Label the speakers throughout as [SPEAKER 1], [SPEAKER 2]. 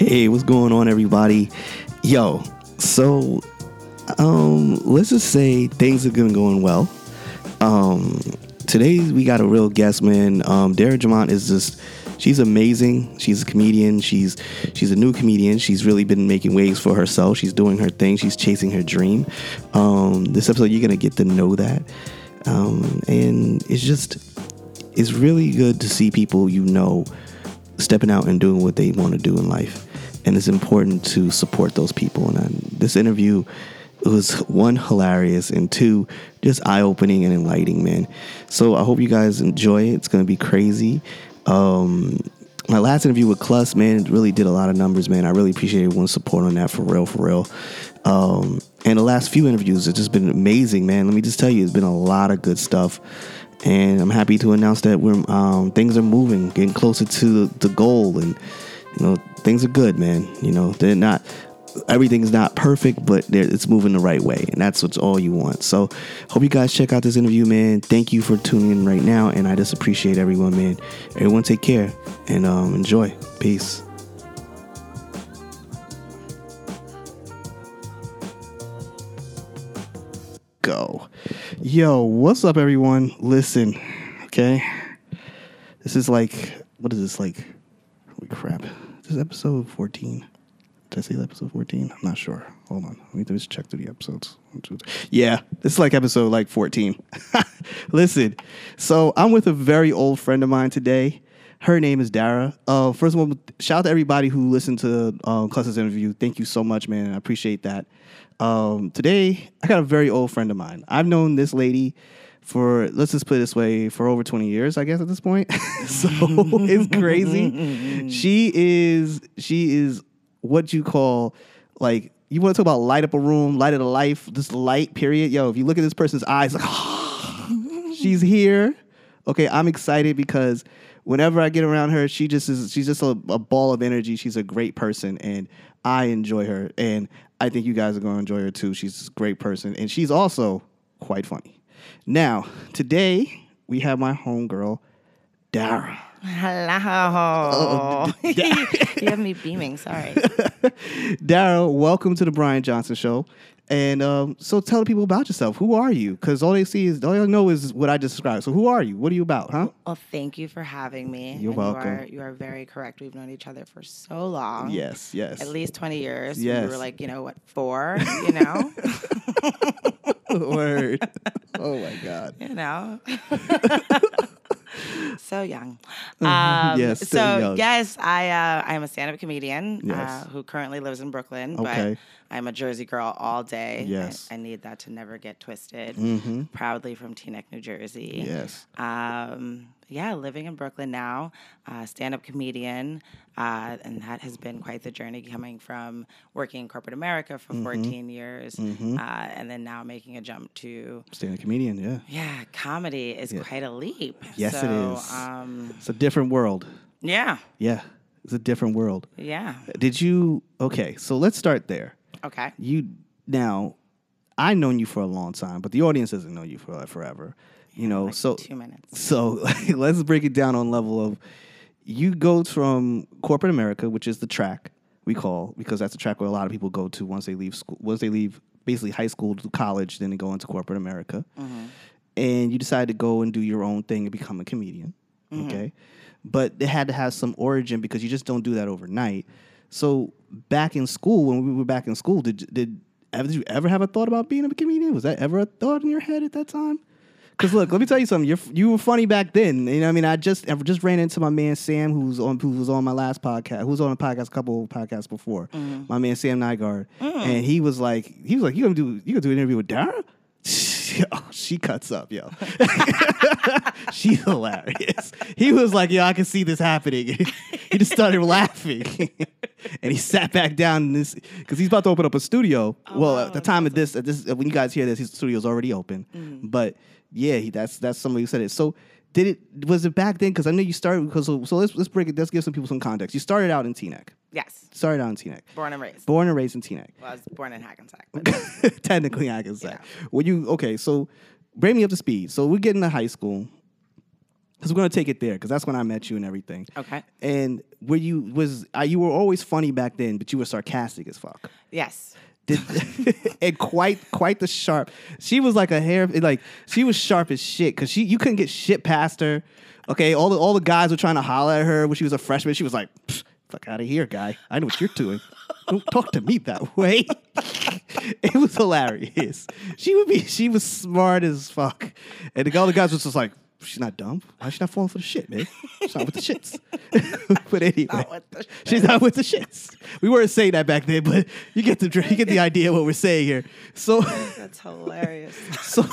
[SPEAKER 1] Hey, what's going on, everybody? Yo, so um, let's just say things have been going well. Um, today we got a real guest, man. Um, Dara Jamont is just she's amazing. She's a comedian. She's she's a new comedian. She's really been making waves for herself. She's doing her thing. She's chasing her dream. Um, this episode you're gonna get to know that, um, and it's just it's really good to see people you know stepping out and doing what they want to do in life. And it's important to support those people. And I, this interview was one hilarious and two just eye opening and enlightening, man. So I hope you guys enjoy it. It's gonna be crazy. Um, my last interview with Clus, man, it really did a lot of numbers, man. I really appreciate everyone's support on that for real, for real. Um, and the last few interviews have just been amazing, man. Let me just tell you, it's been a lot of good stuff. And I'm happy to announce that we're um, things are moving, getting closer to the, the goal, and you know things are good, man. You know they're not everything's not perfect, but there- it's moving the right way, and that's what's all you want. So, hope you guys check out this interview, man. Thank you for tuning in right now, and I just appreciate everyone, man. Everyone, take care and um, enjoy. Peace. Go, yo, what's up, everyone? Listen, okay, this is like what is this like? Holy crap! This is episode fourteen. Did I say episode 14? I'm not sure. Hold on. Let me just check through the episodes. One, two, three. Yeah, this is like episode like 14. Listen, so I'm with a very old friend of mine today. Her name is Dara. Uh, first of all, shout out to everybody who listened to um, Cluster's interview. Thank you so much, man. I appreciate that. Um, today, I got a very old friend of mine. I've known this lady for let's just put it this way for over 20 years i guess at this point so it's crazy she is she is what you call like you want to talk about light up a room light of the life just light period yo if you look at this person's eyes like she's here okay i'm excited because whenever i get around her she just is she's just a, a ball of energy she's a great person and i enjoy her and i think you guys are going to enjoy her too she's a great person and she's also quite funny now today we have my homegirl dara
[SPEAKER 2] Hello.
[SPEAKER 1] d-
[SPEAKER 2] you
[SPEAKER 1] da-
[SPEAKER 2] have me beaming. Sorry.
[SPEAKER 1] Daryl, welcome to the Brian Johnson Show. And um, so tell the people about yourself. Who are you? Because all they see is, all they know is what I just described. So who are you? What are you about, huh?
[SPEAKER 2] Well, thank you for having me.
[SPEAKER 1] You're
[SPEAKER 2] And
[SPEAKER 1] welcome.
[SPEAKER 2] You are, you are very correct. We've known each other for so long.
[SPEAKER 1] Yes, yes.
[SPEAKER 2] At least 20 years. We
[SPEAKER 1] Yes.
[SPEAKER 2] were like, you know, what, four? You know?
[SPEAKER 1] Word. oh my God.
[SPEAKER 2] you know? so young. Um,
[SPEAKER 1] Mm-hmm. Yes, so
[SPEAKER 2] so,
[SPEAKER 1] young.
[SPEAKER 2] yes, I uh, I am a stand-up comedian
[SPEAKER 1] Yes.
[SPEAKER 2] uh, who currently lives in Brooklyn,
[SPEAKER 1] Okay.
[SPEAKER 2] but I'm a Jersey girl all day. I-
[SPEAKER 1] Yes.
[SPEAKER 2] I, need that to never get twisted.
[SPEAKER 1] Mm-hmm.
[SPEAKER 2] Proudly from Teaneck, New Jersey.
[SPEAKER 1] Yes.
[SPEAKER 2] Um, yeah, living in Brooklyn now, uh, stand up comedian. Uh, and that has been quite the journey coming from working in corporate America
[SPEAKER 1] Mm-hmm.
[SPEAKER 2] for 14 years uh, and then now making a jump to,
[SPEAKER 1] Stand-up comedian, yeah.
[SPEAKER 2] yeah, comedy is
[SPEAKER 1] Yeah.
[SPEAKER 2] quite a leap.
[SPEAKER 1] Yes, it
[SPEAKER 2] So,
[SPEAKER 1] is.
[SPEAKER 2] Um,
[SPEAKER 1] It's a different world.
[SPEAKER 2] yeah,
[SPEAKER 1] Yeah. It's a different world.
[SPEAKER 2] yeah.
[SPEAKER 1] Did you, okay, so let's start there.
[SPEAKER 2] Okay.
[SPEAKER 1] you now i known you for a long time but the audience doesn't know you for forever you know so
[SPEAKER 2] Two minutes.
[SPEAKER 1] so let's break it down on level of you go from corporate america which is the track we call because that's the track where a lot of people go to once they leave school once they leave basically high school to college then they go into corporate america and you decide to go and do your own thing and become a comedian okay but it had to have some origin because you just don't do that overnight so back in school when we were back in school did did did you ever have a thought about being a comedian was that ever a thought in your head at that time Cause look, let me tell you something. You're, f- you were funny back then. You know, what I mean, I just I just ran into my man Sam, who's on who was on my last podcast, who was on a podcast, a couple of podcasts before. My man Sam Nygaard, and he was like, he was like, you gonna do you gonna do an interview with Dara? Yo, she cuts up, yo. She's hilarious. He was like, yo, I can see this happening. he just started laughing, and he sat back down in this because he's about to open up a studio. well,
[SPEAKER 2] wow,
[SPEAKER 1] at the time of this, at this when you guys hear this, his studio's already open. But yeah, he, that's that's somebody who said it. So did it was it back then? Because I know you started because so, so let's let's break it. Let's give some people some context. You started out in Teaneck.
[SPEAKER 2] Yes.
[SPEAKER 1] Started out in Teaneck.
[SPEAKER 2] Born and raised.
[SPEAKER 1] Born and raised in Teaneck.
[SPEAKER 2] Well, I was born in Hackensack. But
[SPEAKER 1] Technically, I can say. When you okay, so bring me up to speed. So we're getting to high school. Because we're gonna take it there, because that's when I met you and everything.
[SPEAKER 2] Okay.
[SPEAKER 1] And were you was uh, you were always funny back then, but you were sarcastic as fuck.
[SPEAKER 2] Yes.
[SPEAKER 1] Did, and quite quite the sharp. She was like a hair like she was sharp as shit because she you couldn't get shit past her. Okay, all the all the guys were trying to holler at her when she was a freshman. She was like, "Pfft, "Fuck out of here, guy! I know what you're doing. Don't talk to me that way." it was hilarious. She would be she was smart as fuck, and the all the guys was just like. She's not dumb. Why is she not falling for the shit, man? She's not with the shits. but anyway,
[SPEAKER 2] with the
[SPEAKER 1] she's not with the shits. We weren't saying that back then, but you get the you get the idea of what we're saying here. So,
[SPEAKER 2] That's hilarious.
[SPEAKER 1] so,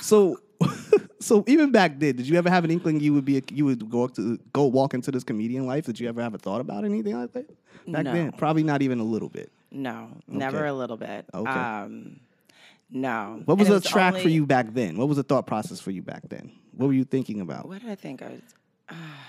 [SPEAKER 1] so, so even back then, did you ever have an inkling you would be a, you would go up to go walk into this comedian life? Did you ever have a thought about anything like that back
[SPEAKER 2] No.
[SPEAKER 1] then? Probably not even a little bit.
[SPEAKER 2] No, never
[SPEAKER 1] Okay.
[SPEAKER 2] a little bit.
[SPEAKER 1] Okay.
[SPEAKER 2] Um, no.
[SPEAKER 1] What was
[SPEAKER 2] And it
[SPEAKER 1] the track for
[SPEAKER 2] only-
[SPEAKER 1] you back then? What was the thought process for you back then? What were you thinking about?
[SPEAKER 2] What did I think? I was.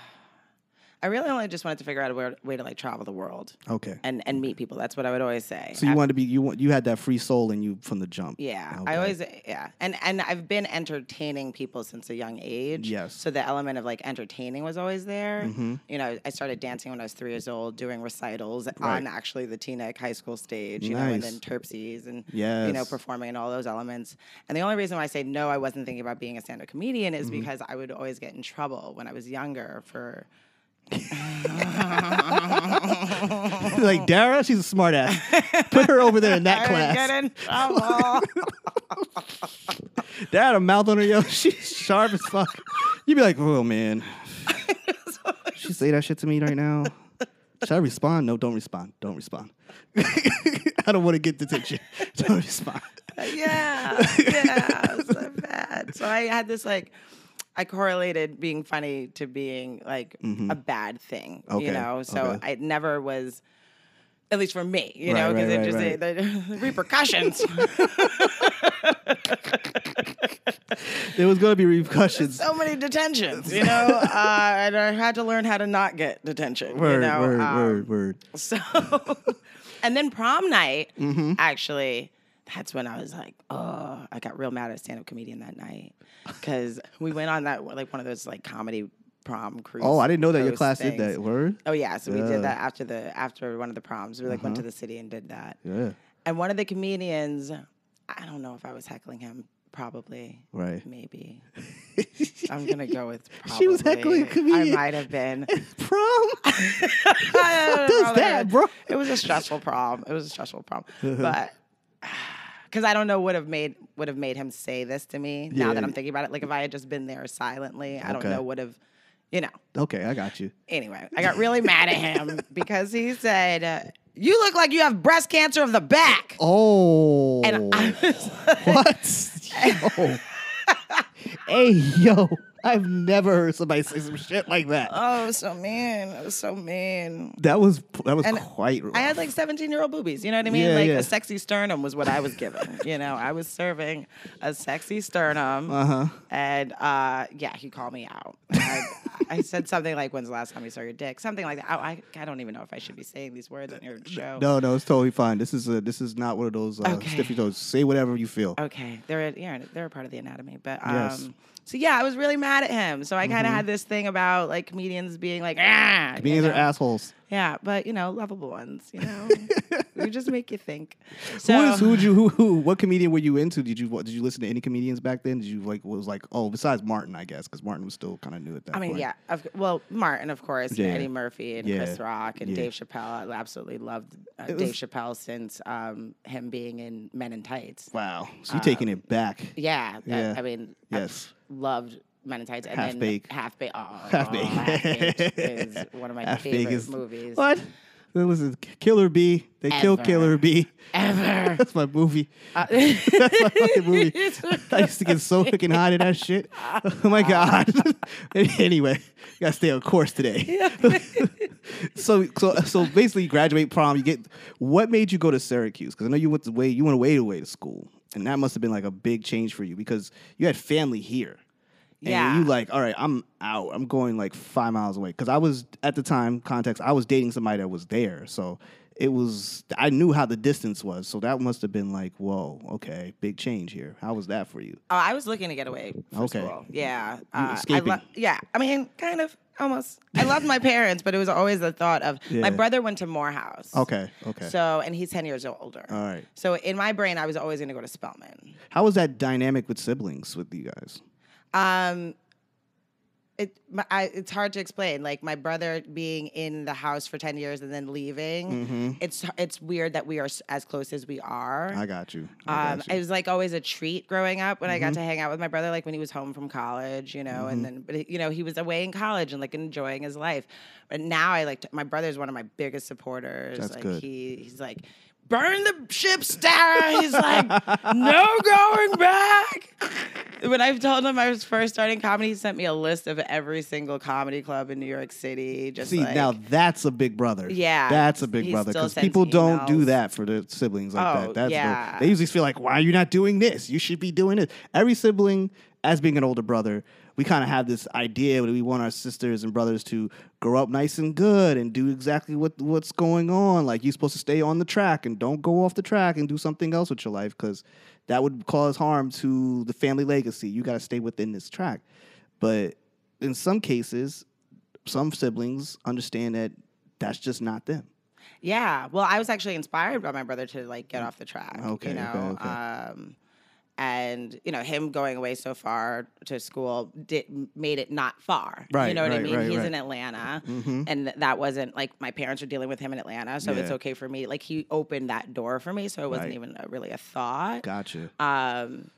[SPEAKER 2] I really only just wanted to figure out a way, way to like travel the world
[SPEAKER 1] Okay.
[SPEAKER 2] and and meet people. That's what I would always say.
[SPEAKER 1] So you wanted to be you want you had that free soul in you from the jump.
[SPEAKER 2] Yeah,
[SPEAKER 1] Okay.
[SPEAKER 2] I always yeah, and and I've been entertaining people since a young age.
[SPEAKER 1] Yes. Mm-hmm.
[SPEAKER 2] So the element of like entertaining was always there. You know, I started dancing when I was three years old, doing recitals on actually the Teaneck High School stage. You know, and
[SPEAKER 1] Nice.
[SPEAKER 2] then Terpsies and you know
[SPEAKER 1] Yes.
[SPEAKER 2] performing and all those elements. And the only reason why I say no, I wasn't thinking about being a stand-up comedian is
[SPEAKER 1] Mm-hmm.
[SPEAKER 2] because I would always get in trouble when I was younger for.
[SPEAKER 1] like Dara, she's a smart ass. Put her over there in that
[SPEAKER 2] I would
[SPEAKER 1] class.
[SPEAKER 2] get in trouble.
[SPEAKER 1] Dad had a mouth on her, yo. She's sharp as fuck. You'd be like, oh man. she say that shit to me right now. Should I respond? No, don't respond. Don't respond. I don't want to get detention. Don't respond.
[SPEAKER 2] yeah, yeah, so bad. So I had this like, I correlated being funny to being like a bad thing,
[SPEAKER 1] Mm-hmm. Okay,
[SPEAKER 2] you know. So
[SPEAKER 1] okay.
[SPEAKER 2] I never was, at least for me, you
[SPEAKER 1] Right,
[SPEAKER 2] know, because
[SPEAKER 1] right,
[SPEAKER 2] it just
[SPEAKER 1] right,
[SPEAKER 2] The, the repercussions.
[SPEAKER 1] There was gonna be repercussions.
[SPEAKER 2] so many detentions, you know. Uh, and I had to learn how to not get detention. you
[SPEAKER 1] word,
[SPEAKER 2] know?
[SPEAKER 1] word,
[SPEAKER 2] Um,
[SPEAKER 1] word, word.
[SPEAKER 2] So, and then prom night,
[SPEAKER 1] Mm-hmm.
[SPEAKER 2] actually, that's when I was like, oh, I got real mad at a stand-up comedian that night because we went on that like one of those like comedy prom cruise.
[SPEAKER 1] Oh, I didn't know that your
[SPEAKER 2] cruise
[SPEAKER 1] class
[SPEAKER 2] things.
[SPEAKER 1] did that. Word?
[SPEAKER 2] Oh yeah, so we
[SPEAKER 1] Yeah. Mm-hmm.
[SPEAKER 2] did that after the after one of the proms. We like went to the city and did that.
[SPEAKER 1] Yeah.
[SPEAKER 2] And one of the comedians, I don't know if I was heckling him, probably.
[SPEAKER 1] Right.
[SPEAKER 2] Maybe. I'm gonna go with probably.
[SPEAKER 1] She was heckling a
[SPEAKER 2] I
[SPEAKER 1] comedian.
[SPEAKER 2] might have been.
[SPEAKER 1] Prom?
[SPEAKER 2] I
[SPEAKER 1] does
[SPEAKER 2] probably
[SPEAKER 1] that,
[SPEAKER 2] would.
[SPEAKER 1] bro? Uh-huh.
[SPEAKER 2] It was a stressful prom. It was a stressful prom, but because I don't know would have made would have made him say this to me. Now that
[SPEAKER 1] Yeah.
[SPEAKER 2] I'm thinking about it, like if I had just been there silently, I don't
[SPEAKER 1] Okay.
[SPEAKER 2] know would have, you know.
[SPEAKER 1] okay, I got you.
[SPEAKER 2] Anyway, I got really mad at him because he said, uh, "You look like you have breast cancer of the back,"
[SPEAKER 1] Oh.
[SPEAKER 2] and I was like,
[SPEAKER 1] What? yo. hey, yo. I've never heard somebody say some shit like that.
[SPEAKER 2] "Oh, it was so mean! It was so mean."
[SPEAKER 1] That was that was
[SPEAKER 2] And
[SPEAKER 1] quite rough.
[SPEAKER 2] I had like 17 year old boobies. You know what I mean?
[SPEAKER 1] Yeah,
[SPEAKER 2] like
[SPEAKER 1] yeah.
[SPEAKER 2] a sexy sternum was what I was given. you know, I was serving a sexy sternum.
[SPEAKER 1] uh-huh.
[SPEAKER 2] And uh, yeah, he called me out. I, I said something like, "When's the last time you saw your dick?" Something like that. I, I, I don't even know if I should be saying these words on your show.
[SPEAKER 1] No, no, it's totally fine. This is a, this is not one of those uh,
[SPEAKER 2] Okay.
[SPEAKER 1] stiffy toes. Say whatever you feel.
[SPEAKER 2] Okay, they're a- yeah, they're a part of the anatomy, but um,
[SPEAKER 1] Yes. Mm-hmm.
[SPEAKER 2] so yeah, I was really mad at him. So I kind of had this thing about like comedians being like, ah, you
[SPEAKER 1] Comedians are
[SPEAKER 2] know?
[SPEAKER 1] assholes.
[SPEAKER 2] yeah, but you know, lovable ones, you know, who just make you think. So
[SPEAKER 1] Who is who? Would you who, who? What comedian were you into? Did you what, did you listen to any comedians back then? Did you like what was like oh besides Martin I guess because Martin was still kind of new at that.
[SPEAKER 2] I mean,
[SPEAKER 1] point.
[SPEAKER 2] yeah. Of, well, Martin, of course,
[SPEAKER 1] Yeah.
[SPEAKER 2] and Eddie Murphy and
[SPEAKER 1] Yeah.
[SPEAKER 2] Chris Rock and
[SPEAKER 1] Yeah.
[SPEAKER 2] Dave Chappelle. I absolutely loved uh,
[SPEAKER 1] It
[SPEAKER 2] Dave
[SPEAKER 1] was-
[SPEAKER 2] Chappelle since um, him being in Men in Tights.
[SPEAKER 1] Wow, so you taking it back?
[SPEAKER 2] Uh, Yeah,
[SPEAKER 1] Yeah.
[SPEAKER 2] that- I mean,
[SPEAKER 1] Yes.
[SPEAKER 2] I loved Men in Tights. And
[SPEAKER 1] Half
[SPEAKER 2] then
[SPEAKER 1] Baked.
[SPEAKER 2] Half Baked. Oh,
[SPEAKER 1] Half
[SPEAKER 2] Half
[SPEAKER 1] Baked.
[SPEAKER 2] Baked is one of my
[SPEAKER 1] Half Baked
[SPEAKER 2] favorite
[SPEAKER 1] is-
[SPEAKER 2] movies
[SPEAKER 1] What? Then Listen, Killer Bee. They kill
[SPEAKER 2] Ever.
[SPEAKER 1] Killer Bee.
[SPEAKER 2] ever.
[SPEAKER 1] That's my movie.
[SPEAKER 2] Uh,
[SPEAKER 1] That's my fucking movie. I used to get so fucking high to that shit. Oh my god. anyway, gotta stay on course today. so so so basically, you graduate prom. You get what made you go to Syracuse? Because I know you went away. You went away away to school, and that must have been like a big change for you because you had family here. And
[SPEAKER 2] Yeah.
[SPEAKER 1] you like, all right, I'm out. I'm going like five miles away. Cause I was, at the time, context, I was dating somebody that was there. So it was I knew how the distance was, so that must have been like, whoa, okay, big change here. How was that for you?
[SPEAKER 2] Oh, I was looking to get away. First okay.
[SPEAKER 1] Okay.
[SPEAKER 2] Of all. Yeah. Uh, I
[SPEAKER 1] escaping.
[SPEAKER 2] lo- yeah. I mean, kind of, almost. I loved my parents, but it was always the thought of
[SPEAKER 1] Yeah.
[SPEAKER 2] my brother went to Morehouse.
[SPEAKER 1] Okay, Oh, okay,
[SPEAKER 2] So, and he's 10 years older.
[SPEAKER 1] all right.
[SPEAKER 2] So in my brain, I was always going to go to Spelman.
[SPEAKER 1] How was that dynamic with siblings with you guys?
[SPEAKER 2] Um, it, my, I, it's hard to explain. Like my brother being in the house for 10 years and then leaving.
[SPEAKER 1] Mm.
[SPEAKER 2] It's, it's weird that we are s- as close as we are.
[SPEAKER 1] Mm-hmm. I got you. I Mm-hmm.
[SPEAKER 2] Um,
[SPEAKER 1] got
[SPEAKER 2] it
[SPEAKER 1] you.
[SPEAKER 2] was like always a treat growing up when I got to hang out with my brother, like when he was home from college, you know,
[SPEAKER 1] Mm-hmm.
[SPEAKER 2] and then, but he- you know, he was away in college and like enjoying his life. But now I like, to, my brother's one of my biggest supporters.
[SPEAKER 1] That's
[SPEAKER 2] like,
[SPEAKER 1] good.
[SPEAKER 2] He, he's like, burn the ship, Stara. He's like, no going back. When I told him I was first starting comedy, he sent me a list of every single comedy club in New York City. Just
[SPEAKER 1] See
[SPEAKER 2] like,
[SPEAKER 1] now that's a big brother.
[SPEAKER 2] Yeah,
[SPEAKER 1] that's a big
[SPEAKER 2] he
[SPEAKER 1] brother
[SPEAKER 2] still
[SPEAKER 1] because
[SPEAKER 2] sends
[SPEAKER 1] people don't do
[SPEAKER 2] emails.
[SPEAKER 1] that for their siblings like
[SPEAKER 2] Oh,
[SPEAKER 1] that. That's
[SPEAKER 2] yeah.
[SPEAKER 1] the, they usually feel like, why are you not doing this? You should be doing it. Every sibling, as being an older brother, we kind of have this idea that we want our sisters and brothers to grow up nice and good and do exactly what what's going on. Like you're supposed to stay on the track and don't go off the track and do something else with your life because that would cause harm to the family legacy. You got to stay within this track, but in some cases some siblings understand that that's just not them.
[SPEAKER 2] Yeah. Well, I was actually inspired by my brother to like get off the track.
[SPEAKER 1] Mm. Okay,
[SPEAKER 2] You
[SPEAKER 1] okay,
[SPEAKER 2] know,
[SPEAKER 1] okay.
[SPEAKER 2] Um, and you know him going away so far to school did, made it not far. You
[SPEAKER 1] Right,
[SPEAKER 2] know what I
[SPEAKER 1] right,
[SPEAKER 2] mean?
[SPEAKER 1] right,
[SPEAKER 2] He's
[SPEAKER 1] right.
[SPEAKER 2] in Atlanta, and th- that wasn't like my parents are dealing with him in Atlanta, so it's
[SPEAKER 1] Yeah.
[SPEAKER 2] okay for me. Like he opened that door for me, so it wasn't
[SPEAKER 1] Right.
[SPEAKER 2] even a, really a thought.
[SPEAKER 1] Gotcha.
[SPEAKER 2] Um,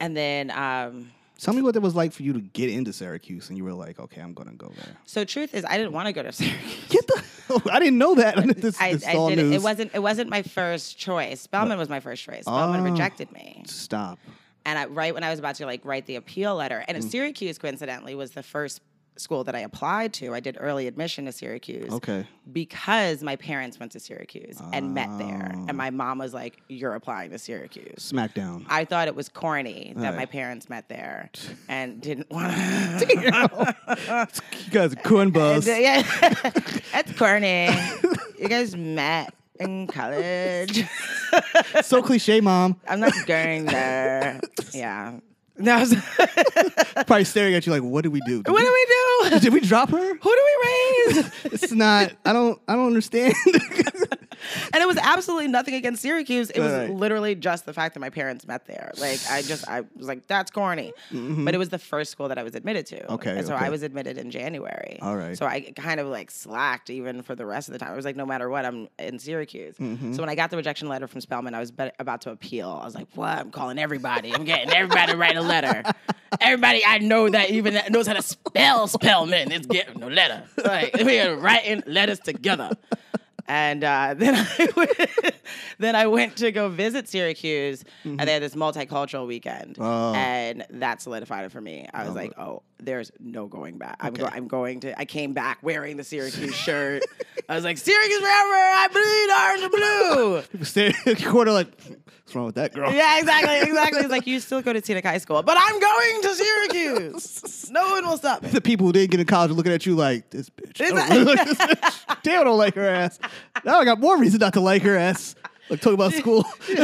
[SPEAKER 2] and then. Um,
[SPEAKER 1] Tell me what that was like for you to get into Syracuse, and you were like, okay, I'm gonna go there.
[SPEAKER 2] so truth is, I didn't want to go to Syracuse.
[SPEAKER 1] Get the. I didn't know that. this,
[SPEAKER 2] I,
[SPEAKER 1] this
[SPEAKER 2] I
[SPEAKER 1] all
[SPEAKER 2] didn't.
[SPEAKER 1] news.
[SPEAKER 2] It wasn't. It wasn't my first choice. Spelman was my first choice. Spelman
[SPEAKER 1] Oh.
[SPEAKER 2] rejected me.
[SPEAKER 1] Stop.
[SPEAKER 2] and I, right when I was about to like write the appeal letter, and Syracuse coincidentally was the first school that I applied to. I did early admission to Syracuse
[SPEAKER 1] Okay.
[SPEAKER 2] because my parents went to Syracuse and met there, and my mom was like, "You're applying to Syracuse."
[SPEAKER 1] Smackdown.
[SPEAKER 2] I thought it was corny that
[SPEAKER 1] Right.
[SPEAKER 2] my parents met there and didn't want to.
[SPEAKER 1] you guys are cornballs.
[SPEAKER 2] yeah, that's corny. you guys met in college.
[SPEAKER 1] so cliche, mom.
[SPEAKER 2] I'm not going there. Yeah. No, I was- what
[SPEAKER 1] Probably staring at you like, what did we do? Did we,
[SPEAKER 2] do we do?
[SPEAKER 1] did we drop her?
[SPEAKER 2] Who do we raise?
[SPEAKER 1] It's not. I don't. I don't understand.
[SPEAKER 2] and it was absolutely nothing against Syracuse. It was
[SPEAKER 1] Right.
[SPEAKER 2] literally just the fact that my parents met there. Like I just I was like, that's corny. But it was the first school that I was admitted to.
[SPEAKER 1] Mm-hmm. Okay,
[SPEAKER 2] And so
[SPEAKER 1] okay.
[SPEAKER 2] I was admitted in January.
[SPEAKER 1] All right.
[SPEAKER 2] So I kind of like slacked even for the rest of the time. I was like, no matter what, I'm in Syracuse.
[SPEAKER 1] Mm-hmm.
[SPEAKER 2] So when I got the rejection letter from Spelman, I was be- about to appeal. I was like, what? I'm calling everybody. I'm getting everybody to write a letter. Everybody I know that even that knows how to spell Spellman is getting a letter. Like we are writing letters together. And uh, then I went, then I went to go visit Syracuse,
[SPEAKER 1] Mm-hmm.
[SPEAKER 2] and they had this multicultural weekend,
[SPEAKER 1] Oh.
[SPEAKER 2] and that solidified it for me. I was like, "Oh, there's no going back. I'm, go- I'm going to." I came back wearing the Syracuse shirt. I was like, "Syracuse forever! I bleed orange and blue."
[SPEAKER 1] Staring at your Corner like, what's wrong with that girl?
[SPEAKER 2] yeah, exactly, exactly. It's like you still go to Teaneck High School, but I'm going to Syracuse. no one will stop me.
[SPEAKER 1] The people who didn't get in college are looking at you like this bitch. I don't
[SPEAKER 2] It's-
[SPEAKER 1] really like this bitch. Damn, I don't like her ass. Now I got more reason not to like her ass. Like talking about school.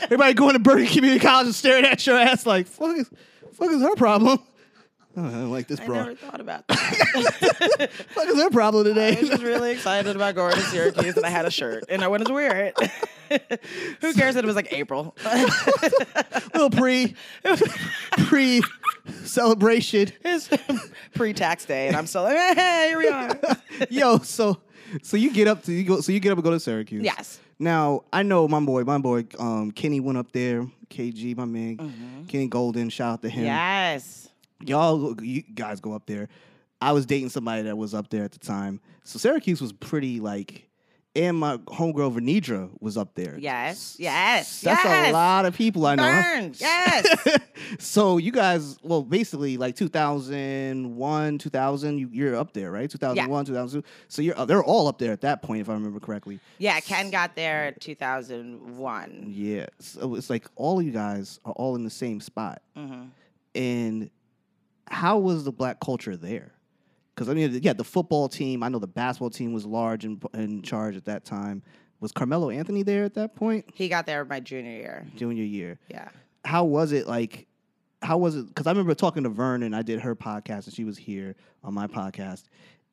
[SPEAKER 1] Everybody going to Berkeley Community College and staring at your ass like fuck is fuck is her problem. Oh, I don't like this
[SPEAKER 2] I
[SPEAKER 1] bro.
[SPEAKER 2] never thought about that.
[SPEAKER 1] Fuck is her problem
[SPEAKER 2] I was
[SPEAKER 1] today?
[SPEAKER 2] just really excited about going to Syracuse, and I had a shirt, and I wanted to wear it. Who cares that it was like April?
[SPEAKER 1] Little pre pre celebration.
[SPEAKER 2] it's pre-tax day, and I'm still like, hey, here we are.
[SPEAKER 1] Yo, so so you get up to you go so you get up and go to Syracuse.
[SPEAKER 2] Yes.
[SPEAKER 1] Now I know my boy, my boy, um, Kenny went up there. KG, my man,
[SPEAKER 2] Mm-hmm.
[SPEAKER 1] Kenny Golden. Shout out to him.
[SPEAKER 2] Yes.
[SPEAKER 1] Y'all, you guys go up there. I was dating somebody that was up there at the time, so Syracuse was pretty like. And my homegirl Venedra was up there.
[SPEAKER 2] Yes,
[SPEAKER 1] S-
[SPEAKER 2] yes,
[SPEAKER 1] That's
[SPEAKER 2] yes.
[SPEAKER 1] a lot of people I know.
[SPEAKER 2] Burn. Yes.
[SPEAKER 1] so you guys, well, basically like 2001, 2000, you, you're up there, right? 2001, 2002. So you're uh, they're all up there at that point, if I remember correctly.
[SPEAKER 2] Yeah, Ken got there in 2001.
[SPEAKER 1] Yeah. So it's like all you guys are all in the same spot.
[SPEAKER 2] Mhm.
[SPEAKER 1] And how was the black culture there? Because I mean, yeah, the football team. I know the basketball team was large and in charge at that time. Was Carmelo Anthony there at that point?
[SPEAKER 2] He got there my junior year.
[SPEAKER 1] Junior year.
[SPEAKER 2] Yeah.
[SPEAKER 1] How was it like? How was it? Because I remember talking to Vernon. I did her podcast, and she was here on my podcast,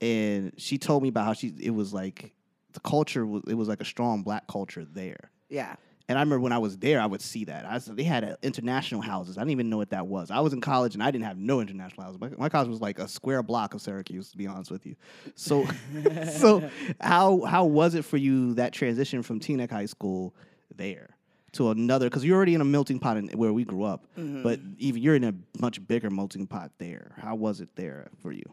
[SPEAKER 1] and she told me about how she. It was like the culture was. It was like a strong black culture there.
[SPEAKER 2] Yeah.
[SPEAKER 1] And I remember when I was there, I would see that. I said they had uh, international houses. I didn't even know what that was. I was in college and I didn't have no international houses. My, my college was like a square block of Syracuse, to be honest with you. So, so how how was it for you that transition from Teaneck High School there to another? Because you're already in a melting pot in, where we grew up, but
[SPEAKER 2] Mm-hmm.
[SPEAKER 1] even you're in a much bigger melting pot there. How was it there for you?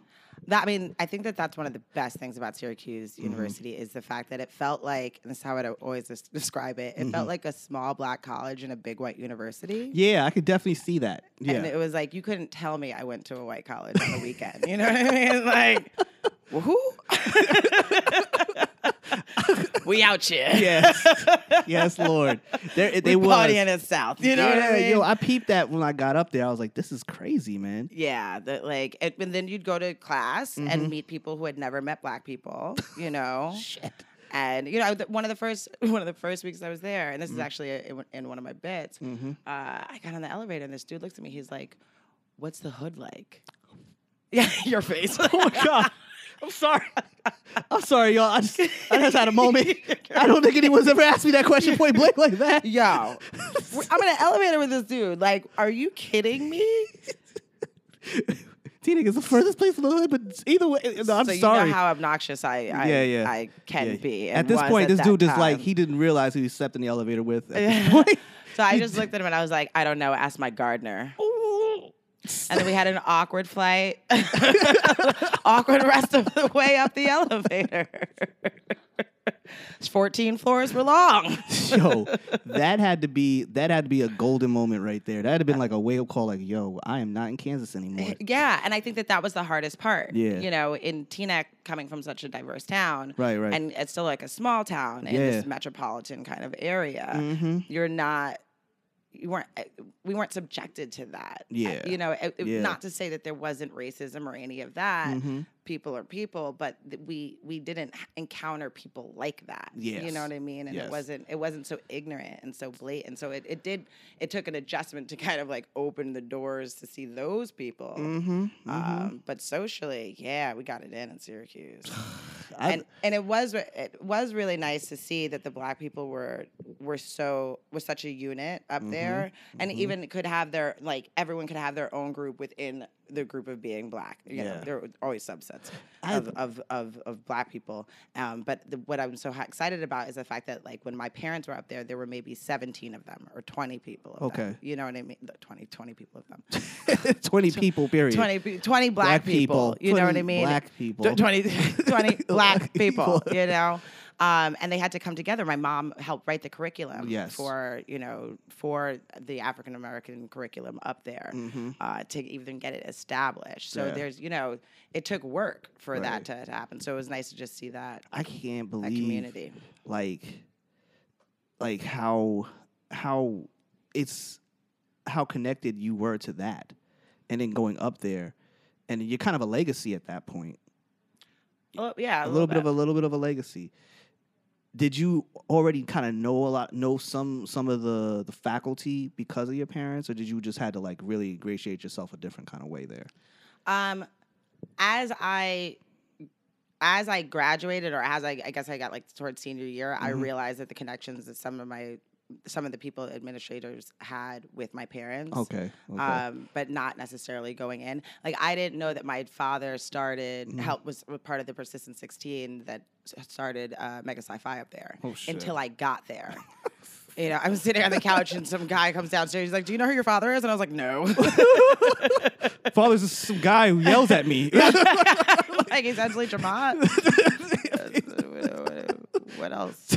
[SPEAKER 2] That, I mean, I think that that's one of the best things about Syracuse
[SPEAKER 1] Mm-hmm.
[SPEAKER 2] University is the fact that it felt like, and this is how I always des- describe it, it
[SPEAKER 1] Mm-hmm.
[SPEAKER 2] felt like a small black college in a big white university.
[SPEAKER 1] Yeah, I could definitely see that. Yeah,
[SPEAKER 2] And it was like, you couldn't tell me I went to a white college on the weekend. You know what I mean? Like, well, who? we out here.
[SPEAKER 1] Yes. yes, Lord. There, it- they
[SPEAKER 2] They
[SPEAKER 1] was.
[SPEAKER 2] partying in the South. You know
[SPEAKER 1] yeah,
[SPEAKER 2] what I mean?
[SPEAKER 1] yo, I peeped that when I got up there. I was like, this is crazy, man.
[SPEAKER 2] Yeah, that like, it, and then you'd go to class
[SPEAKER 1] Mm-hmm.
[SPEAKER 2] and meet people who had never met black people, you know.
[SPEAKER 1] Shit.
[SPEAKER 2] and you know, th- one of the first one of the first weeks I was there, and this
[SPEAKER 1] Mm.
[SPEAKER 2] is actually in, in one of my bits. Uh, I got on the elevator, and this dude looks at me. He's like, "What's the hood like?" Yeah, your face.
[SPEAKER 1] Oh God. I'm sorry. I'm sorry, y'all. I just, I just had a moment. I don't think anyone's ever asked me that question point blank like that.
[SPEAKER 2] Yo, we're- I'm in an elevator with this dude. Like, are you kidding me?
[SPEAKER 1] Teaneck is the furthest place in the hood, but either way, no, I'm
[SPEAKER 2] so
[SPEAKER 1] sorry.
[SPEAKER 2] you know how obnoxious I, I,
[SPEAKER 1] yeah, yeah.
[SPEAKER 2] I can
[SPEAKER 1] Yeah.
[SPEAKER 2] be.
[SPEAKER 1] At
[SPEAKER 2] and
[SPEAKER 1] this
[SPEAKER 2] was
[SPEAKER 1] point,
[SPEAKER 2] at
[SPEAKER 1] this
[SPEAKER 2] that
[SPEAKER 1] dude just like
[SPEAKER 2] time.
[SPEAKER 1] he didn't realize who he stepped in the elevator with. At this point.
[SPEAKER 2] So I just looked at him and I was like, I don't know. Ask my gardener.
[SPEAKER 1] Oh.
[SPEAKER 2] And then we had an awkward flight, awkward rest of the way up the elevator. It's 14 floors were long.
[SPEAKER 1] yo, that had to be that had to be a golden moment right there. That had been like a wake up call, like, yo, I am not in Kansas anymore.
[SPEAKER 2] Yeah, and I think that that was the hardest part.
[SPEAKER 1] Yeah.
[SPEAKER 2] you know, in Teaneck, coming from such a diverse town,
[SPEAKER 1] Right, right.
[SPEAKER 2] and it's still like a small town in
[SPEAKER 1] Yeah. Mm-hmm.
[SPEAKER 2] this metropolitan kind of area. You're not. You weren't. uh, We weren't subjected to that. Uh,
[SPEAKER 1] Yeah.
[SPEAKER 2] You know, it- it-
[SPEAKER 1] Yeah. Mm-hmm.
[SPEAKER 2] not to say that there wasn't racism or any of that. People are people, but th- we we didn't h- encounter people like that. You
[SPEAKER 1] Yes.
[SPEAKER 2] know what I mean? And
[SPEAKER 1] Yes.
[SPEAKER 2] it wasn't it wasn't so ignorant and so blatant. So it, it did it took an adjustment to kind of like open the doors to see those people.
[SPEAKER 1] Mm-hmm.
[SPEAKER 2] Um, but socially, yeah, we got it in in Syracuse,
[SPEAKER 1] I-
[SPEAKER 2] and and it was re- it was really nice to see that the black people were were so was such a unit
[SPEAKER 1] Mm-hmm.
[SPEAKER 2] up there, and even could have their like everyone could have their own group within the group of being black. You
[SPEAKER 1] Yeah.
[SPEAKER 2] know, there were always subsets
[SPEAKER 1] I-
[SPEAKER 2] of, of of of black people. Um, but the, what I'm so ha- excited about is the fact that like when my parents were up there, there were maybe 17 of them or 20 people. Of them.
[SPEAKER 1] Okay.
[SPEAKER 2] you know what I mean? 20 20 people of them.
[SPEAKER 1] 20 people, period.
[SPEAKER 2] 20, pe- 20 black,
[SPEAKER 1] Black people.
[SPEAKER 2] people, You know what
[SPEAKER 1] 20
[SPEAKER 2] I mean?
[SPEAKER 1] black people.
[SPEAKER 2] Tw- 20, 20
[SPEAKER 1] Black
[SPEAKER 2] black people,
[SPEAKER 1] people.
[SPEAKER 2] you know? Um, and they had to come together. My mom helped write the curriculum
[SPEAKER 1] Yes.
[SPEAKER 2] for, you know, for the African American curriculum up there
[SPEAKER 1] Mm-hmm.
[SPEAKER 2] uh, to even get it established. So
[SPEAKER 1] Mm. Yeah.
[SPEAKER 2] there's, you know, it took work for
[SPEAKER 1] Right.
[SPEAKER 2] that to, to happen. So it was nice to just see that,
[SPEAKER 1] I can't
[SPEAKER 2] that
[SPEAKER 1] believe
[SPEAKER 2] community.
[SPEAKER 1] like like how how it's how connected you were to that and then going up there and you're kind of a legacy at that point.
[SPEAKER 2] Oh, yeah.
[SPEAKER 1] a little bit of a little bit of a legacy. Did you already kind of know a lot, know some some of the the faculty because of your parents, or did you just had to like really ingratiate yourself a different kind of way there?
[SPEAKER 2] Um, as I as I graduated, or as I, I guess I got like towards senior year, I
[SPEAKER 1] Mm-hmm.
[SPEAKER 2] realized that the connections that some of my some of the people administrators had with my parents.
[SPEAKER 1] Okay, okay,
[SPEAKER 2] Um, but not necessarily going in. Like I didn't know that my father started
[SPEAKER 1] Mm-hmm.
[SPEAKER 2] help was was part of the Persistent Sixteen that s- started uh, Mega Sci-Fi up there.
[SPEAKER 1] Oh, shit.
[SPEAKER 2] Until I got there, you know, I was sitting on the couch and some guy comes downstairs. He's like, "Do you know who your father is?" And I was like, "No."
[SPEAKER 1] father's just some guy who yells at me.
[SPEAKER 2] like essentially Vermont. what else?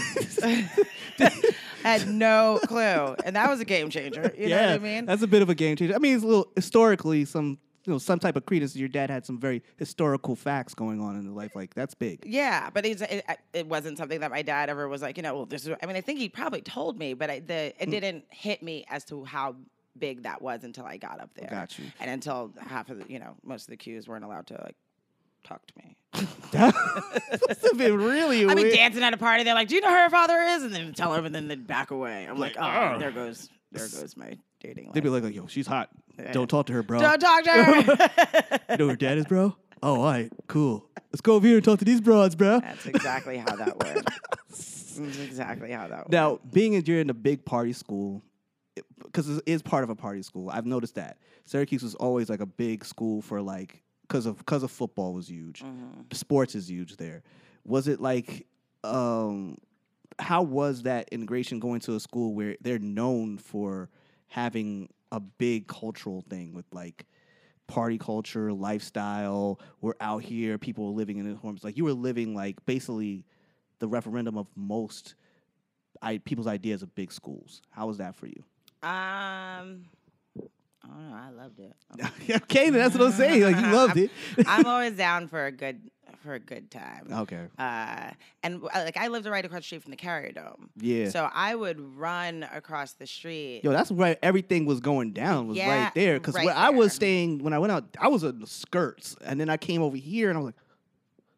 [SPEAKER 2] Had no clue, and that was a game changer. You know what I mean?
[SPEAKER 1] that's a bit of a game changer. I mean, it's a little historically some you know some type of credence. Your dad had some very historical facts going on in his life, like that's big.
[SPEAKER 2] yeah, but it's, it it wasn't something that my dad ever was like, you know, well, this is. I mean, I think he probably told me, but I, the
[SPEAKER 1] Hmm.
[SPEAKER 2] it didn't hit me as to how big that was until I got up there.
[SPEAKER 1] Got you.
[SPEAKER 2] and until half of the, you know, most of the cues weren't allowed to like talk to me.
[SPEAKER 1] That's been really
[SPEAKER 2] I've been
[SPEAKER 1] weird.
[SPEAKER 2] dancing at a party. They're like, "Do you know who her father is?" And then tell her, and then they back away. I'm like, "Oh, there goes, there goes my dating
[SPEAKER 1] They'd
[SPEAKER 2] life."
[SPEAKER 1] be like, like, yo, she's hot.
[SPEAKER 2] Yeah.
[SPEAKER 1] Don't talk to her, bro.
[SPEAKER 2] Eh. Don't talk to her.
[SPEAKER 1] You know who her dad is, bro? Oh, all right, cool. Let's go over here and talk to these broads, bro.
[SPEAKER 2] That's exactly how that worked. That's exactly how that worked.
[SPEAKER 1] Now, being that you're in a big party school, because it is part of a party school, I've noticed that Syracuse was always like a big school for like because of because of football was huge,
[SPEAKER 2] Mhm.
[SPEAKER 1] sports is huge there. Was it like, um, how was that integration going to a school where they're known for having a big cultural thing with like party culture, lifestyle? We're out here, people are living in homes. Like you were living like basically the referendum of most I, people's ideas of big schools. How was that for you?
[SPEAKER 2] Um, I don't know. I loved it. I'm-
[SPEAKER 1] okay, then that's what I'm saying. Like you loved it.
[SPEAKER 2] I'm always down for a good for a good time.
[SPEAKER 1] okay.
[SPEAKER 2] Uh, and uh, like I lived right across the street from the Carrier Dome,
[SPEAKER 1] Yeah.
[SPEAKER 2] so I would run across the street.
[SPEAKER 1] Yo, that's where everything was going down was
[SPEAKER 2] Yeah,
[SPEAKER 1] right there. Because
[SPEAKER 2] right
[SPEAKER 1] where I was
[SPEAKER 2] there.
[SPEAKER 1] staying when I went out, I was in the skirts, and then I came over here, and I was like,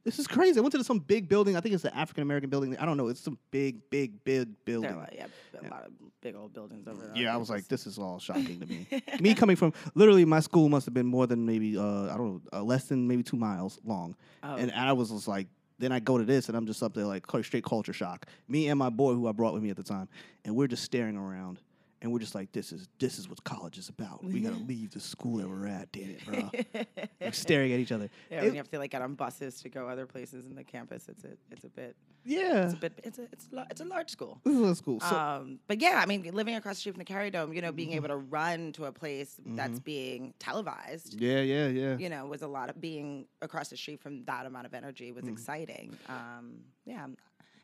[SPEAKER 1] "This is crazy." I went to some big building. I think it's the African American building. I don't know. It's some big, big, big
[SPEAKER 2] there
[SPEAKER 1] building.
[SPEAKER 2] were yeah, a lot of big old buildings over there.
[SPEAKER 1] yeah, I was like, "This is all shocking to me." me coming from literally, my school must have been more than maybe uh, I don't know, uh, less than maybe two miles long.
[SPEAKER 2] Oh,
[SPEAKER 1] And I was just like, then I go to this, and I'm just up there like cul- straight culture shock. Me and my boy, who I brought with me at the time, and we're just staring around, and we're just like, this is this is what college is about. We gotta leave the school that we're at, damn it, bro. we're staring at each other.
[SPEAKER 2] yeah,
[SPEAKER 1] It-
[SPEAKER 2] when you have to like get on buses to go other places in the campus. It's a it's a bit
[SPEAKER 1] yeah,
[SPEAKER 2] it's a bit it's a it's, lar- it's a large school.
[SPEAKER 1] this is school. Uh. So, Mm-hmm.
[SPEAKER 2] um, but yeah, I mean, living across the street from the Carry Dome, you know, being able to run to a place that's being televised,
[SPEAKER 1] yeah, yeah, Mm-hmm. yeah.
[SPEAKER 2] you know, was a lot of being across the street from that amount of energy
[SPEAKER 1] Mm.
[SPEAKER 2] was exciting. Um, yeah,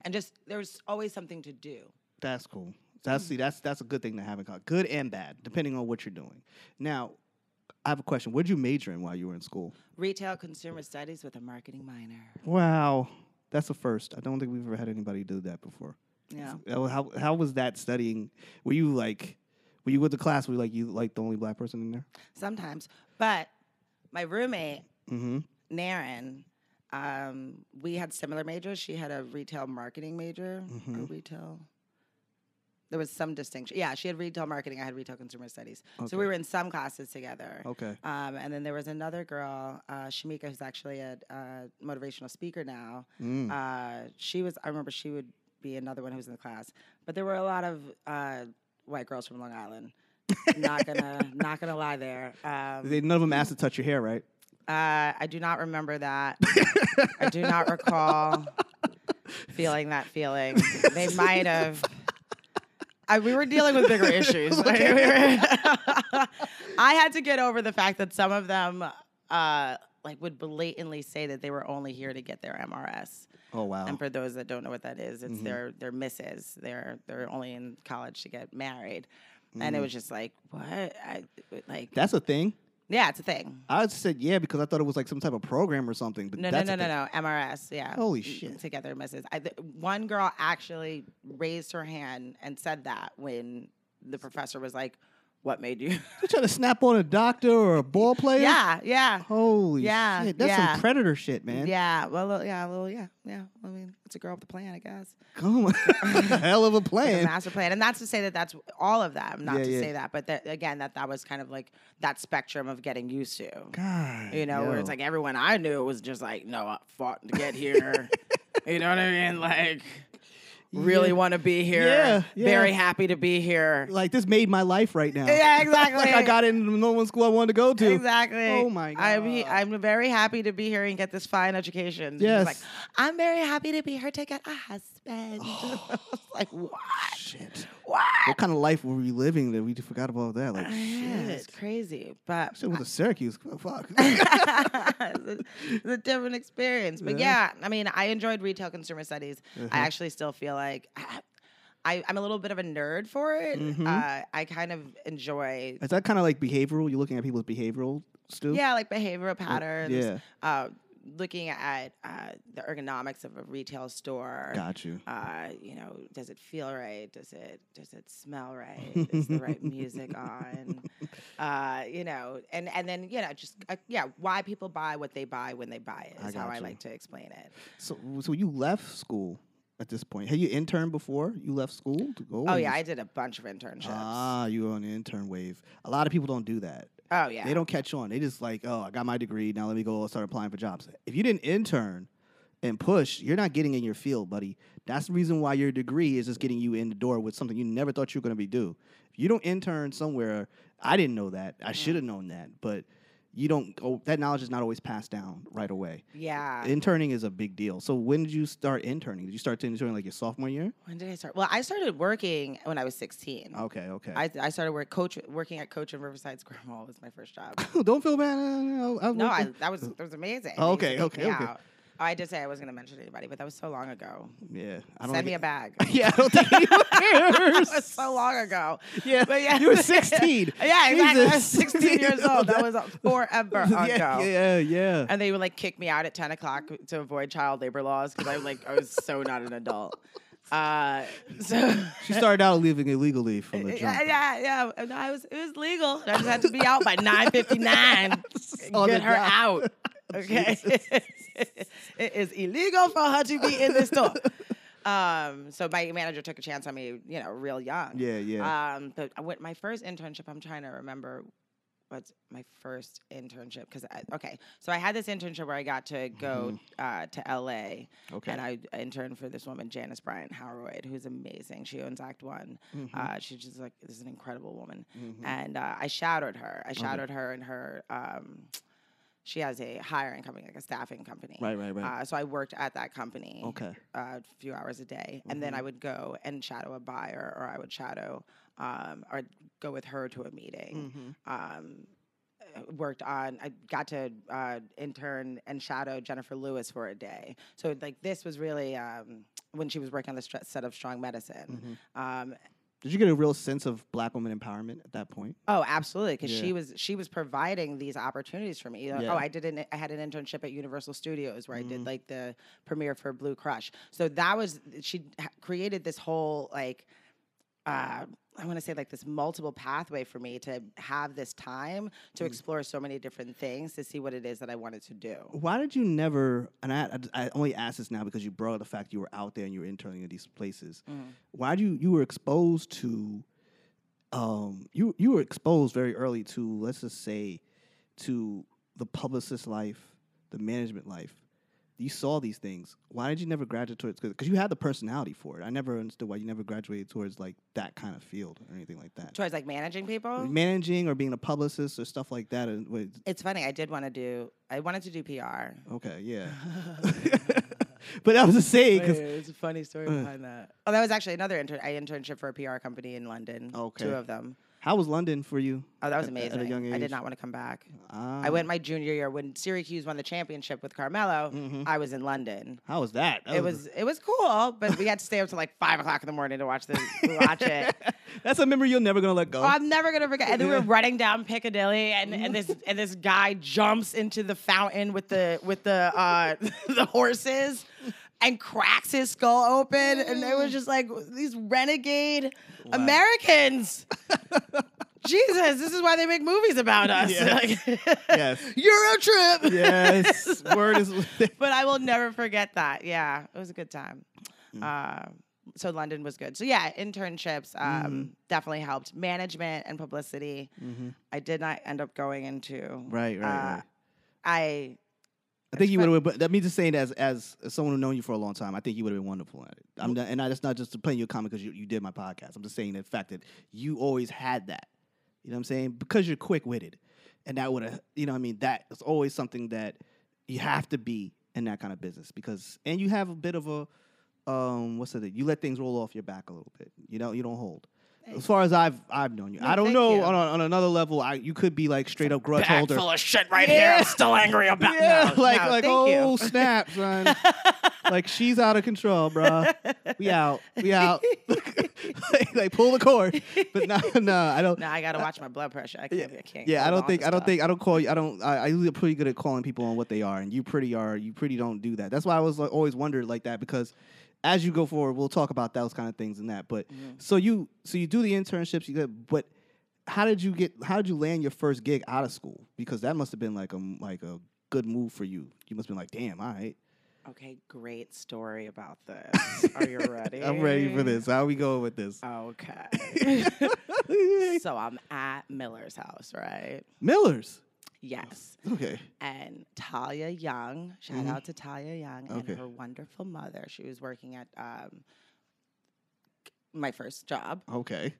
[SPEAKER 2] and just there's always something to do.
[SPEAKER 1] That's cool. That's see, that's that's a good thing to have in college, good and bad, depending on what you're doing. Now, I have a question. What would you major in while you were in school?
[SPEAKER 2] Retail consumer studies with a marketing minor.
[SPEAKER 1] Wow, that's a first. I don't think we've ever had anybody do that before.
[SPEAKER 2] Yeah,
[SPEAKER 1] How how- how was that studying? Were you like, were you with the class? Were you like you like the only black person in there?
[SPEAKER 2] sometimes. But my roommate
[SPEAKER 1] Mm-hmm.
[SPEAKER 2] Naren, um, we had similar majors. She had a retail marketing major or
[SPEAKER 1] Mhm.
[SPEAKER 2] retail. There was some distinction. Yeah, she had retail marketing. I had retail consumer studies. So
[SPEAKER 1] Okay.
[SPEAKER 2] we were in some classes together.
[SPEAKER 1] Okay.
[SPEAKER 2] Um, and then there was another girl, uh, Shamika, who's actually a uh, motivational speaker now.
[SPEAKER 1] Mm.
[SPEAKER 2] Uh, she was. I remember she would be another one who was in the class. But there were a lot of uh, white girls from Long Island. not gonna, not gonna lie there. Um,
[SPEAKER 1] they, none of them asked to touch your hair, right?
[SPEAKER 2] uh, I do not remember that. I do not recall feeling that feeling. They might have. I, we were dealing with bigger issues. Like, we were- I had to get over the fact that some of them, uh, like, would blatantly say that they were only here to get their MRS.
[SPEAKER 1] Oh wow.
[SPEAKER 2] And for those that don't know what that is, it's
[SPEAKER 1] Mhm.
[SPEAKER 2] their their misses. They're they're only in college to get married, and it
[SPEAKER 1] Mm.
[SPEAKER 2] was just like what? I, like
[SPEAKER 1] that's a thing.
[SPEAKER 2] yeah, it's a thing.
[SPEAKER 1] I said yeah because I thought it was like some type of program or something. But
[SPEAKER 2] No, no,
[SPEAKER 1] that's
[SPEAKER 2] no,
[SPEAKER 1] a
[SPEAKER 2] no,
[SPEAKER 1] thing.
[SPEAKER 2] no. MRS. Yeah.
[SPEAKER 1] Holy
[SPEAKER 2] Mm,
[SPEAKER 1] shit.
[SPEAKER 2] Together misses. I, th- one girl actually raised her hand and said that when the professor was like, "What made you?"
[SPEAKER 1] You trying to snap on a doctor or a ball player?
[SPEAKER 2] yeah, yeah,
[SPEAKER 1] Holy
[SPEAKER 2] Yeah,
[SPEAKER 1] shit. That's
[SPEAKER 2] yeah.
[SPEAKER 1] some predator shit, man.
[SPEAKER 2] yeah. Well, uh, yeah, well, yeah, yeah. I mean, it's a girl with a plan, I guess.
[SPEAKER 1] Come on. Hell of a
[SPEAKER 2] Like a
[SPEAKER 1] plan.
[SPEAKER 2] master plan, and that's to say that that's all of them. Not
[SPEAKER 1] Yeah,
[SPEAKER 2] to
[SPEAKER 1] yeah.
[SPEAKER 2] say that, but that, again, that that was kind of like that spectrum of getting used to.
[SPEAKER 1] God.
[SPEAKER 2] You know, where
[SPEAKER 1] yo.
[SPEAKER 2] it's like everyone I knew was just like, no, I fought to get here. you know what I mean? Like, really
[SPEAKER 1] Yeah.
[SPEAKER 2] want to be here.
[SPEAKER 1] Yeah,
[SPEAKER 2] Very
[SPEAKER 1] yeah.
[SPEAKER 2] happy to be here.
[SPEAKER 1] like this made my life right now.
[SPEAKER 2] Yeah, exactly.
[SPEAKER 1] like I got into the normal school I wanted to go to.
[SPEAKER 2] Exactly.
[SPEAKER 1] Oh my
[SPEAKER 2] I'm he-
[SPEAKER 1] God.
[SPEAKER 2] I'm very happy to be here and get this fine education. And he's
[SPEAKER 1] Yes.
[SPEAKER 2] Like, I'm very happy to be here to get a husband. I was like, what?
[SPEAKER 1] Shit.
[SPEAKER 2] What?
[SPEAKER 1] What kind of life were we living that we forgot about that? Like,
[SPEAKER 2] Yeah,
[SPEAKER 1] shit.
[SPEAKER 2] it's crazy, but
[SPEAKER 1] Shit, with the Syracuse. Oh, fuck.
[SPEAKER 2] it's, a, it's a different experience. But
[SPEAKER 1] Yeah.
[SPEAKER 2] yeah. Uh-huh. I mean, I enjoyed retail consumer studies. I actually still feel like I, I, I'm a little bit of a nerd for it.
[SPEAKER 1] Mhm.
[SPEAKER 2] Uh, I kind of enjoy,
[SPEAKER 1] Is that kind of like behavioral? You're looking at people's behavioral still?
[SPEAKER 2] yeah, like behavioral patterns.
[SPEAKER 1] yeah.
[SPEAKER 2] Uh, looking at uh, the ergonomics of a retail store.
[SPEAKER 1] Got you.
[SPEAKER 2] Uh, you know, does it feel right? Does it does it smell right? Is the right music on? Uh, you know, and and then you know, just uh, yeah, why people buy what they buy when they buy it
[SPEAKER 1] I
[SPEAKER 2] is how
[SPEAKER 1] got
[SPEAKER 2] I
[SPEAKER 1] you.
[SPEAKER 2] like to explain it.
[SPEAKER 1] So, so you left school at this point. Had you interned before you left school to go?
[SPEAKER 2] Oh
[SPEAKER 1] or
[SPEAKER 2] yeah,
[SPEAKER 1] you-
[SPEAKER 2] I did a bunch of internships.
[SPEAKER 1] ah, you were on the intern wave. A lot of people don't do that.
[SPEAKER 2] oh yeah,
[SPEAKER 1] They don't catch on. They just like, oh, I got my degree. Now let me go start applying for jobs. If you didn't intern and push, you're not getting in your field, buddy. That's the reason why your degree is just getting you in the door with something you never thought you were going to be do. If you don't intern somewhere, I didn't know that.
[SPEAKER 2] Mm.
[SPEAKER 1] I should have known that, but you don't go. That knowledge is not always passed down right away.
[SPEAKER 2] yeah.
[SPEAKER 1] Interning is a big deal. So when did you start interning? Did you start to intern like your sophomore year?
[SPEAKER 2] when did I start? Well, I started working when I was sixteen.
[SPEAKER 1] Okay, Oh, okay.
[SPEAKER 2] I, I started work coach working at Coach in Riverside Square Mall was my first job.
[SPEAKER 1] don't feel bad. I- I- I-
[SPEAKER 2] No, I, that was that was amazing.
[SPEAKER 1] Oh,
[SPEAKER 2] They
[SPEAKER 1] okay,
[SPEAKER 2] used to kick
[SPEAKER 1] okay,
[SPEAKER 2] me
[SPEAKER 1] okay.
[SPEAKER 2] out. Oh, I did say I wasn't gonna mention anybody, but that was so long ago.
[SPEAKER 1] yeah. I don't
[SPEAKER 2] Send me a
[SPEAKER 1] think-
[SPEAKER 2] bag.
[SPEAKER 1] Yeah, I don't think anyone
[SPEAKER 2] that was
[SPEAKER 1] cares.
[SPEAKER 2] so long ago.
[SPEAKER 1] Yeah,
[SPEAKER 2] But yeah,
[SPEAKER 1] you were 16.
[SPEAKER 2] yeah, exactly. I was
[SPEAKER 1] Jesus.
[SPEAKER 2] 16 years old. That was forever ago.
[SPEAKER 1] yeah, yeah, yeah.
[SPEAKER 2] And they would like kick me out at 10 o'clock to avoid child labor laws because I like I was so not an adult. Uh, so
[SPEAKER 1] She started out living illegally from the
[SPEAKER 2] Uh, Yeah,
[SPEAKER 1] jump.
[SPEAKER 2] yeah, yeah. And I was it was legal. I just had to be out by nine fifty nine.
[SPEAKER 1] On the
[SPEAKER 2] Get her
[SPEAKER 1] dot.
[SPEAKER 2] out. Okay. it is illegal for her to be in this store. Um, so my manager took a chance on me, you know, real young.
[SPEAKER 1] Yeah, yeah.
[SPEAKER 2] Um, but I went my first internship. I'm trying to remember what's my first internship because okay, so I had this internship where I got to go uh, to LA.
[SPEAKER 1] Mm-hmm. Okay.
[SPEAKER 2] Uh, And I interned for this woman, Janice Bryant Howard, who's amazing. She owns Act One.
[SPEAKER 1] Mm-hmm,
[SPEAKER 2] Uh, she's just like this is an incredible woman. And uh, I shadowed her. I shadowed her and her. Um, she has a hiring company, like a staffing company.
[SPEAKER 1] Right, right, right.
[SPEAKER 2] Uh, so I worked at that company.
[SPEAKER 1] Okay.
[SPEAKER 2] uh, A few hours a day, and then I would go and shadow a buyer, or I would shadow, um, or go with her to a meeting.
[SPEAKER 1] Mm-hmm,
[SPEAKER 2] Um, uh, worked on. I got to uh, intern and shadow Jennifer Lewis for a day. So like this was really um, when she was working on the str- set of Strong Medicine. Um,
[SPEAKER 1] mm-hmm. Did you get a real sense of black woman empowerment at that point?
[SPEAKER 2] Oh, absolutely, because
[SPEAKER 1] Yeah.
[SPEAKER 2] she was she was providing these opportunities for me. You know,
[SPEAKER 1] Yeah. Mm-hmm.
[SPEAKER 2] Oh, I did an I had an internship at Universal Studios where I did like the premiere for Blue Crush. So that was she h- created this whole like uh, I want to say like this multiple pathway for me to have this time
[SPEAKER 1] Mm.
[SPEAKER 2] to explore so many different things to see what it is that I wanted to do.
[SPEAKER 1] Why did you never? And I, I I only ask this now because you brought up the fact you were out there and you were interning at these places.
[SPEAKER 2] Mm.
[SPEAKER 1] Why do you you were exposed to? Um, you you were exposed very early to let's just say, to the publicist life, the management life. You saw these things. Why did you never graduate towards? Because you had the personality for it. I never understood why you never graduated towards like that kind of field or anything like that.
[SPEAKER 2] Towards like managing people.
[SPEAKER 1] Mm-hmm. Managing or being a publicist or stuff like that. And with,
[SPEAKER 2] It's funny. I did want to do. I wanted to do PR.
[SPEAKER 1] okay, yeah. but I was just saying because
[SPEAKER 2] it's a funny story behind that. Oh, that was actually another intern. I internship for a PR company in London.
[SPEAKER 1] Okay.
[SPEAKER 2] Two of them.
[SPEAKER 1] How was London for you?
[SPEAKER 2] Oh, that was
[SPEAKER 1] At- at
[SPEAKER 2] amazing.
[SPEAKER 1] a young
[SPEAKER 2] I
[SPEAKER 1] age?
[SPEAKER 2] did not want to come back.
[SPEAKER 1] Ah.
[SPEAKER 2] I went my junior year when Syracuse won the championship with Carmelo.
[SPEAKER 1] Mm-hmm.
[SPEAKER 2] I was in London.
[SPEAKER 1] How was that? That
[SPEAKER 2] It was it was cool, but we had to stay up till like five o'clock in the morning to watch this watch it.
[SPEAKER 1] That's a memory you're never gonna let go.
[SPEAKER 2] Oh, I'm never gonna forget. And then we were running down Piccadilly, and, and this and this guy jumps into the fountain with the with the uh, the horses, and cracks his skull open. And it was just like these renegade Americans. Jesus, this is why they make movies about us.
[SPEAKER 1] Yes.
[SPEAKER 2] Like,
[SPEAKER 1] yes.
[SPEAKER 2] Euro trip.
[SPEAKER 1] Yes. Word is.
[SPEAKER 2] But I will never forget that. Yeah, it was a good time.
[SPEAKER 1] Mm.
[SPEAKER 2] Uh, so London was good. So yeah, internships um,
[SPEAKER 1] Mm-hmm.
[SPEAKER 2] definitely helped management and publicity. I did not end up going into
[SPEAKER 1] Right, right,
[SPEAKER 2] uh,
[SPEAKER 1] right.
[SPEAKER 2] I
[SPEAKER 1] I think you would have. But that means just saying as as as someone who known you for a long time, I think you would have been wonderful at it. I'm not, and I, that's not just playing your comment because you, you did my podcast. I'm just saying the fact that you always had that. You know what I'm saying? Because you're quick witted, and that would have. You know what I mean? That is always something that you have to be in that kind of business because, and you have a bit of a. Um, what's it? You let things roll off your back a little bit. You don't. You don't hold. As far as I've I've known you, I don't
[SPEAKER 2] thank
[SPEAKER 1] know
[SPEAKER 2] you.
[SPEAKER 1] on, a, on another level. I you could be like straight up grudge
[SPEAKER 3] bag
[SPEAKER 1] holder.
[SPEAKER 3] full of shit right
[SPEAKER 2] Yeah.
[SPEAKER 3] here. I'm still angry about
[SPEAKER 1] Yeah,
[SPEAKER 3] no,
[SPEAKER 1] like
[SPEAKER 2] no,
[SPEAKER 1] like
[SPEAKER 2] thank you.
[SPEAKER 1] oh snap, son. like she's out of control, bruh. Uh, We out. We out. like, like, pull the cord. But no, no, I don't.
[SPEAKER 2] Now I gotta watch my blood pressure. I can't. I can't
[SPEAKER 1] Yeah,
[SPEAKER 2] go
[SPEAKER 1] I
[SPEAKER 2] with
[SPEAKER 1] don't
[SPEAKER 2] all
[SPEAKER 1] think
[SPEAKER 2] this
[SPEAKER 1] I don't
[SPEAKER 2] stuff.
[SPEAKER 1] think I don't call you. I don't. I, I usually am pretty good at calling people on what they are, and you pretty are. You pretty don't do that. That's why I was like, always wondered like that because as you go forward, we'll talk about those kind of things and that. But
[SPEAKER 2] Mm-hmm.
[SPEAKER 1] so you so you do the internships. You get, but how did you get? How did you land your first gig out of school? Because that must have been like a like a good move for you. You must have been like, damn, all right,
[SPEAKER 2] Okay, great story about this. Are you ready?
[SPEAKER 1] I'm ready for this. How we going with this?
[SPEAKER 2] Okay. so I'm at Miller's house, right?
[SPEAKER 1] Miller's.
[SPEAKER 2] Yes.
[SPEAKER 1] Okay.
[SPEAKER 2] and Talia Young. Shout
[SPEAKER 1] Mhm.
[SPEAKER 2] out to Talia Young
[SPEAKER 1] Okay.
[SPEAKER 2] and her wonderful mother. She was working at um, my first job,
[SPEAKER 1] Okay.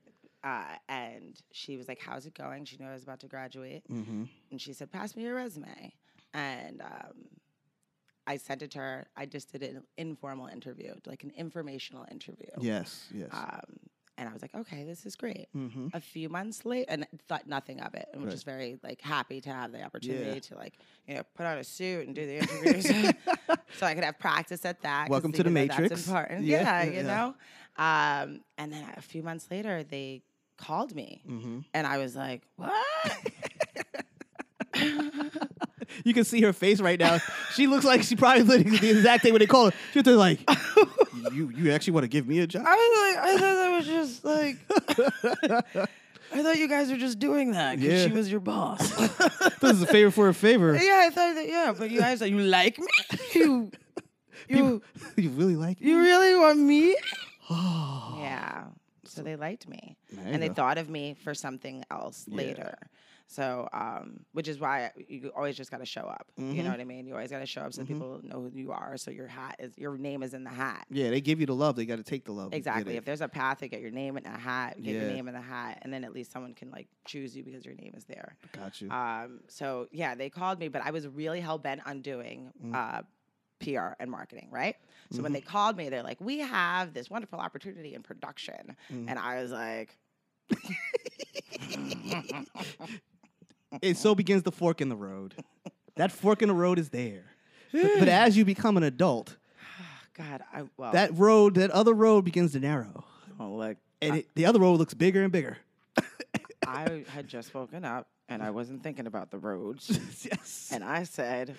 [SPEAKER 2] uh, and she was like, "How's it going?" She knew I was about to graduate,
[SPEAKER 1] Mm-hmm.
[SPEAKER 2] and she said, "Pass me your resume." And um, I sent it to her. I just did an informal interview, like an informational interview.
[SPEAKER 1] Yes. Yes.
[SPEAKER 2] Um, and I was like, "Okay, this is great."
[SPEAKER 1] mm-hmm.
[SPEAKER 2] a few months late and thought nothing of it and was
[SPEAKER 1] Right.
[SPEAKER 2] just very like happy to have the opportunity
[SPEAKER 1] Yeah.
[SPEAKER 2] to like you know put on a suit and do the interviews so I could have practice at that. 'cause
[SPEAKER 1] Welcome to the
[SPEAKER 2] even though
[SPEAKER 1] Matrix.
[SPEAKER 2] That's important.
[SPEAKER 1] Yeah,
[SPEAKER 2] Yeah,
[SPEAKER 1] yeah,
[SPEAKER 2] you
[SPEAKER 1] yeah.
[SPEAKER 2] know. Um, and then a few months later, they called me
[SPEAKER 1] Mm-hmm.
[SPEAKER 2] and I was like, "What?"
[SPEAKER 1] You can see her face right now. She looks like she probably literally the exact thing when they call her. She's just like, you you actually want to give me a job?
[SPEAKER 2] I was like, "I thought that was just like." I thought you guys were just doing that
[SPEAKER 1] 'cause Yeah. she
[SPEAKER 2] was your boss.
[SPEAKER 1] this is a favor for a favor.
[SPEAKER 2] yeah, I thought that. Yeah, but you guys, you like me? You, you,
[SPEAKER 1] You really like it?
[SPEAKER 2] You really want me?
[SPEAKER 1] Oh,
[SPEAKER 2] Yeah. So they liked me.
[SPEAKER 1] There you
[SPEAKER 2] And they
[SPEAKER 1] go.
[SPEAKER 2] thought of me for something else
[SPEAKER 1] Yeah.
[SPEAKER 2] later. So, um, which is why you always just got to show up.
[SPEAKER 1] Mm-hmm.
[SPEAKER 2] You know what I mean? You always got to show up so people know who you are. So your hat is your name is in the hat.
[SPEAKER 1] Yeah, they give you the love. They got to take the love. You get
[SPEAKER 2] Exactly.
[SPEAKER 1] it.
[SPEAKER 2] If there's a path, they get your name in a hat. Get your
[SPEAKER 1] Yeah.
[SPEAKER 2] name in the hat, and then at least someone can like choose you because your name is there.
[SPEAKER 1] Got you.
[SPEAKER 2] Um, so yeah, they called me, but I was really hell bent on doing uh, PR and marketing, right? So when they called me, they're like, "We have this wonderful opportunity in production," and I was like,
[SPEAKER 1] it so begins the fork in the road. that fork in the road is there. But, but as you become an adult,
[SPEAKER 2] "Ah, "God, I well,
[SPEAKER 1] that road, that other road begins to narrow.
[SPEAKER 2] well, like
[SPEAKER 1] And it, the other road looks bigger and bigger.
[SPEAKER 2] I had just woken up and I wasn't thinking about the roads,
[SPEAKER 1] yes.
[SPEAKER 2] and I said."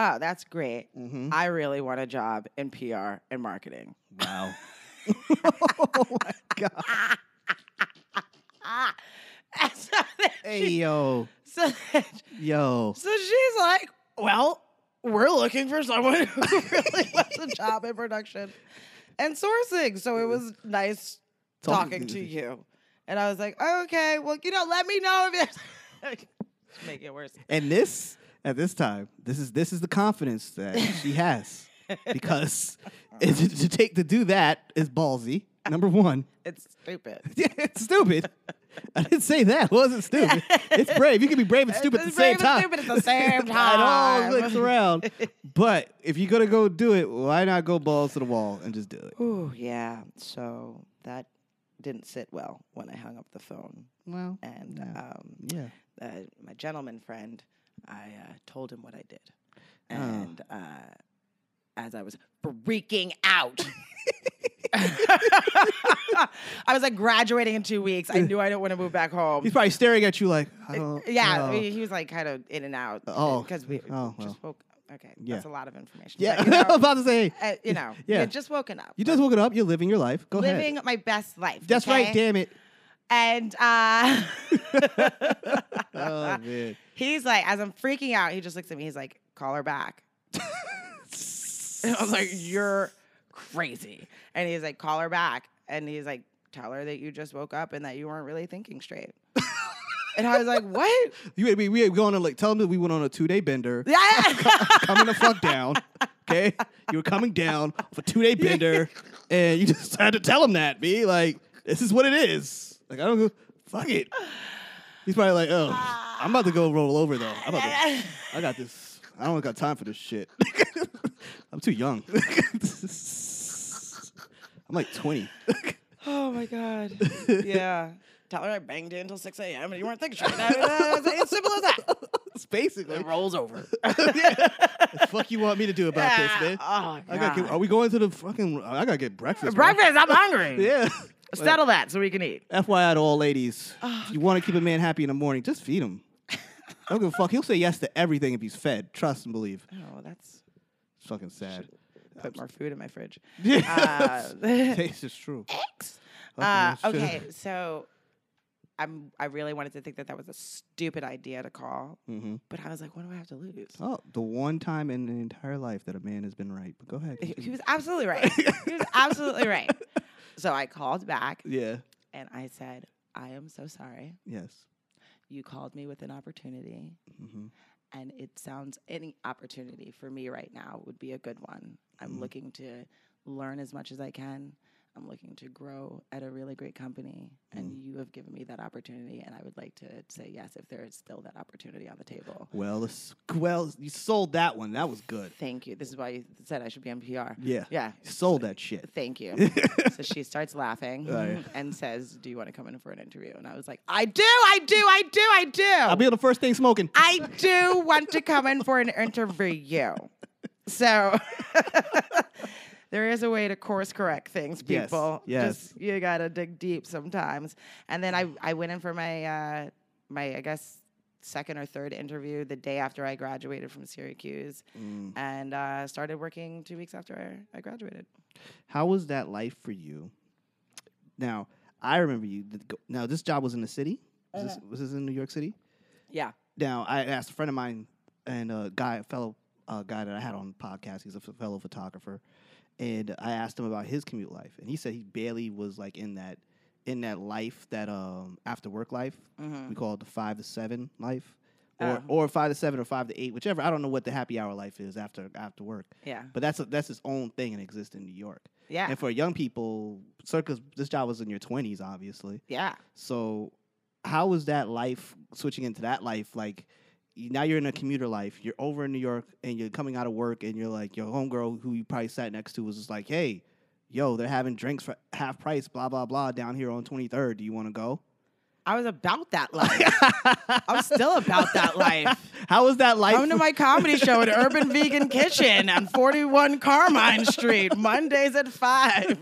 [SPEAKER 2] Oh, that's great.
[SPEAKER 1] Mhm.
[SPEAKER 2] I really want a job in PR and marketing.
[SPEAKER 1] Wow. oh my God.
[SPEAKER 2] Ah, and so, then
[SPEAKER 1] Hey,
[SPEAKER 2] she-
[SPEAKER 1] yo.
[SPEAKER 2] so then
[SPEAKER 1] Yo.
[SPEAKER 2] So she's like, well, we're looking for someone who really wants a job in production and sourcing. So it was nice
[SPEAKER 1] Talking
[SPEAKER 2] talking
[SPEAKER 1] to
[SPEAKER 2] to
[SPEAKER 1] you.
[SPEAKER 2] you. And I was like, okay, well, you know, let me know if you make it worse.
[SPEAKER 1] And this at this time, this is this is the confidence that she has because it- to, to take to do that is ballsy. Number one,
[SPEAKER 2] It's stupid.
[SPEAKER 1] yeah, it's stupid. I didn't say that. It wasn't stupid. It's brave. You can be brave and stupid at the
[SPEAKER 2] It's
[SPEAKER 1] same
[SPEAKER 2] brave and
[SPEAKER 1] time.
[SPEAKER 2] stupid at the same
[SPEAKER 1] it all
[SPEAKER 2] time.
[SPEAKER 1] looks around. But if you're gonna go do it, why not go balls to the wall and just do it?
[SPEAKER 2] Ooh, yeah. So that didn't sit well when I hung up the phone.
[SPEAKER 1] Well,
[SPEAKER 2] And
[SPEAKER 1] yeah.
[SPEAKER 2] um,
[SPEAKER 1] yeah.
[SPEAKER 2] uh, my gentleman friend, I uh, told him what I did.
[SPEAKER 1] Oh.
[SPEAKER 2] And uh, as I was freaking out, I was like graduating in two weeks. I knew I didn't want to move back home.
[SPEAKER 1] He's probably staring at you like, I don't
[SPEAKER 2] Uh, Yeah, I
[SPEAKER 1] know.
[SPEAKER 2] mean, he was like kind of in and out.
[SPEAKER 1] Oh,
[SPEAKER 2] because we
[SPEAKER 1] oh, well.
[SPEAKER 2] just woke. Okay,
[SPEAKER 1] Yeah.
[SPEAKER 2] that's a lot of information. but,
[SPEAKER 1] yeah.
[SPEAKER 2] you know,
[SPEAKER 1] I'm about to say,
[SPEAKER 2] uh, you know,
[SPEAKER 1] Yeah.
[SPEAKER 2] yeah, just woken up.
[SPEAKER 1] you just woke up. You're living your life. Go ahead.
[SPEAKER 2] living my best life.
[SPEAKER 1] That's right.
[SPEAKER 2] okay?
[SPEAKER 1] Damn it.
[SPEAKER 2] And uh,
[SPEAKER 1] Oh man.
[SPEAKER 2] He's like, as I'm freaking out, he just looks at me. He's like, call her back. and I was like, you're crazy. And he's like, call her back. And he's like, tell her that you just woke up and that you weren't really thinking straight. and I was like, what?
[SPEAKER 1] You, we, we going to like tell them that we went on a two day bender,
[SPEAKER 2] Yeah.
[SPEAKER 1] coming the fuck down. Okay, you were coming down for two day bender, and you just had to tell them that. Be like, this is what it is. Like I don't go, fuck it. He's probably like, oh, I'm about to go roll over though. I'm about to, I got this. I don't got time for this shit. I'm too young. I'm like 20.
[SPEAKER 2] oh my God. Yeah. Tell her I banged you until 6 a.m. and you weren't thinking straight. it's simple as that. Oh,
[SPEAKER 1] It's basically.
[SPEAKER 2] It rolls over.
[SPEAKER 1] the fuck you want me to do about this, man?
[SPEAKER 2] Ah, Oh,
[SPEAKER 1] I gotta get,
[SPEAKER 2] God.
[SPEAKER 1] are we going to the fucking? I gotta get breakfast. bro.
[SPEAKER 2] Breakfast, I'm hungry.
[SPEAKER 1] Yeah.
[SPEAKER 2] Settle that so we can eat.
[SPEAKER 1] FYI to all ladies,
[SPEAKER 2] Oh,
[SPEAKER 1] if you want to keep a man happy in the morning, just feed him. I don't give a fuck. He'll say yes to everything if he's fed. Trust and believe.
[SPEAKER 2] Oh, that's
[SPEAKER 1] It's fucking sad.
[SPEAKER 2] put more food in my fridge.
[SPEAKER 1] Yeah.
[SPEAKER 2] Uh,
[SPEAKER 1] Taste is true.
[SPEAKER 2] Uh,
[SPEAKER 1] Okay, sure.
[SPEAKER 2] okay, so I'm. I really wanted to think that that was a stupid idea to call,
[SPEAKER 1] hmm
[SPEAKER 2] but I was like, what do I have to lose?
[SPEAKER 1] Oh, the one time in an entire life that a man has been right. But go ahead.
[SPEAKER 2] He, he
[SPEAKER 1] continue.
[SPEAKER 2] was absolutely right. he was absolutely right. So I called back
[SPEAKER 1] yeah.
[SPEAKER 2] and I said, I am so sorry.
[SPEAKER 1] Yes.
[SPEAKER 2] You called me with an opportunity,
[SPEAKER 1] hmm
[SPEAKER 2] and it sounds any opportunity for me right now would be a good one. I'm
[SPEAKER 1] Mhm.
[SPEAKER 2] looking to learn as much as I can. I'm looking to grow at a really great company, and you have given me that opportunity. And I would like to say yes if there is still that opportunity on the table.
[SPEAKER 1] Well, it's- well, you sold that one. That was good.
[SPEAKER 2] Thank you. This is why you said I should be on PR.
[SPEAKER 1] Yeah.
[SPEAKER 2] Yeah.
[SPEAKER 1] Sold that shit.
[SPEAKER 2] Thank you. so she starts laughing
[SPEAKER 1] Oh, yeah.
[SPEAKER 2] and says, Do you want to come in for an interview? And I was like, I do, I do, I do, I do.
[SPEAKER 1] I'll be on the first thing smoking.
[SPEAKER 2] Oh. I do want to come in for an interview. So there is a way to course correct things,
[SPEAKER 1] Yes,
[SPEAKER 2] people.
[SPEAKER 1] yes.
[SPEAKER 2] Just you gotta dig deep sometimes. And then I, I went in for my uh, my I guess second or third interview the day after I graduated from Syracuse
[SPEAKER 1] Mm.
[SPEAKER 2] and uh, started working two weeks after I, I graduated.
[SPEAKER 1] How was that life for you? Now, I remember you. did go- Now, this job was in the city. Was, this, was this in New York City?
[SPEAKER 2] Yeah.
[SPEAKER 1] Now, I asked a friend of mine and a guy, a fellow uh, guy that I had on the podcast. He's a f- fellow photographer, and I asked him about his commute life, and he said he barely was like in that in that life that um after work life
[SPEAKER 2] Mhm.
[SPEAKER 1] we call it the five to seven life. Or,
[SPEAKER 2] Oh.
[SPEAKER 1] or five to seven or five to eight, whichever. I don't know what the happy hour life is after after work,
[SPEAKER 2] Yeah.
[SPEAKER 1] but that's a, that's its own thing and exists in New York.
[SPEAKER 2] Yeah.
[SPEAKER 1] And for young people, circus this job was in your twenties, obviously.
[SPEAKER 2] yeah.
[SPEAKER 1] So how was that life switching into that life? Like y- now you're in a commuter life. You're over in New York and you're coming out of work and you're like your homegirl who you probably sat next to was just like, Hey, yo, they're having drinks for half price, blah, blah, blah, down here on twenty third. Do you wanna go?
[SPEAKER 2] I was about that life. I'm still about that life.
[SPEAKER 1] How was that life?
[SPEAKER 2] Come to my comedy show at Urban Vegan Kitchen on 41 Carmine Street, Mondays at 5.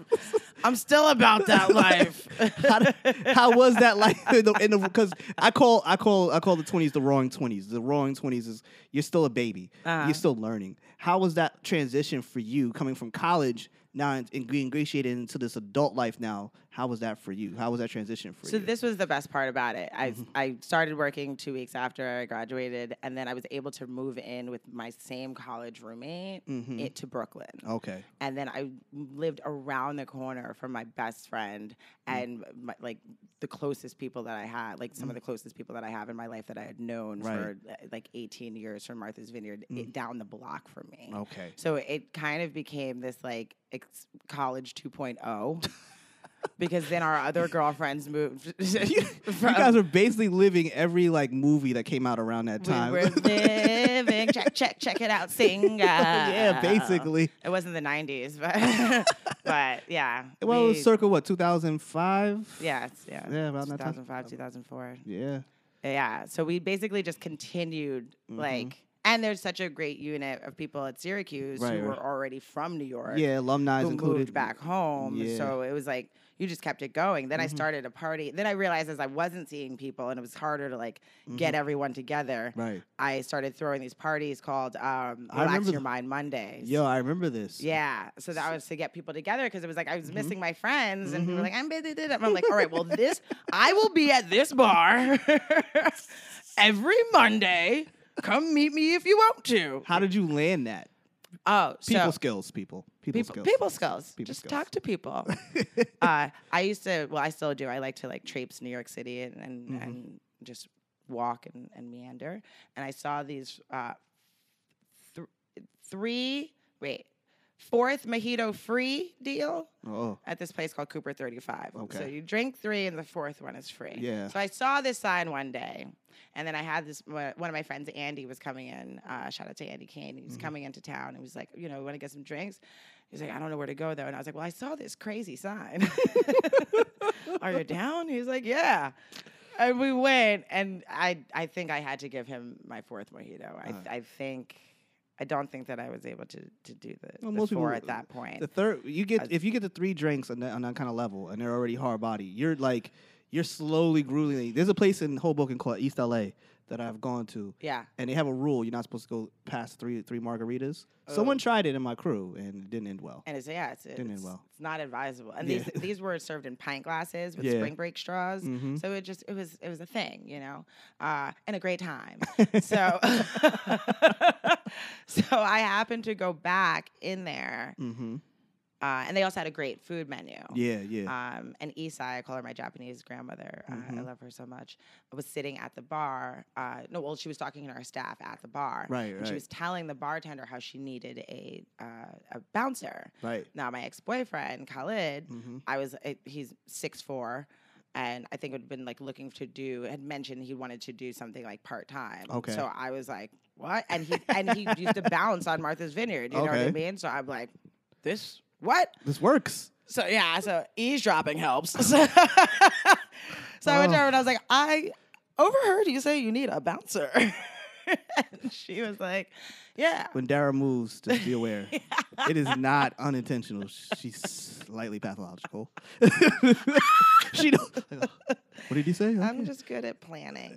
[SPEAKER 2] I'm still about that life.
[SPEAKER 1] how, did- how was that like in the in the because I call I call I call the twenties the roaring twenties. The roaring twenties is you're still a baby.
[SPEAKER 2] Uh-huh.
[SPEAKER 1] You're still learning. How was that transition for you coming from college now and, and being ingratiated into this adult life now? How was that for you? How was that transition for
[SPEAKER 2] so
[SPEAKER 1] you?
[SPEAKER 2] this was the best part about it. I I started working two weeks after I graduated, and then I was able to move in with my same college roommate
[SPEAKER 1] Mhm.
[SPEAKER 2] it, to Brooklyn.
[SPEAKER 1] okay.
[SPEAKER 2] and then I lived around the corner from my best friend
[SPEAKER 1] Mm.
[SPEAKER 2] and my, like the closest people that I had, like some of the closest people that I have in my life that I had known
[SPEAKER 1] Right. Mm.
[SPEAKER 2] for uh, like 18 years from Martha's Vineyard it, down the block from me.
[SPEAKER 1] Okay.
[SPEAKER 2] So it kind of became this like ex- college 2.0 because then our other girlfriends moved.
[SPEAKER 1] You guys are basically living every like movie that came out around that
[SPEAKER 2] we
[SPEAKER 1] time.
[SPEAKER 2] were living. check, check, check it out. Sing.
[SPEAKER 1] yeah, basically.
[SPEAKER 2] It wasn't the 90s, but but yeah.
[SPEAKER 1] Well, it was
[SPEAKER 2] we-
[SPEAKER 1] circa what, 2005?
[SPEAKER 2] yeah, it's- yeah.
[SPEAKER 1] Yeah, around that time.
[SPEAKER 2] 2005, 2004.
[SPEAKER 1] Yeah.
[SPEAKER 2] Yeah. So we basically just continued
[SPEAKER 1] Mm-hmm.
[SPEAKER 2] like and there's such a great unit of people at Syracuse
[SPEAKER 1] Right,
[SPEAKER 2] who were
[SPEAKER 1] right.
[SPEAKER 2] already from New York.
[SPEAKER 1] Yeah, alumni
[SPEAKER 2] Who
[SPEAKER 1] included. Mm-hmm.
[SPEAKER 2] moved back home.
[SPEAKER 1] Yeah. Mm-hmm.
[SPEAKER 2] So it was like you just kept it going. Then I started a party. Then I realized as I wasn't seeing people and it was harder to like get everyone together.
[SPEAKER 1] Mm-hmm. Right.
[SPEAKER 2] I started throwing these parties called um,
[SPEAKER 1] I
[SPEAKER 2] Relax
[SPEAKER 1] remember
[SPEAKER 2] Your
[SPEAKER 1] th-
[SPEAKER 2] Mind Mondays.
[SPEAKER 1] Yo, I remember this.
[SPEAKER 2] Yeah. So that was to get people together because it was like I was
[SPEAKER 1] Mm-hmm.
[SPEAKER 2] missing my friends and we were like, I'm busy. da- da." I'm like, all right, well, this, I will be at this bar every Monday. Come meet me if you want to.
[SPEAKER 1] How did you land that?
[SPEAKER 2] Oh,
[SPEAKER 1] People
[SPEAKER 2] so
[SPEAKER 1] skills, people. People,
[SPEAKER 2] people,
[SPEAKER 1] skills.
[SPEAKER 2] people skills.
[SPEAKER 1] People
[SPEAKER 2] Just
[SPEAKER 1] skills.
[SPEAKER 2] talk to people. uh, I used to, well, I still do. I like to like traipse New York City and, and,
[SPEAKER 1] Mm-hmm.
[SPEAKER 2] and just walk and, and meander. And I saw these uh, th- three, wait, fourth mojito free deal
[SPEAKER 1] Oh,
[SPEAKER 2] at this place called Cooper 35. So
[SPEAKER 1] Okay.
[SPEAKER 2] you drink three and the fourth one is free.
[SPEAKER 1] Yeah.
[SPEAKER 2] So I saw this sign one day, and then I had this one of my friends,
[SPEAKER 1] Mm-hmm.
[SPEAKER 2] Andy, was coming in. Uh, shout out to Andy Kane. He was coming into town and was like, you know, want to get some drinks? He's like, I don't know where to go though. And I was like, Well, I saw this crazy sign. Are you down? He's like, Yeah. And we went, and I I think I had to give him my fourth mojito.
[SPEAKER 1] Uh.
[SPEAKER 2] I I think I don't think that I was able to to do the,
[SPEAKER 1] Well,
[SPEAKER 2] the
[SPEAKER 1] most people-
[SPEAKER 2] four at that point.
[SPEAKER 1] The third, you get if you get the three drinks on that, on that kind of level, and they're already hard body. You're like, you're slowly grueling. There's a place in Hoboken called East LA that I've gone to,
[SPEAKER 2] yeah.
[SPEAKER 1] and they have a rule: you're not supposed to go past three three margaritas. Someone tried it in my crew, and it didn't end well.
[SPEAKER 2] Oh. And it's yeah, it's it's,
[SPEAKER 1] end well.
[SPEAKER 2] it's not advisable. And
[SPEAKER 1] Yeah.
[SPEAKER 2] these these were served in pint glasses with
[SPEAKER 1] Yeah.
[SPEAKER 2] spring break straws.
[SPEAKER 1] Mhm.
[SPEAKER 2] So it just it was it was a thing, you know, uh, and a great time. so so I happened to go back in there,
[SPEAKER 1] Mm-hmm.
[SPEAKER 2] uh, and they also had a great food menu.
[SPEAKER 1] Yeah, yeah.
[SPEAKER 2] Um, and Isai, I call her my Japanese grandmother. Uh, I
[SPEAKER 1] Mhm.
[SPEAKER 2] love her so much. Was sitting at the bar. Uh, no, well, she was talking to her staff at the bar.
[SPEAKER 1] Right,
[SPEAKER 2] And
[SPEAKER 1] right.
[SPEAKER 2] she was telling the bartender how she needed a uh, a bouncer.
[SPEAKER 1] right.
[SPEAKER 2] Now my ex boyfriend Khalid,
[SPEAKER 1] Mm-hmm.
[SPEAKER 2] I was I- he's six four, and I think would have been like looking to do had mentioned he wanted to do something like part time.
[SPEAKER 1] Okay.
[SPEAKER 2] So I was like, what? And he and he used to bounce on Martha's Vineyard. You know what I
[SPEAKER 1] Okay.
[SPEAKER 2] mean? So I'm like, this what?
[SPEAKER 1] This works.
[SPEAKER 2] So yeah, so eavesdropping helps. so I
[SPEAKER 1] Oh.
[SPEAKER 2] went to her and I was like, I overheard you say you need a bouncer. and she was like, yeah.
[SPEAKER 1] When Dara moves, just be aware. It is not unintentional. She's slightly pathological. she don't. like, "Oh, What did you say? Okay."
[SPEAKER 2] I'm just good at planning.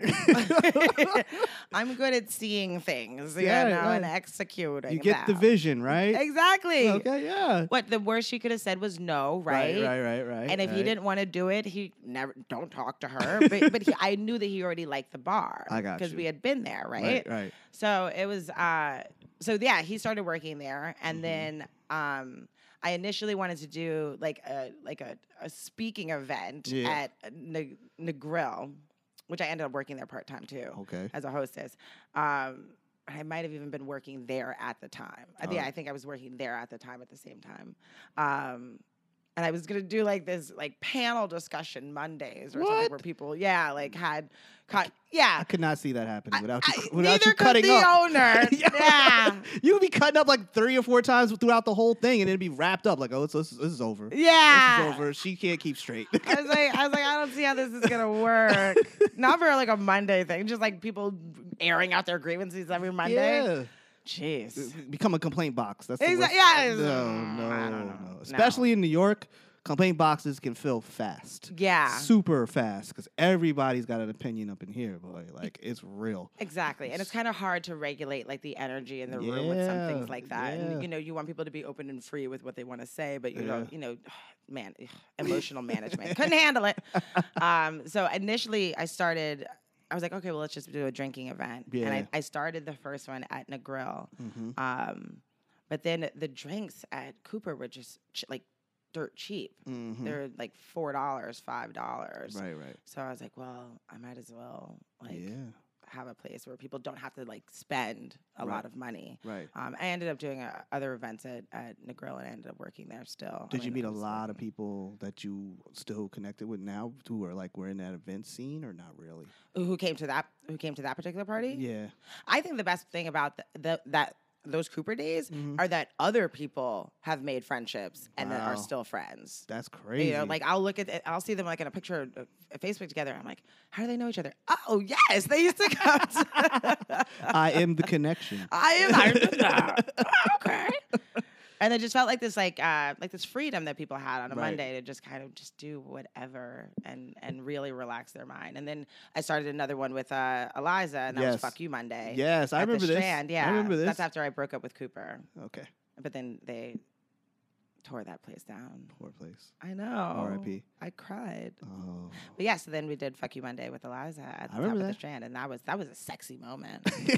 [SPEAKER 2] I'm good at seeing things, you
[SPEAKER 1] Yeah,
[SPEAKER 2] know, and
[SPEAKER 1] yeah.
[SPEAKER 2] executing.
[SPEAKER 1] you get the
[SPEAKER 2] them.
[SPEAKER 1] vision, right?
[SPEAKER 2] Exactly.
[SPEAKER 1] Okay, yeah.
[SPEAKER 2] What the worst she could have said was no, right?
[SPEAKER 1] Right, right, right, right.
[SPEAKER 2] And if he
[SPEAKER 1] right.
[SPEAKER 2] didn't want to do it, he never don't talk to her. but but he, I knew that he already liked the bar.
[SPEAKER 1] I got
[SPEAKER 2] because
[SPEAKER 1] you.
[SPEAKER 2] we had been there,
[SPEAKER 1] right, right.
[SPEAKER 2] so it was uh so yeah, he started working there and
[SPEAKER 1] Mhm.
[SPEAKER 2] then um I initially wanted to do like a like a, a speaking event
[SPEAKER 1] Yeah.
[SPEAKER 2] at N- Negril, which I ended up working there part time too
[SPEAKER 1] Okay.
[SPEAKER 2] as a hostess. Um I might have even been working there at the time. I think
[SPEAKER 1] Oh.
[SPEAKER 2] I think I was working there at the time at the same time. Um and I was gonna do like this like panel discussion Mondays or something
[SPEAKER 1] What? Mm.
[SPEAKER 2] where people yeah like had cut yeah
[SPEAKER 1] I could not see that happening without
[SPEAKER 2] I-
[SPEAKER 1] you, without
[SPEAKER 2] neither
[SPEAKER 1] you cutting
[SPEAKER 2] could the
[SPEAKER 1] up.
[SPEAKER 2] owner. yeah.
[SPEAKER 1] you would be cutting up like three or four times throughout the whole thing, and it'd be wrapped up like, oh, so this, this is over.
[SPEAKER 2] Yeah.
[SPEAKER 1] This is over. She can't keep straight.
[SPEAKER 2] I was like, I was like, I don't see how this is gonna work. Not for like a Monday thing, just like people airing out their grievances every Monday.
[SPEAKER 1] Yeah.
[SPEAKER 2] Jeez.
[SPEAKER 1] Become a complaint box. That's the
[SPEAKER 2] Exa-
[SPEAKER 1] worst-
[SPEAKER 2] yeah, it's-
[SPEAKER 1] No,
[SPEAKER 2] mm,
[SPEAKER 1] no,
[SPEAKER 2] I don't know.
[SPEAKER 1] no.
[SPEAKER 2] No.
[SPEAKER 1] Especially in New York, complaint boxes can fill fast.
[SPEAKER 2] Yeah.
[SPEAKER 1] Super fast, because everybody's got an opinion up in here, boy. Like it's real.
[SPEAKER 2] Exactly. And it's kind of hard to regulate like the energy in the room with some
[SPEAKER 1] Yeah,
[SPEAKER 2] things like that.
[SPEAKER 1] yeah.
[SPEAKER 2] And you know, you want people to be open and free with what they want to say, but you
[SPEAKER 1] Yeah.
[SPEAKER 2] don't, you know, man, emotional management. Couldn't handle it. Um, so initially I started I was like, okay, well, let's just do a drinking event. And
[SPEAKER 1] Yeah.
[SPEAKER 2] I, I started the first one at Negril.
[SPEAKER 1] Mm-hmm.
[SPEAKER 2] Um, but then the drinks at Cooper were just ch- like dirt cheap.
[SPEAKER 1] Mm-hmm.
[SPEAKER 2] They're like four dollars, five dollars.
[SPEAKER 1] Right, right.
[SPEAKER 2] So I was like, well, I might as well like
[SPEAKER 1] yeah,
[SPEAKER 2] have a place where people don't have to like spend a
[SPEAKER 1] Right.
[SPEAKER 2] lot of money.
[SPEAKER 1] right.
[SPEAKER 2] Um, I ended up doing uh, other events at, at Negril and I ended up working there still. I
[SPEAKER 1] Did you
[SPEAKER 2] mean,
[SPEAKER 1] meet a
[SPEAKER 2] it was,
[SPEAKER 1] lot of
[SPEAKER 2] like-
[SPEAKER 1] people that you still connected with now who are like we're in that event scene or not really?
[SPEAKER 2] who came to that who came to that particular party?
[SPEAKER 1] Yeah.
[SPEAKER 2] I think the best thing about the, the that those Cooper days
[SPEAKER 1] Mm-hmm.
[SPEAKER 2] are that other people have made friendships and that are
[SPEAKER 1] Wow.
[SPEAKER 2] still friends.
[SPEAKER 1] That's crazy.
[SPEAKER 2] You know, like I'll look at, it- I'll see them like in a picture of of Facebook together. I'm like, how do they know each other? Oh yes, they used to come. To-
[SPEAKER 1] I am the connection.
[SPEAKER 2] I am Ireland. okay. And it just felt like this, like, uh, like this freedom that people had on a
[SPEAKER 1] Right.
[SPEAKER 2] Monday to just kind of just do whatever and and really relax their mind. And then I started another one with uh, Eliza, and that
[SPEAKER 1] Yes.
[SPEAKER 2] was "Fuck You Monday."
[SPEAKER 1] Yes, I
[SPEAKER 2] at the
[SPEAKER 1] remember this.
[SPEAKER 2] Strand, Yeah,
[SPEAKER 1] I remember this.
[SPEAKER 2] That's after I broke up with Cooper,
[SPEAKER 1] okay.
[SPEAKER 2] but then they tore that place down.
[SPEAKER 1] Poor place.
[SPEAKER 2] I know.
[SPEAKER 1] R.I.P.
[SPEAKER 2] I cried.
[SPEAKER 1] Oh.
[SPEAKER 2] But yeah, so then we did "Fuck You Monday" with Eliza at the top
[SPEAKER 1] remember
[SPEAKER 2] of the
[SPEAKER 1] that.
[SPEAKER 2] Strand, and that was that was a sexy moment.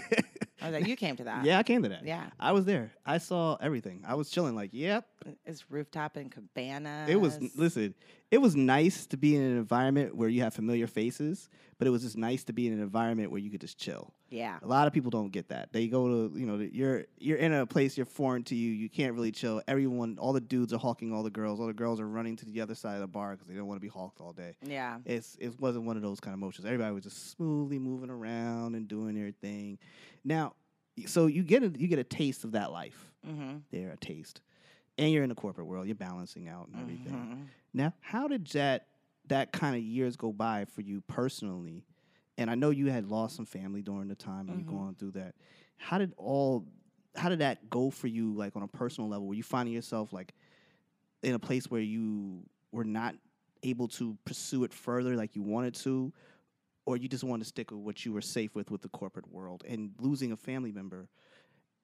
[SPEAKER 2] I was like, "You came to that."
[SPEAKER 1] yeah, I came to that.
[SPEAKER 2] Yeah.
[SPEAKER 1] I was there. I saw everything. I was chilling. Like, yep.
[SPEAKER 2] It's rooftop and cabana.
[SPEAKER 1] It was listen. It was nice to be in an environment where you have familiar faces, but it was just nice to be in an environment where you could just chill.
[SPEAKER 2] yeah.
[SPEAKER 1] A lot of people don't get that. They go to you know you're you're in a place you're foreign to you. You can't really chill. Everyone, all the dudes are hawking all the girls. All the girls are running to the other side of the bar because they don't want to be hawked all day.
[SPEAKER 2] Yeah.
[SPEAKER 1] It's it wasn't one of those kind of motions. Everybody was just smoothly moving around and doing their thing. Now, so you get a, you get a taste of that life
[SPEAKER 2] Mm-hmm.
[SPEAKER 1] there a taste. and you're in the corporate world, you're balancing out and everything.
[SPEAKER 2] Mm-hmm.
[SPEAKER 1] Now, how did that that kind of years go by for you personally? And I know you had lost some family during the time and you going through that. How did all how did that go for you like on a personal level? Were you finding yourself like in a place where you were not able to pursue it further like you wanted to? Or you just wanted to stick with what you were safe with with the corporate world and losing a family member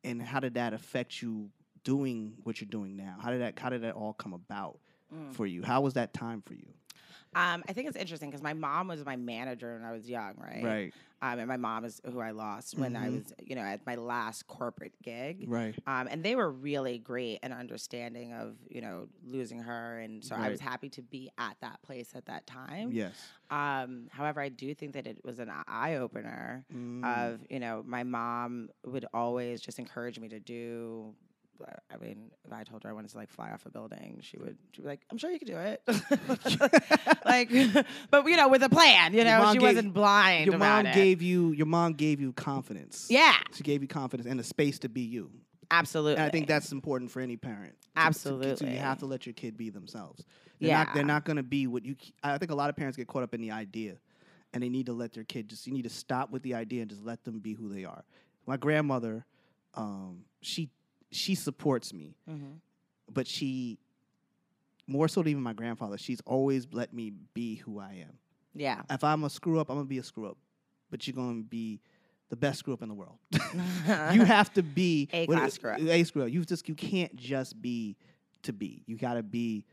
[SPEAKER 1] and how did that affect you doing what you're doing now? How did that how did that all come about
[SPEAKER 2] Hmm.
[SPEAKER 1] for you? How was that time for you?
[SPEAKER 2] Mm-hmm. Mm. Um, I think it's interesting because my mom was my manager when I was young, right? Mm-hmm. Um, and my mom is who I lost when I was, you know, at my last corporate gig.
[SPEAKER 1] Right.
[SPEAKER 2] Um, and they were really great and understanding of, you know, losing her. And so I was happy to be at that place at that time.
[SPEAKER 1] Yes.
[SPEAKER 2] Um, however, I do think that it was an eye opener
[SPEAKER 1] Mm.
[SPEAKER 2] of, you know, my mom would always just encourage me to do. I mean, if I told her I wanted to like fly off a building, she would she'd be like, "I'm sure you could do it." like, but you know, with a plan. You know,
[SPEAKER 1] mom
[SPEAKER 2] she
[SPEAKER 1] gave-
[SPEAKER 2] wasn't blind.
[SPEAKER 1] Your mom
[SPEAKER 2] about it.
[SPEAKER 1] gave you your mom gave you confidence.
[SPEAKER 2] Yeah,
[SPEAKER 1] She gave you confidence and a space to be you.
[SPEAKER 2] absolutely.
[SPEAKER 1] And I think that's important for any parent. to- to- to-
[SPEAKER 2] Absolutely.
[SPEAKER 1] you have to let your kid be themselves. They're not, they're
[SPEAKER 2] Yeah.
[SPEAKER 1] not going to be what you. I think a lot of parents get caught up in the idea, and they need to let their kid just. You need to stop with the idea and just let them be who they are. My grandmother, um, she she supports me,
[SPEAKER 2] Mhm.
[SPEAKER 1] but she more so than even my grandfather. She's always let me be who I am.
[SPEAKER 2] Yeah.
[SPEAKER 1] If I'm a screw up, I'm gonna be a screw up, but you're gonna be the best screw up in the world. you have to be
[SPEAKER 2] Uh-huh. A
[SPEAKER 1] what-
[SPEAKER 2] class screw-up.
[SPEAKER 1] A screw up. You just you can't just be to be. You gotta be.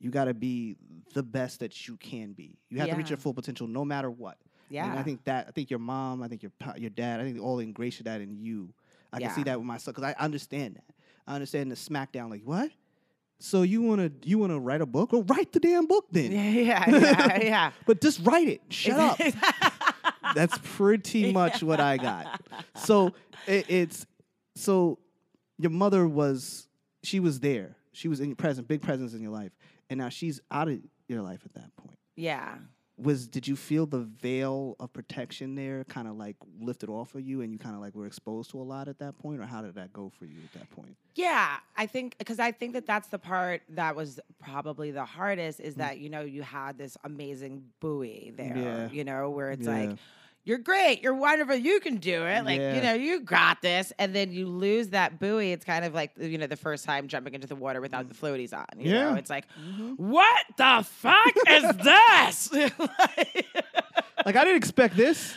[SPEAKER 1] You gotta be the best that you can be. You have to reach
[SPEAKER 2] Yeah.
[SPEAKER 1] your full potential no matter what. And I
[SPEAKER 2] Yeah.
[SPEAKER 1] think that I think your mom, I think your pa- your dad, I think they all ingratiated that in you. I can see
[SPEAKER 2] Yeah.
[SPEAKER 1] that with myself because I understand that. I understand the smackdown. Like what? So you wanna you wanna write a book? Well, write the damn book then.
[SPEAKER 2] Yeah, yeah, yeah, yeah.
[SPEAKER 1] But just write it. Shut up. That's pretty much what I got. So it, it's so your mother was she was there. She was in your present, big presence in your life, and now she's out of your life at that point.
[SPEAKER 2] yeah.
[SPEAKER 1] Was did you feel the veil of protection there kind of like lifted off of you, and you kind of like were exposed to a lot at that point, or how did that go for you at that point?
[SPEAKER 2] Yeah, I think because I think that that's the part that was probably the hardest
[SPEAKER 1] Mm.
[SPEAKER 2] is that you know you had this amazing buoy there,
[SPEAKER 1] Yeah.
[SPEAKER 2] you know, where it's
[SPEAKER 1] Yeah.
[SPEAKER 2] like you're great, you're wonderful, you can do it, like
[SPEAKER 1] Yeah.
[SPEAKER 2] you know you got this, and then you lose that buoy. It's kind of like you know the first time jumping into the water without the floaties on. You
[SPEAKER 1] Mm. Yeah.
[SPEAKER 2] know, it's like what the fuck is this? Like,
[SPEAKER 1] Like I didn't expect this.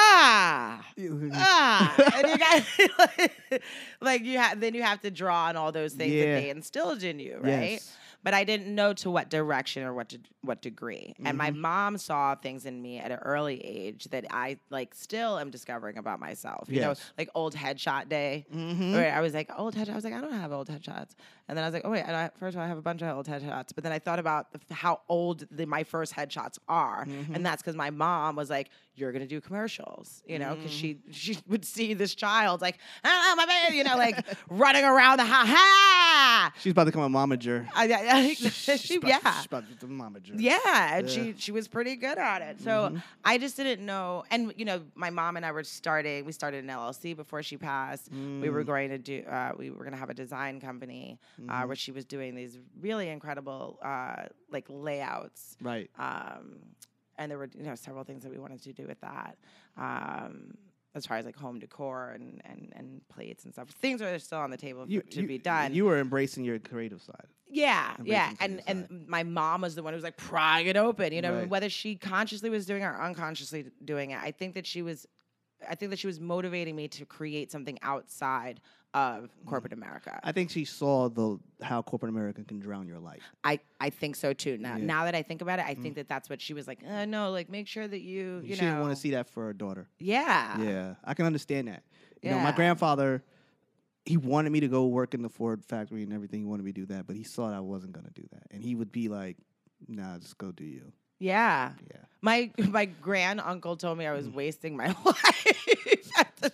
[SPEAKER 2] ah ah, and you got like, you have then you have to draw on all those things
[SPEAKER 1] Yeah.
[SPEAKER 2] that they instilled in you, right?
[SPEAKER 1] Yes.
[SPEAKER 2] But I didn't know to what direction or what to, what degree. And my mom saw things in me at an early age that I like still am discovering about myself. You know,
[SPEAKER 1] Yes.
[SPEAKER 2] like old headshot day. Where I was like old headshot. I was like I don't have old headshots. And then I was like, oh wait, I don't, first of all I have a bunch of old headshots. But then I thought about the, f- how old the, my first headshots are, and that's because my mom was like, you're gonna do commercials, you know, because she she would see this child like, ah, my baby, you know, like running around the ha ha.
[SPEAKER 1] She's about to become a momager.
[SPEAKER 2] I, I, she,
[SPEAKER 1] about,
[SPEAKER 2] yeah.
[SPEAKER 1] she's about to become a momager.
[SPEAKER 2] Yeah, and
[SPEAKER 1] Yeah. Mm-hmm.
[SPEAKER 2] she she was pretty good at it. So I just didn't know. And you know, my mom and I were starting. We started an LLC before she passed.
[SPEAKER 1] Mm-hmm.
[SPEAKER 2] We were going to do. Uh, we were going to have a design company
[SPEAKER 1] Mm-hmm.
[SPEAKER 2] uh, where she was doing these really incredible uh, like layouts.
[SPEAKER 1] Right.
[SPEAKER 2] Um, and there were you know several things that we wanted to do with that. Um, as far as like home decor and, and, and plates and stuff, things that are still on the table for- to be done.
[SPEAKER 1] You were embracing your creative side.
[SPEAKER 2] Yeah,
[SPEAKER 1] And
[SPEAKER 2] yeah,
[SPEAKER 1] raising
[SPEAKER 2] and
[SPEAKER 1] things
[SPEAKER 2] and my mom was the one who was like prying it open, you know,
[SPEAKER 1] Right.
[SPEAKER 2] whether she consciously was doing it or unconsciously d- doing it. I think that she was, I think that she was motivating me to create something outside of corporate America.
[SPEAKER 1] I think she saw the how corporate America can drown your life.
[SPEAKER 2] I I think so too. Now
[SPEAKER 1] Yeah.
[SPEAKER 2] now that I think about it, I think that that's what she was like. Uh, no, like make sure that you you
[SPEAKER 1] she
[SPEAKER 2] know
[SPEAKER 1] didn't want to see that for her daughter.
[SPEAKER 2] Yeah,
[SPEAKER 1] yeah, I can understand that. You know, my
[SPEAKER 2] Yeah.
[SPEAKER 1] grandfather, he wanted me to go work in the Ford factory and everything. He wanted me to do that, but he saw that I wasn't gonna do that, and he would be like, "Nah, just go do you."
[SPEAKER 2] yeah.
[SPEAKER 1] Yeah.
[SPEAKER 2] My my grand uncle told me I was wasting my life. at the-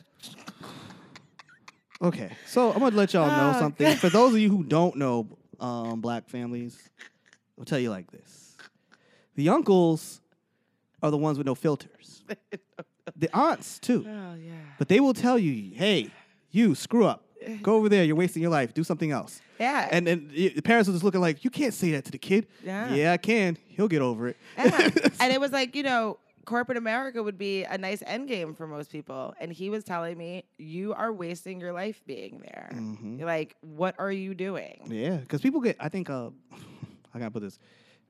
[SPEAKER 1] Okay, so I'm gonna let y'all know
[SPEAKER 2] Oh,
[SPEAKER 1] something.
[SPEAKER 2] God.
[SPEAKER 1] For those of you who don't know, um, black families, I'll tell you like this: the uncles are the ones with no filters. the aunts too,
[SPEAKER 2] oh yeah.
[SPEAKER 1] but they will tell you, "Hey, you screw up." Go over there. You're wasting your life. Do something else.
[SPEAKER 2] Yeah.
[SPEAKER 1] And then y- the parents are just looking like, you can't say that to the kid.
[SPEAKER 2] Yeah.
[SPEAKER 1] Yeah, I can. He'll get over it.
[SPEAKER 2] Yeah. and it was like, you know, corporate America would be a nice end game for most people. And he was telling me, you are wasting your life being there.
[SPEAKER 1] Mm-hmm.
[SPEAKER 2] You're Like, what are you doing?
[SPEAKER 1] Yeah, because people get. I think. Uh, I gotta put this.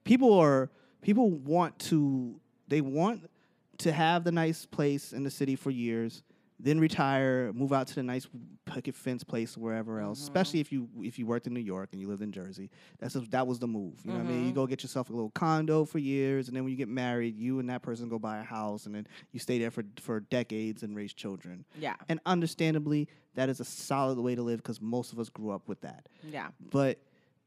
[SPEAKER 1] People are. People want to. They want to have the nice place in the city for years, then retire, move out to the nice picket fence place wherever else. Especially if you if you worked in New York and you lived in Jersey. That's just- that was the move. You know what I mean? You go get yourself a little condo for years, and then when you get married, you and that person go buy a house, and then you stay there for for decades and raise children.
[SPEAKER 2] Yeah.
[SPEAKER 1] And understandably, that is a solid way to live because most of us grew up with that.
[SPEAKER 2] Yeah.
[SPEAKER 1] But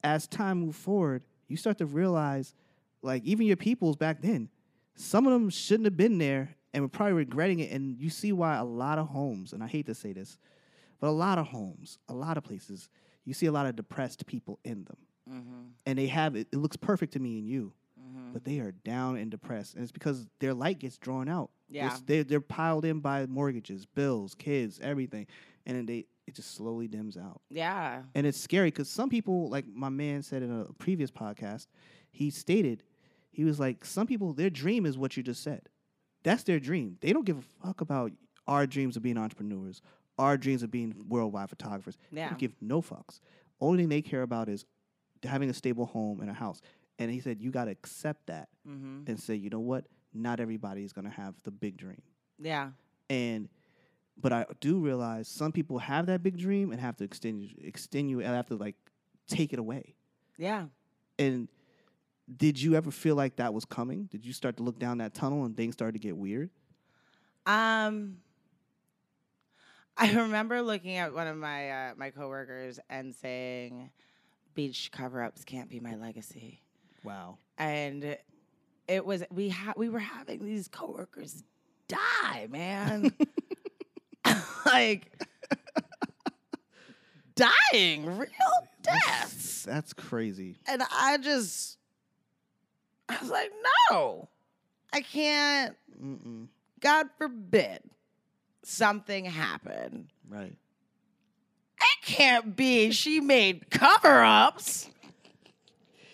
[SPEAKER 1] as time moved forward, you start to realize, like even your peoples back then, some of them shouldn't have been there and were probably regretting it. And you see why a lot of homes, and I hate to say this, but a lot of homes, a lot of places, you see a lot of depressed people in them.
[SPEAKER 2] Mm-hmm.
[SPEAKER 1] And they have it, it looks perfect to me and you, but they are down and depressed. And it's because their light gets drawn out.
[SPEAKER 2] Yeah.
[SPEAKER 1] It's- They, they're piled in by mortgages, bills, kids, everything. And then they, it just slowly dims out
[SPEAKER 2] Yeah.
[SPEAKER 1] and it's scary because some people, like my man said in a previous podcast, he stated he was like, some people, their dream is what you just said. That's their dream. They don't give a fuck about our dreams of being entrepreneurs, our dreams of being worldwide photographers. They
[SPEAKER 2] Yeah.
[SPEAKER 1] don't give no fucks. Only thing they care about is having a stable home and a house. And he said, you got to accept that
[SPEAKER 2] hmm
[SPEAKER 1] and say, you know what? Not everybody is going to have the big dream.
[SPEAKER 2] Yeah.
[SPEAKER 1] And but I do realize some people have that big dream and have to extend extenuate have to like take it away.
[SPEAKER 2] Yeah.
[SPEAKER 1] And did you ever feel like that was coming? Did you start to look down that tunnel and things started to get weird?
[SPEAKER 2] Um, I remember looking at one of my uh, my coworkers and saying, "Beach cover-ups can't be my legacy."
[SPEAKER 1] Wow.
[SPEAKER 2] And it was we ha- we were having these coworkers die, man, like dying real deaths.
[SPEAKER 1] That's crazy.
[SPEAKER 2] And I just, I was like, no, I can't.
[SPEAKER 1] Mm-mm.
[SPEAKER 2] God forbid something happened.
[SPEAKER 1] Right.
[SPEAKER 2] It can't be she made cover ups.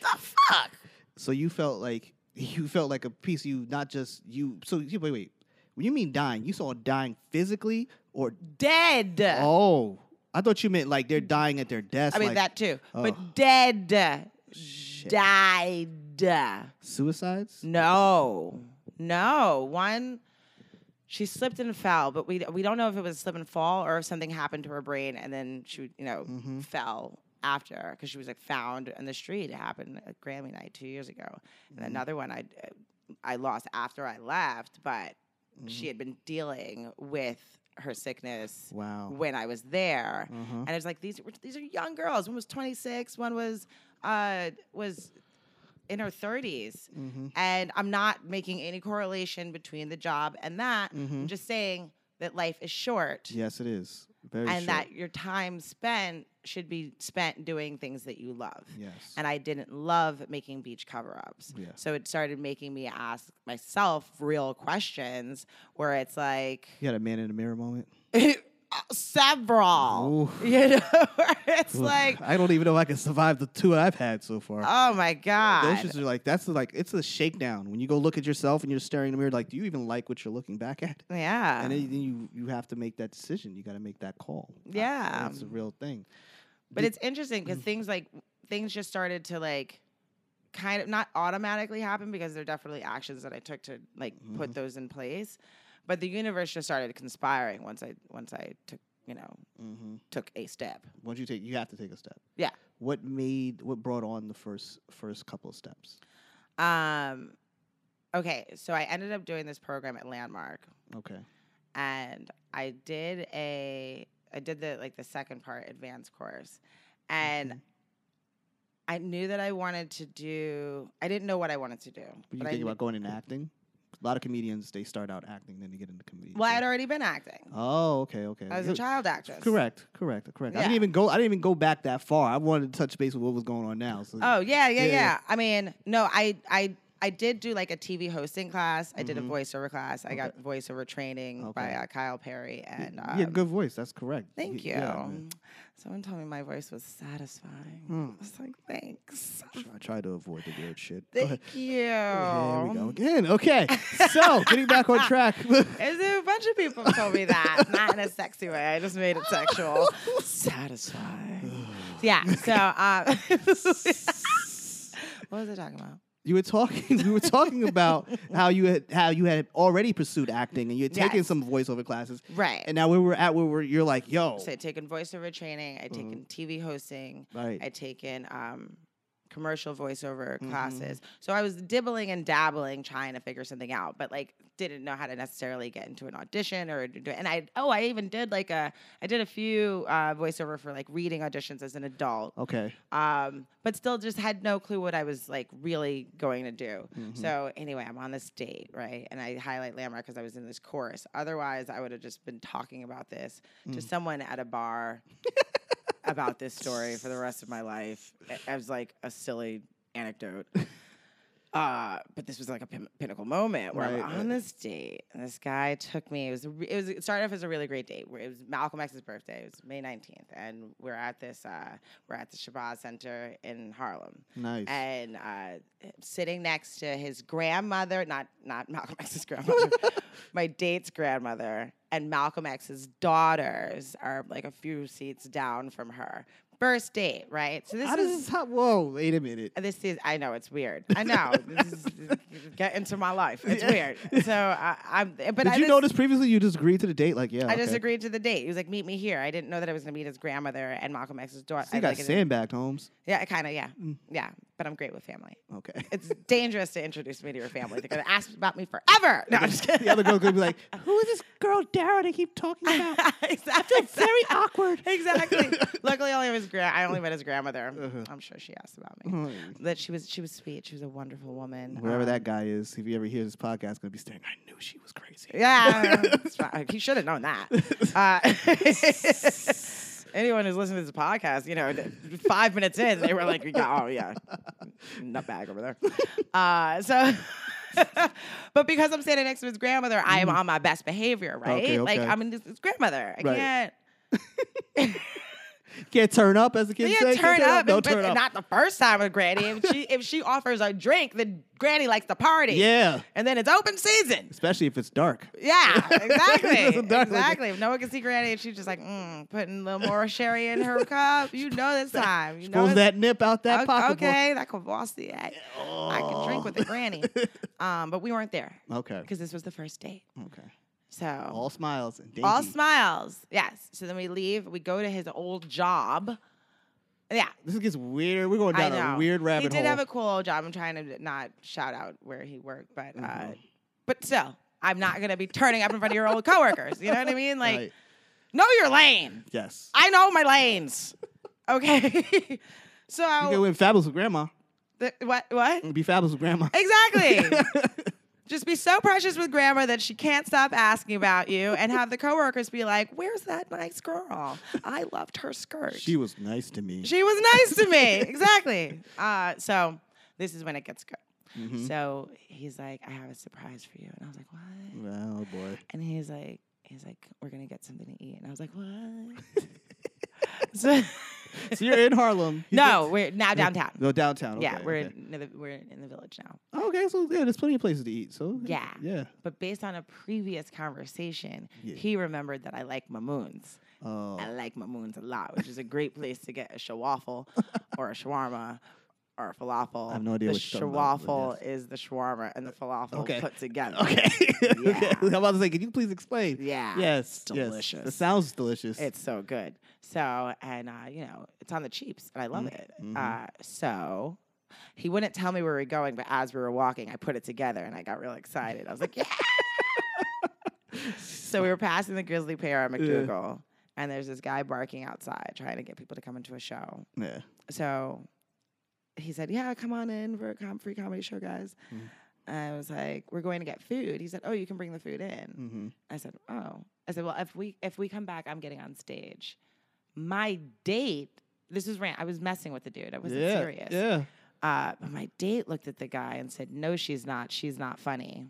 [SPEAKER 2] The fuck?
[SPEAKER 1] So you felt like you felt like a piece of you, not just you. So you- wait, wait. When you mean dying, you saw dying physically or
[SPEAKER 2] Dead.
[SPEAKER 1] oh, I thought you meant like they're dying at their desk.
[SPEAKER 2] I mean,
[SPEAKER 1] like
[SPEAKER 2] that too.
[SPEAKER 1] Oh.
[SPEAKER 2] But dead.
[SPEAKER 1] Shit.
[SPEAKER 2] Died.
[SPEAKER 1] suicides.
[SPEAKER 2] No, no. One, she slipped and fell, but we we don't know if it was a slip and fall or if something happened to her brain and then she you know
[SPEAKER 1] Mm-hmm.
[SPEAKER 2] fell after because she was like found in the street. It happened at Grammy night two years ago,
[SPEAKER 1] Mm-hmm.
[SPEAKER 2] and uh, another one I I lost after I left, but
[SPEAKER 1] Mm-hmm.
[SPEAKER 2] she had been dealing with her sickness
[SPEAKER 1] Wow.
[SPEAKER 2] when I was there.
[SPEAKER 1] Uh-huh.
[SPEAKER 2] And it was like these were- these are young girls. One was 26, one was uh was in her 30s. And I'm not making any correlation between the job and that.
[SPEAKER 1] Mm-hmm.
[SPEAKER 2] I'm just saying that life is short
[SPEAKER 1] Yes, it is. Very
[SPEAKER 2] and
[SPEAKER 1] short.
[SPEAKER 2] that your time spent should be spent doing things that you love.
[SPEAKER 1] Yes.
[SPEAKER 2] And I didn't love making beach cover ups.
[SPEAKER 1] Yeah.
[SPEAKER 2] So it started making me ask myself real questions where it's like,
[SPEAKER 1] you had a man in the mirror moment.
[SPEAKER 2] several.
[SPEAKER 1] Oof.
[SPEAKER 2] You know, where Oh, it's
[SPEAKER 1] Oof.
[SPEAKER 2] like,
[SPEAKER 1] I don't even know if I can survive the two I've had so far.
[SPEAKER 2] oh my
[SPEAKER 1] Those
[SPEAKER 2] god,
[SPEAKER 1] shits are like that's like it's a shakedown when you go look at yourself and you're staring in the mirror. Like, do you even like what you're looking back at?
[SPEAKER 2] yeah,
[SPEAKER 1] And then then you you have to make that decision. You got to make that call. I-
[SPEAKER 2] Yeah.
[SPEAKER 1] that's a real thing.
[SPEAKER 2] but it's interesting
[SPEAKER 1] Mm-hmm.
[SPEAKER 2] because things like things just started to like kind of not automatically happen because there are definitely actions that I took to like
[SPEAKER 1] Mm-hmm.
[SPEAKER 2] put those in place, but the universe just started conspiring once I once I took you know
[SPEAKER 1] Mm-hmm.
[SPEAKER 2] took a step.
[SPEAKER 1] Once you take, you have to take a step.
[SPEAKER 2] Yeah.
[SPEAKER 1] What made what brought on the first first couple of steps?
[SPEAKER 2] Um, okay, so I ended up doing this program at Landmark.
[SPEAKER 1] Okay.
[SPEAKER 2] and I did a I did the like the second part advanced course and I knew that I wanted to do I didn't know what I wanted to do.
[SPEAKER 1] Were you
[SPEAKER 2] but I
[SPEAKER 1] thinking
[SPEAKER 2] knew-
[SPEAKER 1] about going into acting? A lot of comedians they start out acting, then they get into comedy.
[SPEAKER 2] well, I had already been acting.
[SPEAKER 1] Oh, okay, okay.
[SPEAKER 2] I was a
[SPEAKER 1] You-
[SPEAKER 2] child actress.
[SPEAKER 1] Correct, correct, correct. I
[SPEAKER 2] Yeah.
[SPEAKER 1] didn't even go. I didn't even go back that far. I wanted to touch base with what was going on now. So
[SPEAKER 2] Oh yeah, yeah,
[SPEAKER 1] Yeah,
[SPEAKER 2] yeah,
[SPEAKER 1] yeah.
[SPEAKER 2] I mean, no, I I I did do like a TV hosting class. I did a voiceover class. I got voiceover training by
[SPEAKER 1] Mm-hmm. Okay.
[SPEAKER 2] uh, Kyle Perry, and um,
[SPEAKER 1] yeah, good voice. That's correct.
[SPEAKER 2] Thank you.
[SPEAKER 1] Y- yeah, man.
[SPEAKER 2] Someone told me my voice was satisfying.
[SPEAKER 1] Hmm.
[SPEAKER 2] I was like, thanks.
[SPEAKER 1] I try to avoid the weird shit. Go ahead.
[SPEAKER 2] Thank you.
[SPEAKER 1] There
[SPEAKER 2] Oh.
[SPEAKER 1] we go again. Okay, so getting back on track.
[SPEAKER 2] Is there a bunch of people told me that? Not in a sexy way. I just made it sexual. Satisfying. yeah. So, um, what was I talking about?
[SPEAKER 1] you were talking. We were talking about how you had how you had already pursued acting and you had taken
[SPEAKER 2] Yes.
[SPEAKER 1] some voiceover classes.
[SPEAKER 2] Right.
[SPEAKER 1] And now where we're at, where we're, you're like, yo,
[SPEAKER 2] So I'd taken voiceover training. I'd
[SPEAKER 1] Mm-hmm.
[SPEAKER 2] taken TV hosting.
[SPEAKER 1] Right.
[SPEAKER 2] I'd taken um, commercial voiceover
[SPEAKER 1] Mm-hmm.
[SPEAKER 2] classes. So I was dibbling and dabbling, trying to figure something out, but like didn't know how to necessarily get into an audition or do. And I oh, I even did like a I did a few uh, voiceover for like reading auditions as an adult.
[SPEAKER 1] okay,
[SPEAKER 2] Um, but still just had no clue what I was like really going to do. So anyway, I'm on this date, right? And I highlight Lamar because I was in this chorus. Otherwise, I would have just been talking about this
[SPEAKER 1] Mm.
[SPEAKER 2] to someone at a bar about this story for the rest of my life a- as like a silly anecdote. Uh, but this was like a pin- pinnacle moment where
[SPEAKER 1] Right,
[SPEAKER 2] I'm on this date, and this guy took me. It was a re- it was it started off as a really great date. Where it was Malcolm X's birthday. It was May 19th, and we're at this uh, we're at the Shabazz Center in Harlem,
[SPEAKER 1] nice.
[SPEAKER 2] and uh, sitting next to his grandmother, not not Malcolm X's grandmother, my date's grandmother, and Malcolm X's daughters are like a few seats down from her. First date, right? So this
[SPEAKER 1] how
[SPEAKER 2] is
[SPEAKER 1] does this? How, whoa, wait a minute.
[SPEAKER 2] this is I know it's weird. I know this is get into my life. It's weird. So I, I'm but
[SPEAKER 1] Did
[SPEAKER 2] I
[SPEAKER 1] you
[SPEAKER 2] just,
[SPEAKER 1] notice previously you just agreed to the date? Like, yeah,
[SPEAKER 2] I
[SPEAKER 1] okay.
[SPEAKER 2] just agreed to the date. He was like, "Meet me here." I didn't know that I was going to meet his grandmother and Malcolm X's daughter.
[SPEAKER 1] So you
[SPEAKER 2] I,
[SPEAKER 1] got Mm.
[SPEAKER 2] like, it-
[SPEAKER 1] sandbagged, Holmes.
[SPEAKER 2] yeah, kind of. Yeah, yeah. But I'm great with family.
[SPEAKER 1] Okay.
[SPEAKER 2] It's dangerous to introduce me to your family. They're going to ask about me forever. No, I'm just kidding.
[SPEAKER 1] the other girl's gonna be like, "Who is this girl, Dara? They keep talking about."
[SPEAKER 2] exactly.
[SPEAKER 1] Very awkward.
[SPEAKER 2] Exactly. Luckily, only his grand. I only met his grandmother.
[SPEAKER 1] Uh-huh.
[SPEAKER 2] I'm sure she asked about me. That she was. She was sweet. She was a wonderful woman.
[SPEAKER 1] Whoever
[SPEAKER 2] Um,
[SPEAKER 1] Mm-hmm. that guy is, if you ever hear this podcast, gonna be staring. I knew she was crazy.
[SPEAKER 2] Yeah, that's right. he should have known that. Uh, anyone who's listening to this podcast, you know, five minutes in, they were like, "Oh yeah, nutbag over there." Uh, so, but because I'm standing next to his grandmother, I am on my best behavior, right?
[SPEAKER 1] Mm. Okay,
[SPEAKER 2] Like
[SPEAKER 1] okay.
[SPEAKER 2] I'm in this, this grandmother. I
[SPEAKER 1] Right.
[SPEAKER 2] can't.
[SPEAKER 1] Can't turn up, as the kids
[SPEAKER 2] Yeah,
[SPEAKER 1] say. Can't
[SPEAKER 2] turn up,
[SPEAKER 1] No,
[SPEAKER 2] and- but
[SPEAKER 1] turn up.
[SPEAKER 2] not the first time with Granny. If she if she offers a drink, then Granny likes to party.
[SPEAKER 1] Yeah,
[SPEAKER 2] and then it's open season.
[SPEAKER 1] especially if it's dark.
[SPEAKER 2] Yeah, exactly.
[SPEAKER 1] That's dark.
[SPEAKER 2] exactly. If no one can see Granny and she's just like, mm, putting a little more sherry in her cup, you know this time. You know
[SPEAKER 1] Pulls
[SPEAKER 2] it's-
[SPEAKER 1] that nip out that
[SPEAKER 2] O-
[SPEAKER 1] pocketbook. Oh,
[SPEAKER 2] Okay, that Kowalski. I can drink with the Granny. Um, but we weren't there
[SPEAKER 1] Okay.
[SPEAKER 2] because this was the first date.
[SPEAKER 1] Okay.
[SPEAKER 2] So
[SPEAKER 1] All smiles and dainty.
[SPEAKER 2] all smiles. Yes. So then we leave. We go to his old job. Yeah,
[SPEAKER 1] This gets weird. We're going
[SPEAKER 2] I
[SPEAKER 1] down
[SPEAKER 2] know.
[SPEAKER 1] a weird rabbit
[SPEAKER 2] he did
[SPEAKER 1] hole.
[SPEAKER 2] have a cool old job. I'm trying to not shout out where he worked, but
[SPEAKER 1] Mm-hmm.
[SPEAKER 2] uh, but still, I'm not gonna be turning up in front of your old coworkers. You know what I mean? Like,
[SPEAKER 1] Right.
[SPEAKER 2] know your lane.
[SPEAKER 1] yes.
[SPEAKER 2] I know my lanes. Okay.
[SPEAKER 1] You
[SPEAKER 2] so
[SPEAKER 1] can win fabulous with grandma.
[SPEAKER 2] th- what? What?
[SPEAKER 1] Be fabulous with grandma.
[SPEAKER 2] Exactly. Just be so precious with grandma that she can't stop asking about you, and have the coworkers be like, "Where's that nice girl? I loved her skirt."
[SPEAKER 1] She was nice to me.
[SPEAKER 2] She was nice to me. Exactly. Uh, so this is when it gets good.
[SPEAKER 1] Mm-hmm.
[SPEAKER 2] So he's like, I have a surprise for you. And I was like, what?
[SPEAKER 1] oh boy.
[SPEAKER 2] And he's like, he's like, we're going to get something to eat. And I was like, what? so,
[SPEAKER 1] So you're in Harlem. You
[SPEAKER 2] no, we're now downtown.
[SPEAKER 1] did- No downtown.
[SPEAKER 2] yeah,
[SPEAKER 1] okay,
[SPEAKER 2] we're,
[SPEAKER 1] okay. Oh,
[SPEAKER 2] in the, we're in the village now.
[SPEAKER 1] Okay, so yeah, there's plenty of places to eat. So
[SPEAKER 2] Yeah.
[SPEAKER 1] yeah.
[SPEAKER 2] But based on a previous conversation,
[SPEAKER 1] Yeah.
[SPEAKER 2] he remembered that I like mamoons.
[SPEAKER 1] Oh,
[SPEAKER 2] I like Mamoon's a lot, which is a great place to get a shawaffle or a shawarma or a falafel.
[SPEAKER 1] I have no idea
[SPEAKER 2] The
[SPEAKER 1] what you're talking about, but
[SPEAKER 2] shawaffle is the shawarma and the falafel
[SPEAKER 1] Okay.
[SPEAKER 2] put together.
[SPEAKER 1] okay. okay.
[SPEAKER 2] Yeah.
[SPEAKER 1] I'm about to say, can you please explain?
[SPEAKER 2] Yeah.
[SPEAKER 1] Yes.
[SPEAKER 2] It's
[SPEAKER 1] yes.
[SPEAKER 2] delicious.
[SPEAKER 1] It sounds delicious.
[SPEAKER 2] It's so good. So, and uh, you know, it's on the cheaps, and I love it. Uh, so, he wouldn't tell me where we were going, but as we were walking, I put it together and I got real excited. I was like, yeah. so we were passing the Grizzly Pear on McDougal, and there's this guy barking outside trying to get people to come into a show.
[SPEAKER 1] yeah.
[SPEAKER 2] so he said, "Yeah, come on in for a com- free comedy show, guys." I was like, "We're going to get food." He said, "Oh, you can bring the food in."
[SPEAKER 1] Mm-hmm.
[SPEAKER 2] I said, "Oh." I said, "Well, if we if we come back, I'm getting on stage." My date. This is rant. I was messing with the dude. I wasn't
[SPEAKER 1] yeah.
[SPEAKER 2] serious.
[SPEAKER 1] Yeah.
[SPEAKER 2] Uh, but my date looked at the guy and said, "No, she's not. She's not funny."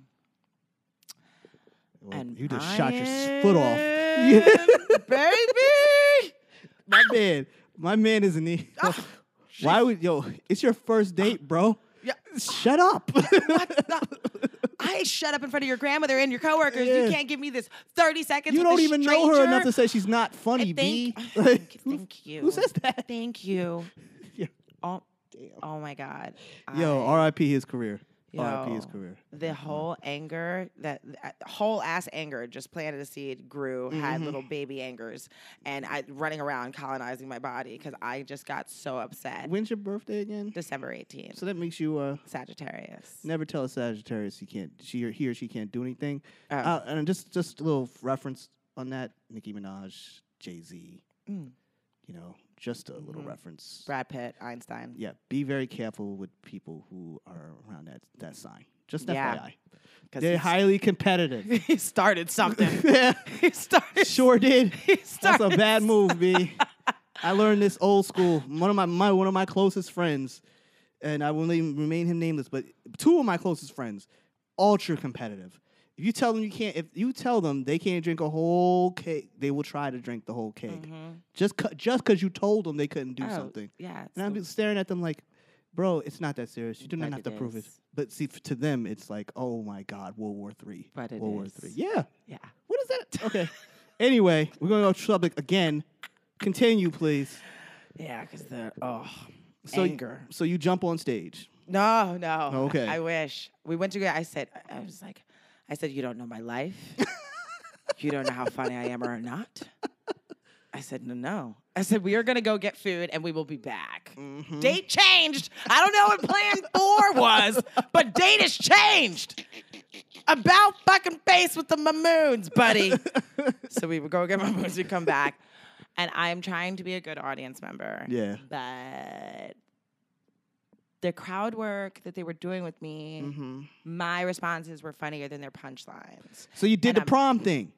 [SPEAKER 1] Well,
[SPEAKER 2] And
[SPEAKER 1] you just shot your s- foot off. Yeah.
[SPEAKER 2] am, baby.
[SPEAKER 1] My man, my man is in the.
[SPEAKER 2] Ah,
[SPEAKER 1] Why would yo? It's your first date, bro.
[SPEAKER 2] Yeah.
[SPEAKER 1] Shut up.
[SPEAKER 2] I shut up in front of your grandmother and your coworkers.
[SPEAKER 1] Yeah.
[SPEAKER 2] You can't give me this thirty seconds.
[SPEAKER 1] you
[SPEAKER 2] with
[SPEAKER 1] don't
[SPEAKER 2] this
[SPEAKER 1] even know her enough
[SPEAKER 2] stranger.
[SPEAKER 1] to say she's not funny,
[SPEAKER 2] I
[SPEAKER 1] B.
[SPEAKER 2] think, thank,
[SPEAKER 1] Like,
[SPEAKER 2] thank you.
[SPEAKER 1] who says that?
[SPEAKER 2] Thank you.
[SPEAKER 1] Yeah.
[SPEAKER 2] Oh, oh my God.
[SPEAKER 1] Yo,
[SPEAKER 2] I-
[SPEAKER 1] R.I.P. his career. R.I.P. his
[SPEAKER 2] Yo.
[SPEAKER 1] career.
[SPEAKER 2] the whole anger that that whole ass anger just planted a seed grew
[SPEAKER 1] Mm-hmm.
[SPEAKER 2] had little baby angers and i running around colonizing my body because i just got so upset
[SPEAKER 1] When's your birthday again?
[SPEAKER 2] december 18th
[SPEAKER 1] So that makes you uh,
[SPEAKER 2] sagittarius
[SPEAKER 1] never tell a Sagittarius he can't. She or he or she can't do anything.
[SPEAKER 2] Oh.
[SPEAKER 1] Uh, and just just a little reference on that: Nicki Minaj, Jay Z.
[SPEAKER 2] Mm. Mm-hmm.
[SPEAKER 1] You know, just a little reference.
[SPEAKER 2] brad pitt einstein
[SPEAKER 1] Yeah, be very careful with people who are around that that sign. Just
[SPEAKER 2] Yeah.
[SPEAKER 1] FYI,
[SPEAKER 2] 'Cause
[SPEAKER 1] they're
[SPEAKER 2] he's-
[SPEAKER 1] highly competitive.
[SPEAKER 2] he started something
[SPEAKER 1] yeah,
[SPEAKER 2] he started
[SPEAKER 1] sure did.
[SPEAKER 2] he
[SPEAKER 1] That's
[SPEAKER 2] started
[SPEAKER 1] a bad move, B. I learned this old school. One of my, my one of my closest friends, and I will name, remain him nameless, but two of my closest friends, ultra competitive. If you tell them you can't, if you tell them they can't drink a whole cake, they will try to drink the whole cake. Just cu- just because you told them they couldn't do
[SPEAKER 2] Mm-hmm. Oh,
[SPEAKER 1] something,
[SPEAKER 2] yeah it's
[SPEAKER 1] and I'm
[SPEAKER 2] the-
[SPEAKER 1] just staring at them like, bro, it's not that serious. You do not
[SPEAKER 2] But
[SPEAKER 1] have
[SPEAKER 2] it
[SPEAKER 1] to prove it.
[SPEAKER 2] is.
[SPEAKER 1] But see, f- to them, it's like, oh my God, World War Three,
[SPEAKER 2] But it
[SPEAKER 1] World War
[SPEAKER 2] is.
[SPEAKER 1] Three. Yeah,
[SPEAKER 2] yeah
[SPEAKER 1] what is that? Okay. anyway, we're going off topic again. Continue, please.
[SPEAKER 2] yeah because the oh
[SPEAKER 1] So
[SPEAKER 2] anger
[SPEAKER 1] You, so you jump on stage.
[SPEAKER 2] No, no.
[SPEAKER 1] Okay.
[SPEAKER 2] I wish. We went to go. I said, I was like, I said, you don't know my life. you don't know how funny I am or not. I said, no, no. I said, we are going to go get food and we will be back. Date changed. I don't know what plan four was, but date has changed. About fucking face with the mamoons, buddy. so we would go get mamoons, we come back. And I'm trying to be a good audience member
[SPEAKER 1] Yeah.
[SPEAKER 2] but the crowd work that they were doing with me,
[SPEAKER 1] Mm-hmm.
[SPEAKER 2] my responses were funnier than their punchlines.
[SPEAKER 1] So you did
[SPEAKER 2] And
[SPEAKER 1] the
[SPEAKER 2] I'm-
[SPEAKER 1] prom thing.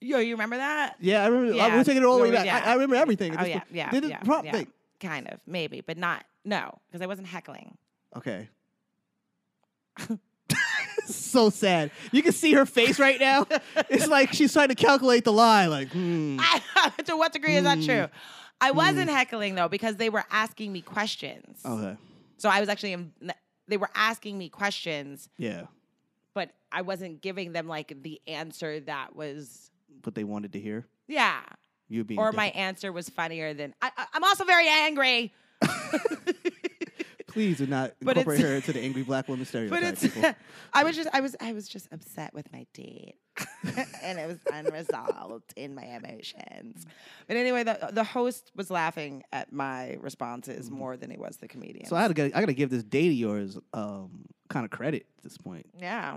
[SPEAKER 2] Yo, you remember that?
[SPEAKER 1] Yeah, I remember. I,
[SPEAKER 2] Yeah.
[SPEAKER 1] we're taking it all the way
[SPEAKER 2] Yeah,
[SPEAKER 1] back.
[SPEAKER 2] yeah.
[SPEAKER 1] I, I remember everything. at
[SPEAKER 2] Oh
[SPEAKER 1] this
[SPEAKER 2] yeah,
[SPEAKER 1] point.
[SPEAKER 2] yeah,
[SPEAKER 1] Did the
[SPEAKER 2] yeah,
[SPEAKER 1] prom
[SPEAKER 2] yeah.
[SPEAKER 1] thing.
[SPEAKER 2] Kind of, maybe, but not. No, because I wasn't heckling.
[SPEAKER 1] Okay. so sad. You can see her face right now. it's like she's trying to calculate the lie. Like, hmm.
[SPEAKER 2] to what degree is that
[SPEAKER 1] Mm.
[SPEAKER 2] true? I wasn't heckling though because they were asking me questions.
[SPEAKER 1] Okay.
[SPEAKER 2] So I was actually, in, they were asking me questions,
[SPEAKER 1] Yeah.
[SPEAKER 2] but I wasn't giving them like the answer that was,
[SPEAKER 1] But they wanted to hear
[SPEAKER 2] yeah.
[SPEAKER 1] you being.
[SPEAKER 2] or
[SPEAKER 1] different.
[SPEAKER 2] my answer was funnier than I, I, I'm also very angry.
[SPEAKER 1] Please do not
[SPEAKER 2] But
[SPEAKER 1] incorporate
[SPEAKER 2] it's-
[SPEAKER 1] her into the angry black woman stereotype.
[SPEAKER 2] But it's
[SPEAKER 1] people.
[SPEAKER 2] I was just I was I was just upset with my date. and it was unresolved in my emotions. But anyway, the the host was laughing at my responses more than he was the comedian.
[SPEAKER 1] Mm-hmm. So I gotta, I gotta give this date of yours um, kind of credit at this point.
[SPEAKER 2] yeah,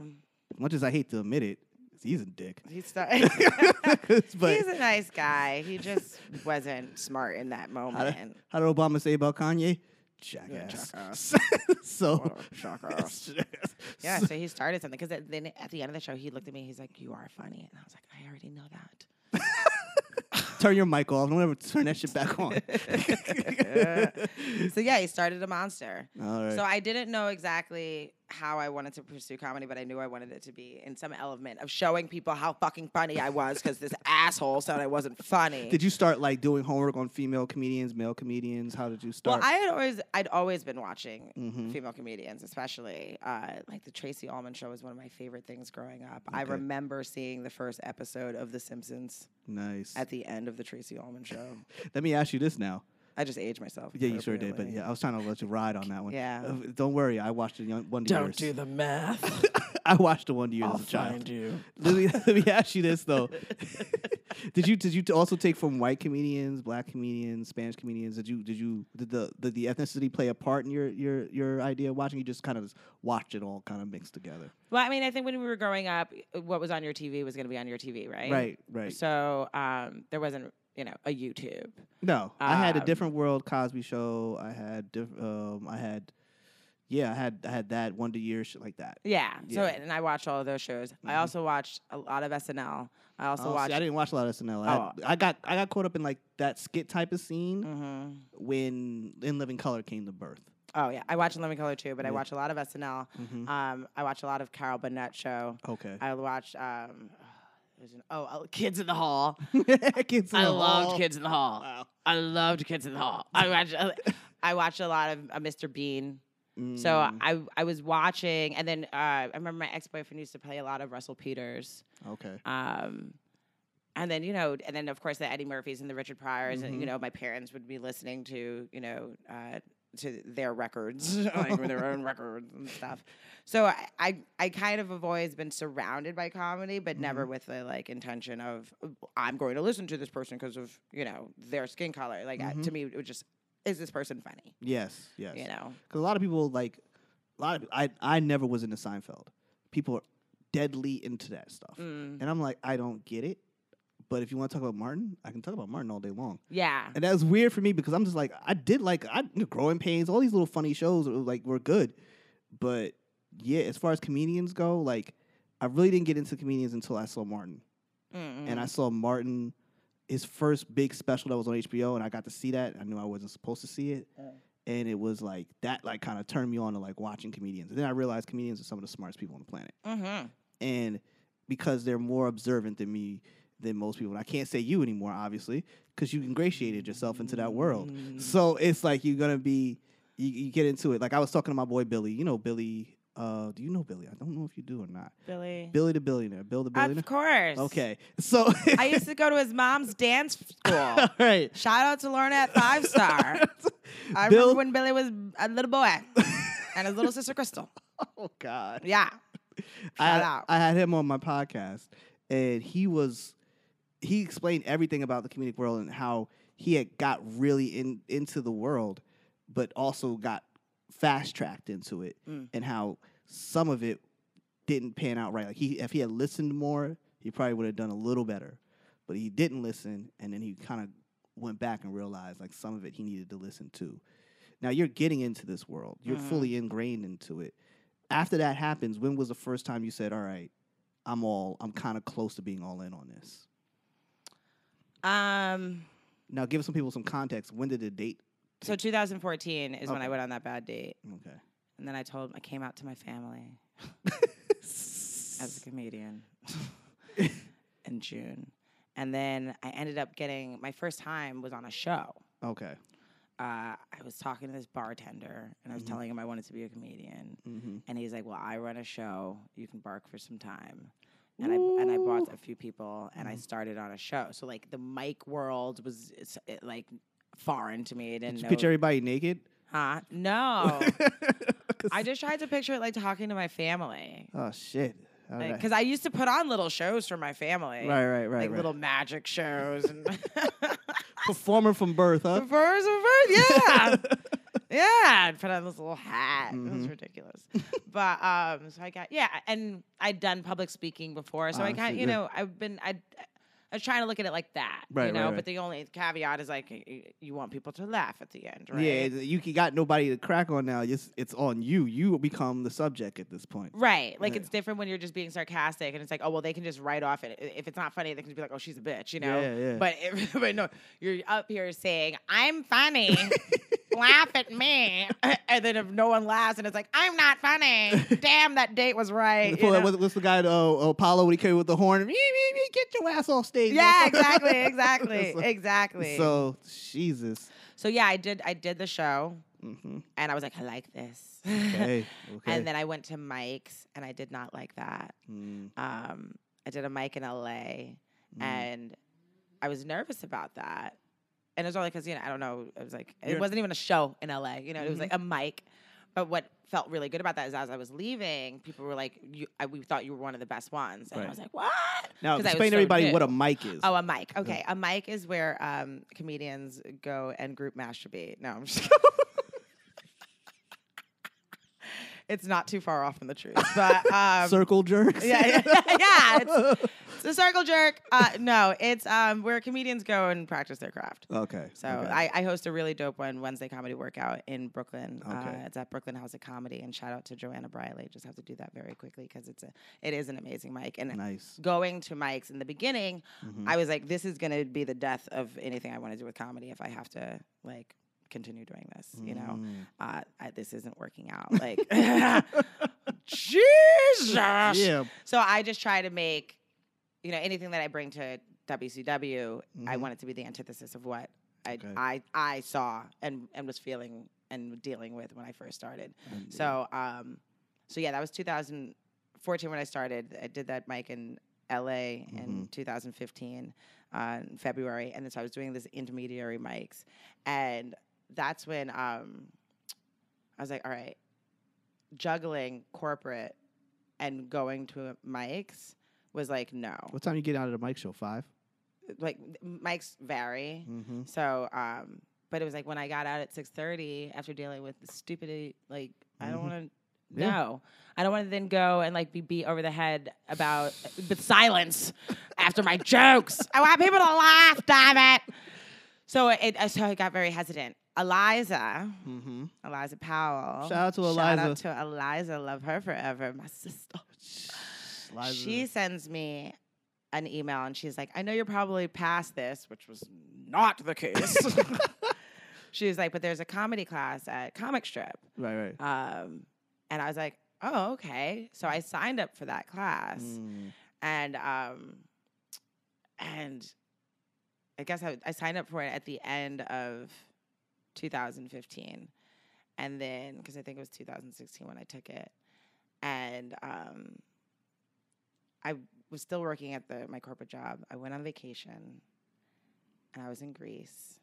[SPEAKER 1] As much as I hate to admit it, he's a dick.
[SPEAKER 2] he's st-
[SPEAKER 1] but
[SPEAKER 2] he's a nice guy. He just wasn't smart in that
[SPEAKER 1] how,
[SPEAKER 2] moment.
[SPEAKER 1] how did Obama say about Kanye? Jackass. so
[SPEAKER 2] What a jackass. Yeah, so he started something because then at the end of the show, he looked at me. He's like, "You are funny," and I was like, "I already know that."
[SPEAKER 1] turn your mic off. Don't ever turn that shit back on.
[SPEAKER 2] So yeah, he started a monster.
[SPEAKER 1] All right.
[SPEAKER 2] So I didn't know exactly how I wanted to pursue comedy, but I knew I wanted it to be in some element of showing people how fucking funny I was because this asshole said I wasn't funny.
[SPEAKER 1] did you start like doing homework on female comedians, male comedians? How did you start?
[SPEAKER 2] Well, I had always, I'd always been watching
[SPEAKER 1] Mhm.
[SPEAKER 2] female comedians, especially uh, like the Tracy Ullman show was one of my favorite things growing up. I
[SPEAKER 1] Okay.
[SPEAKER 2] remember seeing the first episode of The Simpsons
[SPEAKER 1] nice.
[SPEAKER 2] at the end of the Tracy Ullman show.
[SPEAKER 1] Let me ask you this now.
[SPEAKER 2] I just aged myself.
[SPEAKER 1] Yeah, you sure did. But
[SPEAKER 2] appropriately.
[SPEAKER 1] yeah, I was trying to let you ride on that one.
[SPEAKER 2] Yeah.
[SPEAKER 1] Uh, don't worry. I watched the young, Wonder Years.
[SPEAKER 3] the math.
[SPEAKER 1] I watched the Wonder Years as a child.
[SPEAKER 3] you.
[SPEAKER 1] let me let me ask you this though. did you did you t- also take from white comedians, black comedians, Spanish comedians? Did you did you did the did the ethnicity play a part in your your your idea of watching? You just kind of watched it all kind of mixed together.
[SPEAKER 2] Well, I mean, I think when we were growing up, what was on your TV was going to be on your TV, right?
[SPEAKER 1] Right, right.
[SPEAKER 2] So um, there wasn't, you know, a YouTube.
[SPEAKER 1] No, I had a
[SPEAKER 2] Um,
[SPEAKER 1] different world Cosby show. I had diff- um I had yeah, I had I had that Wonder Years shit like that.
[SPEAKER 2] Yeah. So
[SPEAKER 1] Yeah. Mm-hmm.
[SPEAKER 2] and I watched all of those shows. I also watched a lot of SNL. I
[SPEAKER 1] Oh,
[SPEAKER 2] also
[SPEAKER 1] see,
[SPEAKER 2] watched.
[SPEAKER 1] I didn't watch a lot of SNL. I,
[SPEAKER 2] Oh.
[SPEAKER 1] I got I got caught up in like that skit type of scene
[SPEAKER 2] Mhm.
[SPEAKER 1] when In Living Color came to birth.
[SPEAKER 2] Oh yeah, I watch Let Me Color too, but I watch a lot of SNL. Um, I watch a lot of Carol Burnett show.
[SPEAKER 1] Okay.
[SPEAKER 2] I watched. Um, there's an, oh, oh, Kids in the Hall.
[SPEAKER 1] Kids in
[SPEAKER 2] I
[SPEAKER 1] the
[SPEAKER 2] loved
[SPEAKER 1] Hall.
[SPEAKER 2] Kids in the Hall. I loved Kids in the Hall. I watched. uh, I watched a lot of uh, Mr. Bean. So uh,
[SPEAKER 1] Hmm. Mm,
[SPEAKER 2] I I was watching, and then uh, I remember my ex boyfriend used to play a lot of Russell Peters.
[SPEAKER 1] Okay.
[SPEAKER 2] Um, and then you know, and then of course the Eddie Murphys and the Richard Pryors, and you know, my parents would be listening to you know uh, to their records, like with their own records and stuff. So I, I I kind of have always been surrounded by comedy, but never with the like intention of "Oh, I'm going to listen to this person because of you know their skin color. Like I- to me, it was just is this person funny?
[SPEAKER 1] Yes. Yes.
[SPEAKER 2] You know,
[SPEAKER 1] Because a lot of people like, a lot of I I never was into Seinfeld. People are deadly into that stuff,
[SPEAKER 2] Mm.
[SPEAKER 1] and I'm like, I don't get it. But if you want to talk about Martin, I can talk about Martin all day long.
[SPEAKER 2] yeah.
[SPEAKER 1] And that's weird for me because I'm just like, I did like I Growing Pains, all these little funny shows were, like were good, but yeah, as far as comedians go, like I really didn't get into comedians until I saw Martin,
[SPEAKER 2] Mm-mm.
[SPEAKER 1] and I saw Martin. His first big special that was on HBO, and I got to see that. I knew I wasn't supposed to see it,
[SPEAKER 2] Mm.
[SPEAKER 1] and it was like that, like kind of turned me on to like watching comedians. And then I realized comedians are some of the smartest people on the planet
[SPEAKER 2] Mhm.
[SPEAKER 1] and because they're more observant than me than most people. And I can't say you anymore, obviously, because you ingratiated yourself into that world.
[SPEAKER 2] Mm-hmm. Mm.
[SPEAKER 1] So it's like you're gonna be you, you get into it. Like I was talking to my boy Billy. You know Billy. Uh, do you know Billy? I don't know if you do or not.
[SPEAKER 2] Billy.
[SPEAKER 1] Billy the billionaire. Bill the billionaire.
[SPEAKER 2] Of course.
[SPEAKER 1] Okay. So
[SPEAKER 2] I used to go to his mom's dance school.
[SPEAKER 1] all right.
[SPEAKER 2] Shout out to Lorna at Five Star. I
[SPEAKER 1] Bill-
[SPEAKER 2] remember when Billy was a little boy and his little sister Crystal.
[SPEAKER 1] Oh God.
[SPEAKER 2] Yeah.
[SPEAKER 1] I
[SPEAKER 2] Shout
[SPEAKER 1] had,
[SPEAKER 2] out.
[SPEAKER 1] I had him on my podcast, and he was he explained everything about the comedic world and how he had got really in into the world, but also got fast tracked into it,
[SPEAKER 2] Mm.
[SPEAKER 1] and how some of it didn't pan out right. Like he, if he had listened more, he probably would have done a little better, but he didn't listen, and then he kind of went back and realized like some of it he needed to listen to. Now you're getting into this world. You're
[SPEAKER 2] Mhm.
[SPEAKER 1] fully ingrained into it. After that happens, when was the first time you said, "All right, I'm all I'm kind of close to being all in on this"?
[SPEAKER 2] Um.
[SPEAKER 1] Now give some people some context. When did the date?
[SPEAKER 2] So 2014 is when I
[SPEAKER 1] Okay.
[SPEAKER 2] went on that bad date,
[SPEAKER 1] Okay.
[SPEAKER 2] and then I told I came out to my family as a comedian in June, and then I ended up getting my first time was on a show.
[SPEAKER 1] Okay.
[SPEAKER 2] Uh, I was talking to this bartender, and I
[SPEAKER 1] Mm-hmm.
[SPEAKER 2] was telling him I wanted to be a comedian,
[SPEAKER 1] hmm
[SPEAKER 2] And he's like, "Well, I run a show. You can bark for some time." And I and I brought a few people, and I
[SPEAKER 1] Mm-hmm.
[SPEAKER 2] started on a show. So like the mic world was it's, it, like foreign to me. I didn't
[SPEAKER 1] Did you
[SPEAKER 2] know.
[SPEAKER 1] picture everybody naked?
[SPEAKER 2] huh? No,
[SPEAKER 1] 'Cause-
[SPEAKER 2] I just tried to picture it like talking to my family
[SPEAKER 1] oh shit. All right.
[SPEAKER 2] because I used to put on little shows for my family,
[SPEAKER 1] Right, right, right.
[SPEAKER 2] like
[SPEAKER 1] right.
[SPEAKER 2] little magic shows and
[SPEAKER 1] performer from birth, huh?
[SPEAKER 2] verse yeah. Yeah, and put on this little hat. It was
[SPEAKER 1] Mhm.
[SPEAKER 2] ridiculous. but um, so I got yeah, and I'd done public speaking before, so I
[SPEAKER 1] Ah,
[SPEAKER 2] got
[SPEAKER 1] see,
[SPEAKER 2] you
[SPEAKER 1] yeah.
[SPEAKER 2] know I've been I. I was trying to look at it like that, you
[SPEAKER 1] Right,
[SPEAKER 2] know.
[SPEAKER 1] right,
[SPEAKER 2] But
[SPEAKER 1] right.
[SPEAKER 2] the only caveat is like y- y- you want people to laugh at the end, right?
[SPEAKER 1] Yeah, it's- you c- got nobody to crack on now. It's, it's on you. You become the subject at this point.
[SPEAKER 2] right. Like
[SPEAKER 1] Right.
[SPEAKER 2] it's different when you're just being sarcastic, and it's like, oh well, they can just write off it. If it's not funny, they can just be like, oh, she's a bitch, you know.
[SPEAKER 1] Yeah, yeah.
[SPEAKER 2] But if, but no, you're up here saying I'm funny, laugh at me, and then if no one laughs, and it's like I'm not funny. Damn, that date was right. you
[SPEAKER 1] Pull that-
[SPEAKER 2] know?
[SPEAKER 1] what's- what's the guy? Uh, Apollo when he came with the horn. "Mee, mee, mee, Get your ass off stage.
[SPEAKER 2] Yeah,
[SPEAKER 1] motherfucker."
[SPEAKER 2] exactly, exactly,
[SPEAKER 1] So-
[SPEAKER 2] exactly. So,
[SPEAKER 1] So Jesus.
[SPEAKER 2] yeah, I did I did the show
[SPEAKER 1] hmm
[SPEAKER 2] and I was like, I like this.
[SPEAKER 1] Okay. okay.
[SPEAKER 2] And then I went to Mike's and I did not like that.
[SPEAKER 1] Mm,
[SPEAKER 2] Um, I did a mic in LA
[SPEAKER 1] mm.
[SPEAKER 2] and I was nervous about that. And it was only because, you know, I don't know, it was like it
[SPEAKER 1] You're- Mm-hmm.
[SPEAKER 2] wasn't even a show in LA, you know, it was like a mic. But what felt really good about that is as I was leaving, people were like, you, I, we thought you were one of the best ones. And I
[SPEAKER 1] Right.
[SPEAKER 2] was like, what?
[SPEAKER 1] now
[SPEAKER 2] 'Cause I was
[SPEAKER 1] explain to
[SPEAKER 2] so
[SPEAKER 1] everybody
[SPEAKER 2] new.
[SPEAKER 1] what a mic is.
[SPEAKER 2] Oh, a mic. Okay, a mic is where um, comedians go and group masturbate. No, I'm just. it's not too far off from the truth, but um,
[SPEAKER 1] Circle jerks.
[SPEAKER 2] yeah, yeah, yeah. It's, it's a circle jerk. Uh, no, it's um, where comedians go and practice their craft.
[SPEAKER 1] okay.
[SPEAKER 2] So
[SPEAKER 1] okay.
[SPEAKER 2] I, I host a really dope one Wednesday comedy workout in Brooklyn.
[SPEAKER 1] Okay.
[SPEAKER 2] Uh, it's at Brooklyn House of Comedy, and shout out to Joanna Briley. Just have to do that very quickly because it's a it is an amazing mic, and
[SPEAKER 1] nice.
[SPEAKER 2] going to mics in the beginning,
[SPEAKER 1] Mhm.
[SPEAKER 2] I was like, this is gonna be the death of anything I want to do with comedy if I have to like continue doing this. You know,
[SPEAKER 1] Mm-hmm.
[SPEAKER 2] uh, I, this isn't working out. Like,
[SPEAKER 1] Mm.
[SPEAKER 2] Jesus.
[SPEAKER 1] Yeah.
[SPEAKER 2] So I just try to make, you know, anything that I bring to WCW,
[SPEAKER 1] Mm-hmm.
[SPEAKER 2] I want it to be the antithesis of what I
[SPEAKER 1] Okay.
[SPEAKER 2] I, I saw and and was feeling and dealing with when I first started. So um, so yeah, that was 2014 when I started. I did that mic in LA in 2015 uh, in February, and then so I was doing this intermediary mics, and that's when um, I was like, all right, juggling corporate and going to mics was like no,
[SPEAKER 1] What time you get out of the mic show? Five.
[SPEAKER 2] like mics vary.
[SPEAKER 1] Mm-hmm.
[SPEAKER 2] So, um, but it was like when I got out at six thirty after dealing with the stupidity, like I don't
[SPEAKER 1] Mhm.
[SPEAKER 2] want to.
[SPEAKER 1] Yeah.
[SPEAKER 2] No, I don't want to then go and like be beat over the head about with silence after my jokes. I want people to laugh, damn it. So it, so I got very hesitant. Eliza,
[SPEAKER 1] Mm-hmm.
[SPEAKER 2] Eliza Powell.
[SPEAKER 1] Shout out to
[SPEAKER 2] Uh-huh. Shout out
[SPEAKER 1] Eliza.
[SPEAKER 2] to Eliza. Love her forever, my sister. She sends me an email and she's like, I know you're probably past this, which was not the case. she's like, but there's a comedy class at Comic Strip.
[SPEAKER 1] right, right.
[SPEAKER 2] Um, and I was like, oh, okay. So I signed up for that class.
[SPEAKER 1] Mm.
[SPEAKER 2] And um, and I guess I, I signed up for it at the end of 2015. And then, because I think it was 2016 when I took it. And um, I was still working at the my corporate job. I went on vacation and I was in Greece.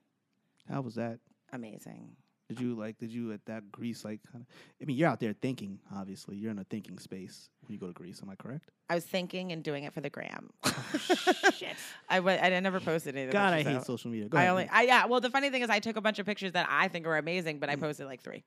[SPEAKER 1] How was that?
[SPEAKER 2] Amazing.
[SPEAKER 1] Did you like? Did you at that Greece like? Kind of. I mean, you're out there thinking. Obviously, you're in a thinking space when you go to Greece. Am I correct?
[SPEAKER 2] I was thinking and doing it for the gram. Shit. I, wa- I never posted anything.
[SPEAKER 1] God, I hate social media. Go
[SPEAKER 2] I
[SPEAKER 1] ahead,
[SPEAKER 2] only,
[SPEAKER 1] man.
[SPEAKER 2] I, yeah. Well, the funny thing is, I took a bunch of pictures that I think are amazing,
[SPEAKER 1] Mm.
[SPEAKER 2] but I posted like three.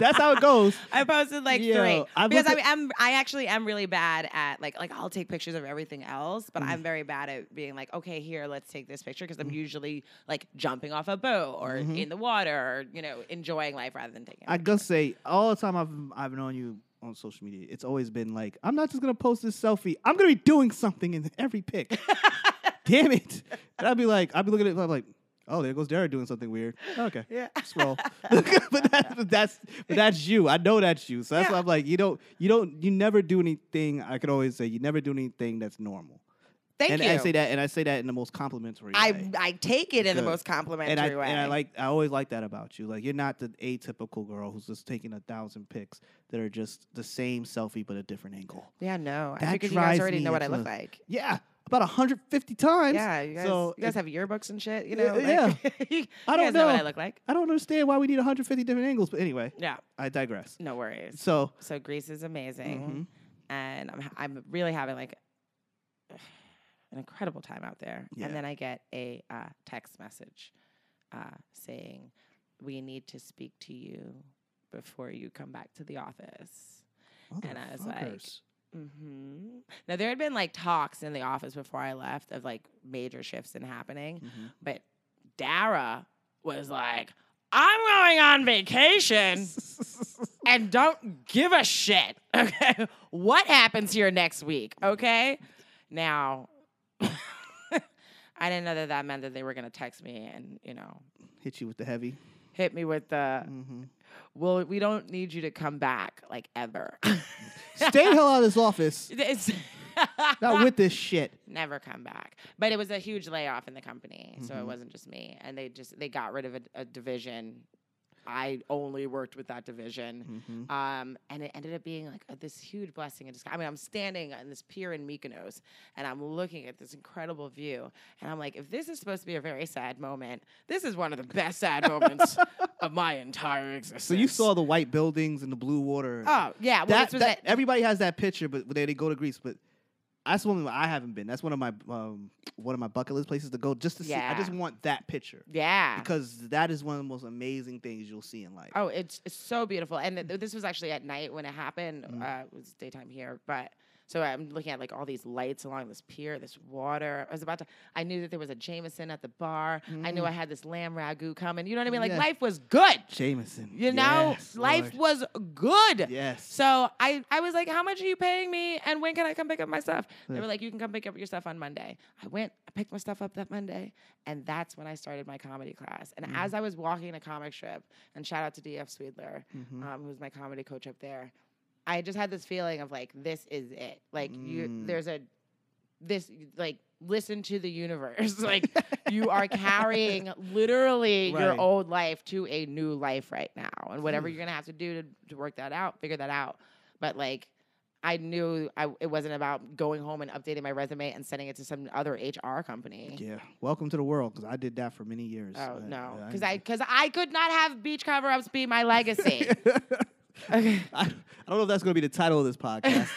[SPEAKER 1] That's how it goes.
[SPEAKER 2] I posted like
[SPEAKER 1] Yo,
[SPEAKER 2] three
[SPEAKER 1] I've
[SPEAKER 2] because I
[SPEAKER 1] looked
[SPEAKER 2] mean, I'm, I actually am really bad at like, like I'll take pictures of everything else,
[SPEAKER 1] Mm.
[SPEAKER 2] but I'm very bad at being like, okay, here, let's take this picture because I'm usually like jumping off a boat or in the water or you know enjoying life rather than taking.
[SPEAKER 1] Mm-hmm. I gotta say, all the time I've I've known you on social media, it's always been like, I'm not just gonna post this selfie. I'm gonna be doing something in every pic. Damn it! And I'd be like, I'd be looking at, it, I'm like, oh, there goes Derek doing something weird. Okay,
[SPEAKER 2] Yeah.
[SPEAKER 1] scroll. but, that, but that's but that's you. I know that's you. So that's why I'm like, you don't you don't you never do anything. I could always say you never do anything that's normal.
[SPEAKER 2] Thank
[SPEAKER 1] and
[SPEAKER 2] you.
[SPEAKER 1] I say that, and I say that in the most complimentary. way
[SPEAKER 2] I, I take it in the
[SPEAKER 1] Good.
[SPEAKER 2] most complimentary
[SPEAKER 1] and I,
[SPEAKER 2] way.
[SPEAKER 1] And I like I always like that about you. Like you're not the atypical girl who's just taking a thousand pics that are just the same selfie but a different angle.
[SPEAKER 2] Yeah, no.
[SPEAKER 1] That
[SPEAKER 2] I figured you guys
[SPEAKER 1] drives
[SPEAKER 2] already
[SPEAKER 1] me
[SPEAKER 2] know what I look
[SPEAKER 1] into-
[SPEAKER 2] like.
[SPEAKER 1] Yeah, about 150 times.
[SPEAKER 2] Yeah, you guys,
[SPEAKER 1] so
[SPEAKER 2] you guys
[SPEAKER 1] it-
[SPEAKER 2] have yearbooks and shit. You
[SPEAKER 1] Yeah,
[SPEAKER 2] know, like, you
[SPEAKER 1] I
[SPEAKER 2] guys
[SPEAKER 1] don't
[SPEAKER 2] know. what I
[SPEAKER 1] know.
[SPEAKER 2] look like.
[SPEAKER 1] I don't understand why we need 150 different angles, but anyway,
[SPEAKER 2] Yeah,
[SPEAKER 1] I digress.
[SPEAKER 2] no worries.
[SPEAKER 1] So
[SPEAKER 2] So Greece is amazing,
[SPEAKER 1] Mm-hmm.
[SPEAKER 2] and I'm ha- I'm really having like an incredible time out there.
[SPEAKER 1] Yeah.
[SPEAKER 2] And then I get a uh, text message uh, saying, "We need to speak to you before you come back to the office." And I was like,
[SPEAKER 1] mm-hmm. motherfuckers. Mm-hmm.
[SPEAKER 2] hmm Now there had been like talks in the office before I left of like major shifts in happening,
[SPEAKER 1] Mhm.
[SPEAKER 2] but Dara was like, "I'm going on vacation and don't give a shit. Okay, what happens here next week? Okay, now." I didn't know that that meant that they were going to text me and, you know,
[SPEAKER 1] hit you with the heavy.
[SPEAKER 2] hit me with the,
[SPEAKER 1] Mhm.
[SPEAKER 2] well, we don't need you to come back like ever.
[SPEAKER 1] Stay the hell out of this office.
[SPEAKER 2] It's-
[SPEAKER 1] Not with this shit.
[SPEAKER 2] never come back. But it was a huge layoff in the company, so
[SPEAKER 1] Mm-hmm.
[SPEAKER 2] it wasn't just me. And they just they got rid of a, a division. I only worked with that division.
[SPEAKER 1] Mhm.
[SPEAKER 2] Um, and it ended up being like a, this huge blessing in disguise. I mean, I'm standing on this pier in Mykonos, and I'm looking at this incredible view, and I'm like, if this is supposed to be a very sad moment, this is one of the best sad moments of my entire existence.
[SPEAKER 1] So you saw the white buildings and the blue water.
[SPEAKER 2] Oh yeah, well,
[SPEAKER 1] that,
[SPEAKER 2] this was
[SPEAKER 1] that-
[SPEAKER 2] at-
[SPEAKER 1] everybody has that picture, but they, they go to Greece. But that's one where I haven't been. That's one of my um, one of my bucket list places to go just to see. I just
[SPEAKER 2] Yeah.
[SPEAKER 1] want that picture
[SPEAKER 2] yeah.
[SPEAKER 1] because that is one of the most amazing things you'll see in life.
[SPEAKER 2] Oh, it's, it's so beautiful. And th- this was actually at night when it happened. Uh, it was daytime here, but So I'm looking at like all these lights along this pier, this water. I was about to. I knew that there was a Jameson at the bar. I knew I had this lamb ragu coming. You know what I mean? Like
[SPEAKER 1] Yes.
[SPEAKER 2] life was good.
[SPEAKER 1] Jameson.
[SPEAKER 2] You know,
[SPEAKER 1] Yes, Oh
[SPEAKER 2] life
[SPEAKER 1] Lord.
[SPEAKER 2] was good.
[SPEAKER 1] Yes.
[SPEAKER 2] So I, I was like, how much are you paying me? And when can I come pick up my stuff? They were like, you can come pick up your stuff on Monday. I went, I picked my stuff up that Monday. And that's when I started my comedy class. And as I was walking to comic strip, and shout out to DF Swedler,
[SPEAKER 1] Mm-hmm.
[SPEAKER 2] um, who's my comedy coach up there, I just had this feeling of like, this is it. Like,
[SPEAKER 1] Mm.
[SPEAKER 2] you, there's a, this, like, listen to the universe. like, you are carrying literally your
[SPEAKER 1] Right.
[SPEAKER 2] own old life to a new life right now. And whatever you're gonna have to do to, to work that out, figure that out. But like I knew I, it wasn't about going home and updating my resume and sending it to some other HR company.
[SPEAKER 1] Yeah. Welcome to the world, because I did that for many years.
[SPEAKER 2] Oh
[SPEAKER 1] I-
[SPEAKER 2] no, because I because I could not have beach cover ups be my legacy. Okay.
[SPEAKER 1] I, I don't know if that's going to be the title of this podcast,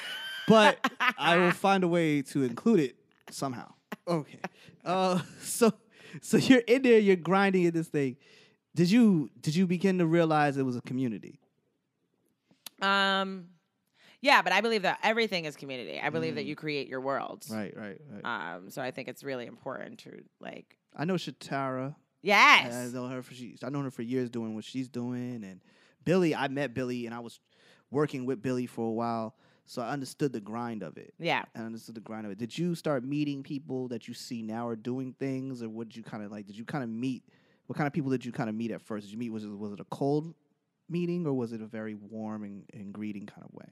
[SPEAKER 1] but I will find a way to include it somehow. Okay. Uh, so, so you're in there, you're grinding at this thing. Did you did you begin to realize it was a community?
[SPEAKER 2] um, yeah, but I believe that everything is community. I believe that you create your worlds.
[SPEAKER 1] Right, right, right.
[SPEAKER 2] Um, so I think it's really important to like
[SPEAKER 1] I know Shatara. I
[SPEAKER 2] yes,
[SPEAKER 1] know her for she, I know her for years doing what she's doing, and Billy. I met Billy, and I was working with Billy for a while, so I understood the grind of it.
[SPEAKER 2] yeah.
[SPEAKER 1] I understood the grind of it. Did you start meeting people that you see now are doing things, or what did you kind of like? Did you kind of meet? What kind of people did you kind of meet at first? Did you meet? Was it was it a cold meeting, or was it a very warm and, and greeting kind of way?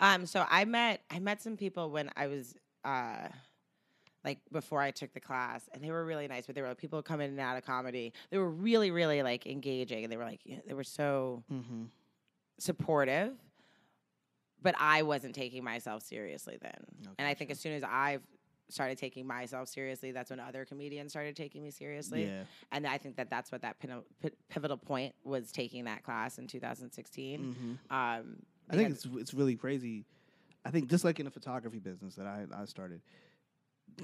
[SPEAKER 2] Um, so I met I met some people when I was uh like before I took the class, and they were really nice. But they were like, people coming in and out of comedy. They were really, really like engaging, and they were like you know, they were so
[SPEAKER 1] Mm-hmm.
[SPEAKER 2] supportive. But I wasn't taking myself seriously then, and I think as soon as I started taking myself seriously, that's when other comedians started taking me seriously.
[SPEAKER 1] Yeah.
[SPEAKER 2] And I think that that's what that pino- pi- pivotal point was taking that class in 2016.
[SPEAKER 1] Mm-hmm.
[SPEAKER 2] Um,
[SPEAKER 1] I think
[SPEAKER 2] because-
[SPEAKER 1] it's it's really crazy. I think just like in the photography business that I, I started,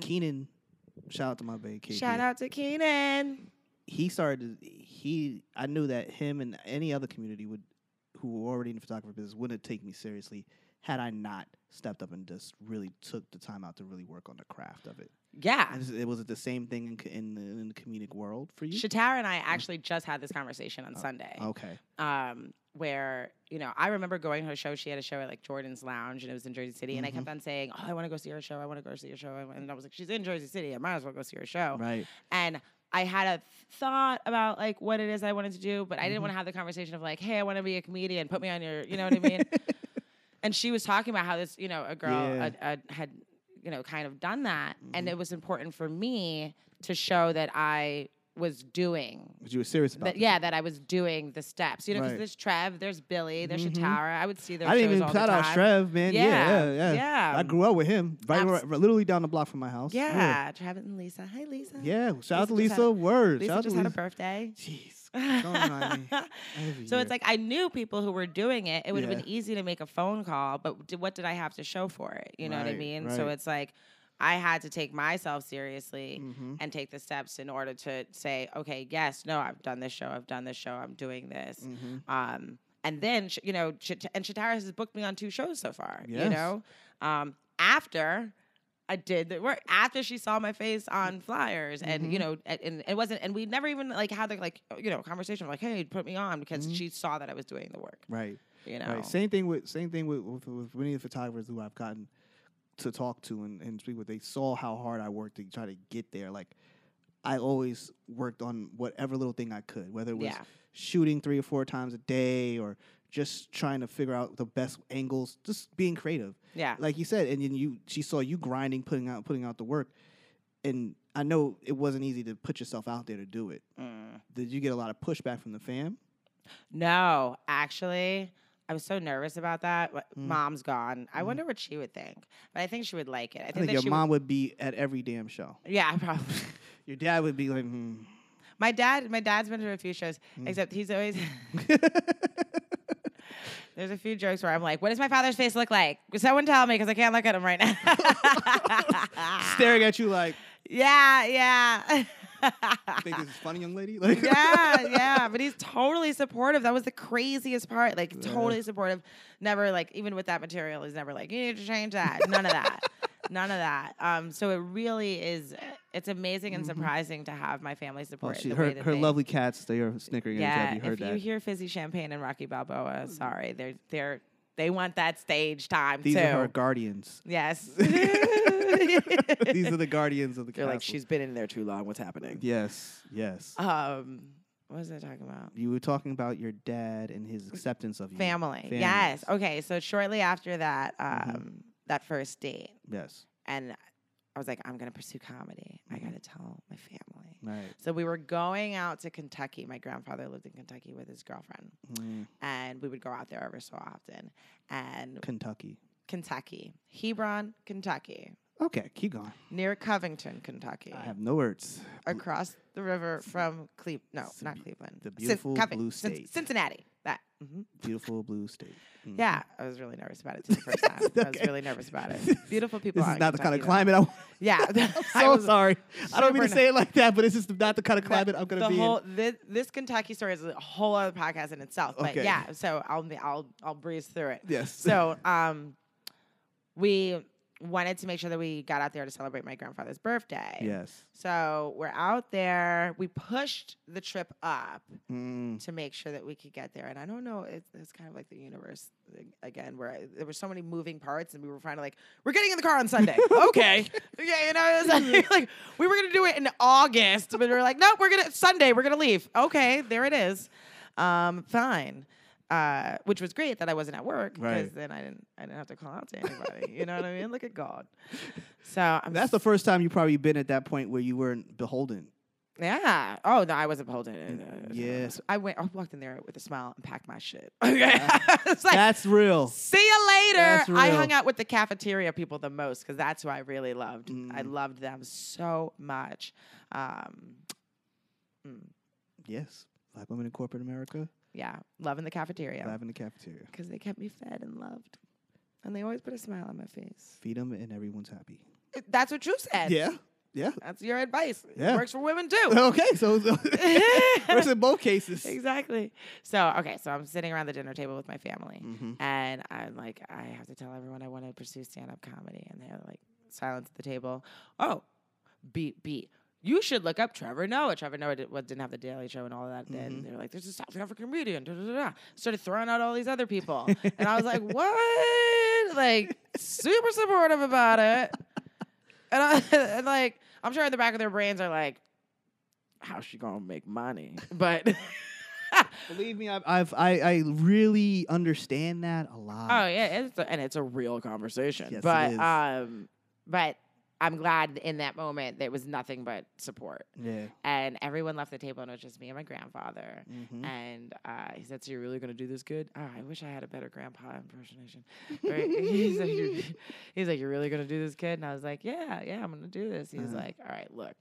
[SPEAKER 1] Keenan, shout out to my babe. KP.
[SPEAKER 2] shout out to Keenan.
[SPEAKER 1] He started. He I knew that him and any other community would, who were already in the photography business, wouldn't take me seriously had I not stepped up and just really took the time out to really work on the craft of it.
[SPEAKER 2] Yeah.
[SPEAKER 1] And is- It was it the same thing in, co- in the, in the comedic world for you? Oh.
[SPEAKER 2] Shatara and I actually just had this conversation on Sunday.
[SPEAKER 1] Okay.
[SPEAKER 2] Um, where, you know, I remember going to her show. She had a show at like Jordan's Lounge and it was in Jersey City. And I
[SPEAKER 1] Mm-hmm.
[SPEAKER 2] kept on saying, Oh, I want to go see her show. I want to go see her show. I wanna-" And I was like, She's in Jersey City. I might as well go see her show.
[SPEAKER 1] Right.
[SPEAKER 2] And I had a thought about like what it is I wanted to do, but I didn't want
[SPEAKER 1] Mm-hmm.
[SPEAKER 2] to have the conversation of like, Hey, I want to be a comedian. Put me on your, you know what I mean? and she was talking about how this, you know, a girl
[SPEAKER 1] Yeah. Mm-hmm.
[SPEAKER 2] uh, uh, had, you know, kind of done that. And it was important for me to show that I was doing
[SPEAKER 1] But you were serious about
[SPEAKER 2] that,
[SPEAKER 1] this.
[SPEAKER 2] yeah, that I was doing the steps. You know, because
[SPEAKER 1] Right. Mm-hmm.
[SPEAKER 2] there's Trev, there's Billy, there's Shatara. I would see their
[SPEAKER 1] I didn't
[SPEAKER 2] shows
[SPEAKER 1] even
[SPEAKER 2] all the
[SPEAKER 1] shout
[SPEAKER 2] time.
[SPEAKER 1] out Trev, man. Yeah,
[SPEAKER 2] Yeah,
[SPEAKER 1] yeah, yeah.
[SPEAKER 2] yeah.
[SPEAKER 1] I grew up with him, right,
[SPEAKER 2] Abs-
[SPEAKER 1] right- literally down the block from my house.
[SPEAKER 2] Yeah, Trev and Lisa. Hi, Lisa.
[SPEAKER 1] yeah. Shout out to
[SPEAKER 2] Lisa just
[SPEAKER 1] Lisa.
[SPEAKER 2] had a-
[SPEAKER 1] Word.
[SPEAKER 2] Lisa
[SPEAKER 1] shout out
[SPEAKER 2] just
[SPEAKER 1] to
[SPEAKER 2] had a
[SPEAKER 1] Lisa.
[SPEAKER 2] birthday.
[SPEAKER 1] Jeez, don't remind me. Every
[SPEAKER 2] so
[SPEAKER 1] year.
[SPEAKER 2] it's like I knew people who were doing it. It would have been
[SPEAKER 1] Yeah.
[SPEAKER 2] easy to make a phone call, but d- what did I have to show for it? You know what I
[SPEAKER 1] Right,
[SPEAKER 2] mean? So
[SPEAKER 1] right.
[SPEAKER 2] it's like I had to take myself seriously
[SPEAKER 1] Mhm.
[SPEAKER 2] and take the steps in order to say, okay, yes, no, I've done this show, I've done this show, I'm doing this.
[SPEAKER 1] Mm-hmm.
[SPEAKER 2] Um, and then sh- you know, Sh- and Shatara has booked me on two shows so far. You
[SPEAKER 1] Yes.
[SPEAKER 2] know, um, after I did the work, after she saw my face
[SPEAKER 1] Mm-hmm.
[SPEAKER 2] on flyers, and you know, and, and it wasn't, and we never even like had the like you know conversation like, hey, put me on because
[SPEAKER 1] Mm-hmm.
[SPEAKER 2] she saw that I was doing the work.
[SPEAKER 1] right,
[SPEAKER 2] You know,
[SPEAKER 1] right. Same thing with same thing with, with with many of the photographers who I've gotten to talk to and, and speak with. They saw how hard I worked to try to get there. Like I always worked on whatever little thing I could, whether it was
[SPEAKER 2] Yeah.
[SPEAKER 1] shooting three or four times a day or just trying to figure out the best angles, just being creative.
[SPEAKER 2] yeah,
[SPEAKER 1] like you said, and then you she saw you grinding, putting out putting out the work, and I know it wasn't easy to put yourself out there to do it.
[SPEAKER 2] Mm.
[SPEAKER 1] Did you get a lot of pushback from the fam?
[SPEAKER 2] no, actually. I was so nervous about that. Wh-
[SPEAKER 1] Mm.
[SPEAKER 2] Mom's gone. I wonder what she would think. But I think she would like it. I think,
[SPEAKER 1] Mm-hmm. I think
[SPEAKER 2] that
[SPEAKER 1] your
[SPEAKER 2] she
[SPEAKER 1] mom would... be at every damn show.
[SPEAKER 2] Would, yeah, probably.
[SPEAKER 1] Your dad would be like, hmm.
[SPEAKER 2] My dad, my dad's been to a few shows,
[SPEAKER 1] Mm.
[SPEAKER 2] except he's always. There's a few jokes where I'm like, "What does my father's face look like?" Someone tell me because I can't look at him right now.
[SPEAKER 1] staring at you like,
[SPEAKER 2] yeah, yeah.
[SPEAKER 1] think this is funny, young lady? Like,
[SPEAKER 2] yeah, yeah. But he's totally supportive. That was the craziest part. Like totally supportive. Never like even with that material, he's never like you need to change that. None of that. None of that. Um. So it really is. It's amazing and surprising to have my family
[SPEAKER 1] oh,
[SPEAKER 2] support.
[SPEAKER 1] Mm-hmm. she,
[SPEAKER 2] the
[SPEAKER 1] her
[SPEAKER 2] way that
[SPEAKER 1] her
[SPEAKER 2] they-
[SPEAKER 1] lovely cats, they are snickering at
[SPEAKER 2] Yeah.
[SPEAKER 1] each other. You heard
[SPEAKER 2] if you
[SPEAKER 1] that.
[SPEAKER 2] hear fizzy champagne and Rocky Balboa, sorry, they're they're they want that stage time
[SPEAKER 1] These
[SPEAKER 2] too.
[SPEAKER 1] are her guardians.
[SPEAKER 2] yes.
[SPEAKER 1] These are the guardians of the
[SPEAKER 2] They're
[SPEAKER 1] castle.
[SPEAKER 2] like she's been in there too long. What's happening?
[SPEAKER 1] Yes, yes.
[SPEAKER 2] Um. What was I talking about?
[SPEAKER 1] you were talking about your dad and his acceptance of you.
[SPEAKER 2] Family.
[SPEAKER 1] Families.
[SPEAKER 2] Yes. Okay. So shortly after that, um,
[SPEAKER 1] Mhm.
[SPEAKER 2] that first date,
[SPEAKER 1] Yes.
[SPEAKER 2] and I was like, I'm gonna pursue comedy. I
[SPEAKER 1] Mm-hmm.
[SPEAKER 2] gotta tell my family.
[SPEAKER 1] Right.
[SPEAKER 2] So we were going out to Kentucky. My grandfather lived in Kentucky with his girlfriend,
[SPEAKER 1] Mm,
[SPEAKER 2] and we would go out there ever so often. And
[SPEAKER 1] Kentucky.
[SPEAKER 2] Kentucky, Hebron, Kentucky,
[SPEAKER 1] Okay, keep going.
[SPEAKER 2] near Covington, Kentucky,
[SPEAKER 1] I have no words.
[SPEAKER 2] across the river from Cle No,
[SPEAKER 1] It's a
[SPEAKER 2] not
[SPEAKER 1] beau-
[SPEAKER 2] Cleveland.
[SPEAKER 1] the
[SPEAKER 2] Cin-
[SPEAKER 1] beautiful
[SPEAKER 2] Coving-
[SPEAKER 1] blue Mm-hmm.
[SPEAKER 2] Cin-
[SPEAKER 1] state.
[SPEAKER 2] Cincinnati. That. mhm.
[SPEAKER 1] Beautiful blue state. Mm.
[SPEAKER 2] Yeah, I was really nervous about it too the first time. I was
[SPEAKER 1] Okay.
[SPEAKER 2] really nervous about it. Beautiful people.
[SPEAKER 1] This
[SPEAKER 2] out
[SPEAKER 1] is
[SPEAKER 2] in
[SPEAKER 1] not the kind of
[SPEAKER 2] Kentucky,
[SPEAKER 1] climate I want.
[SPEAKER 2] though. Yeah,
[SPEAKER 1] I'm
[SPEAKER 2] I
[SPEAKER 1] so
[SPEAKER 2] was-
[SPEAKER 1] sorry. I don't mean to
[SPEAKER 2] super
[SPEAKER 1] say it like that, but this is not the kind of climate I'm going
[SPEAKER 2] the
[SPEAKER 1] to be
[SPEAKER 2] whole
[SPEAKER 1] in.
[SPEAKER 2] this, this Kentucky story is a whole other podcast in itself. But
[SPEAKER 1] Okay.
[SPEAKER 2] yeah, so I'll I'll I'll breeze through it.
[SPEAKER 1] Yes.
[SPEAKER 2] So um, we wanted to make sure that we got out there to celebrate my grandfather's birthday.
[SPEAKER 1] Yes.
[SPEAKER 2] So we're out there. We pushed the trip up
[SPEAKER 1] Mm.
[SPEAKER 2] to make sure that we could get there. And I don't know, it's, it's kind of like the universe thing again, where I, there were so many moving parts, and we were trying to like, we're getting in the car on Sunday. okay, yeah, you know, it was like, like, we were gonna do it in August, but we were like, no, we're gonna Sunday, we're gonna leave. Okay, there it is. Um, fine. Uh, which was great that I wasn't at work because
[SPEAKER 1] Right.
[SPEAKER 2] then I didn't I didn't have to call out to anybody. you know what I mean? Look at God. So I'm
[SPEAKER 1] That's the first time you probably been at that point where you weren't beholden.
[SPEAKER 2] Yeah. Oh no, I wasn't holding it. No, no, no.
[SPEAKER 1] Yes.
[SPEAKER 2] I went. I walked in there with a smile and packed my shit. Okay. it's like
[SPEAKER 1] That's real.
[SPEAKER 2] see you later.
[SPEAKER 1] That's
[SPEAKER 2] I
[SPEAKER 1] real.
[SPEAKER 2] hung out with the cafeteria people the most because that's who I really loved. I
[SPEAKER 1] Mm.
[SPEAKER 2] loved them so much. Um, mm,
[SPEAKER 1] Yes. Black women in corporate America,
[SPEAKER 2] yeah, loving the cafeteria
[SPEAKER 1] live in the cafeteria.
[SPEAKER 2] because they kept me fed and loved, and they always put a smile on my face.
[SPEAKER 1] Feed them and everyone's happy.
[SPEAKER 2] It- That's what you said.
[SPEAKER 1] Yeah. Yeah.
[SPEAKER 2] That's your advice.
[SPEAKER 1] Yeah.
[SPEAKER 2] It works for women too.
[SPEAKER 1] Okay. So works in both cases.
[SPEAKER 2] exactly. So okay, so I'm sitting around the dinner table with my family.
[SPEAKER 1] Mm-hmm.
[SPEAKER 2] And I'm like, I have to tell everyone I want to pursue stand up comedy. And they're like, silence at the table. Oh, beat, beat. You should look up Trevor Noah. Trevor Noah did, what, didn't have the Daily Show and all that. Then they're like, there's a South African comedian. Da, da, da, da. Started throwing out all these other people. and I was like, what? Like, super supportive about it. And, I, and like, I'm sure in the back of their brains are like, how's she going to make money? But.
[SPEAKER 1] Believe me, I've, I've I, I really understand that a lot.
[SPEAKER 2] Oh yeah, it's a, and it's a real conversation.
[SPEAKER 1] Yes, it
[SPEAKER 2] but
[SPEAKER 1] is.
[SPEAKER 2] um, but I'm glad in that moment there was nothing but support,
[SPEAKER 1] yeah.
[SPEAKER 2] and everyone left the table, and it was just me and my grandfather.
[SPEAKER 1] Mm-hmm.
[SPEAKER 2] And uh, he said, "So you're really gonna do this good? Oh, I wish I had a better grandpa impersonation." Right? he's, like, "You're- he's like, "You're really gonna do this good?" And I was like, "Yeah, yeah, I'm gonna do this." He was
[SPEAKER 1] Uh-huh.
[SPEAKER 2] like, "All right, look,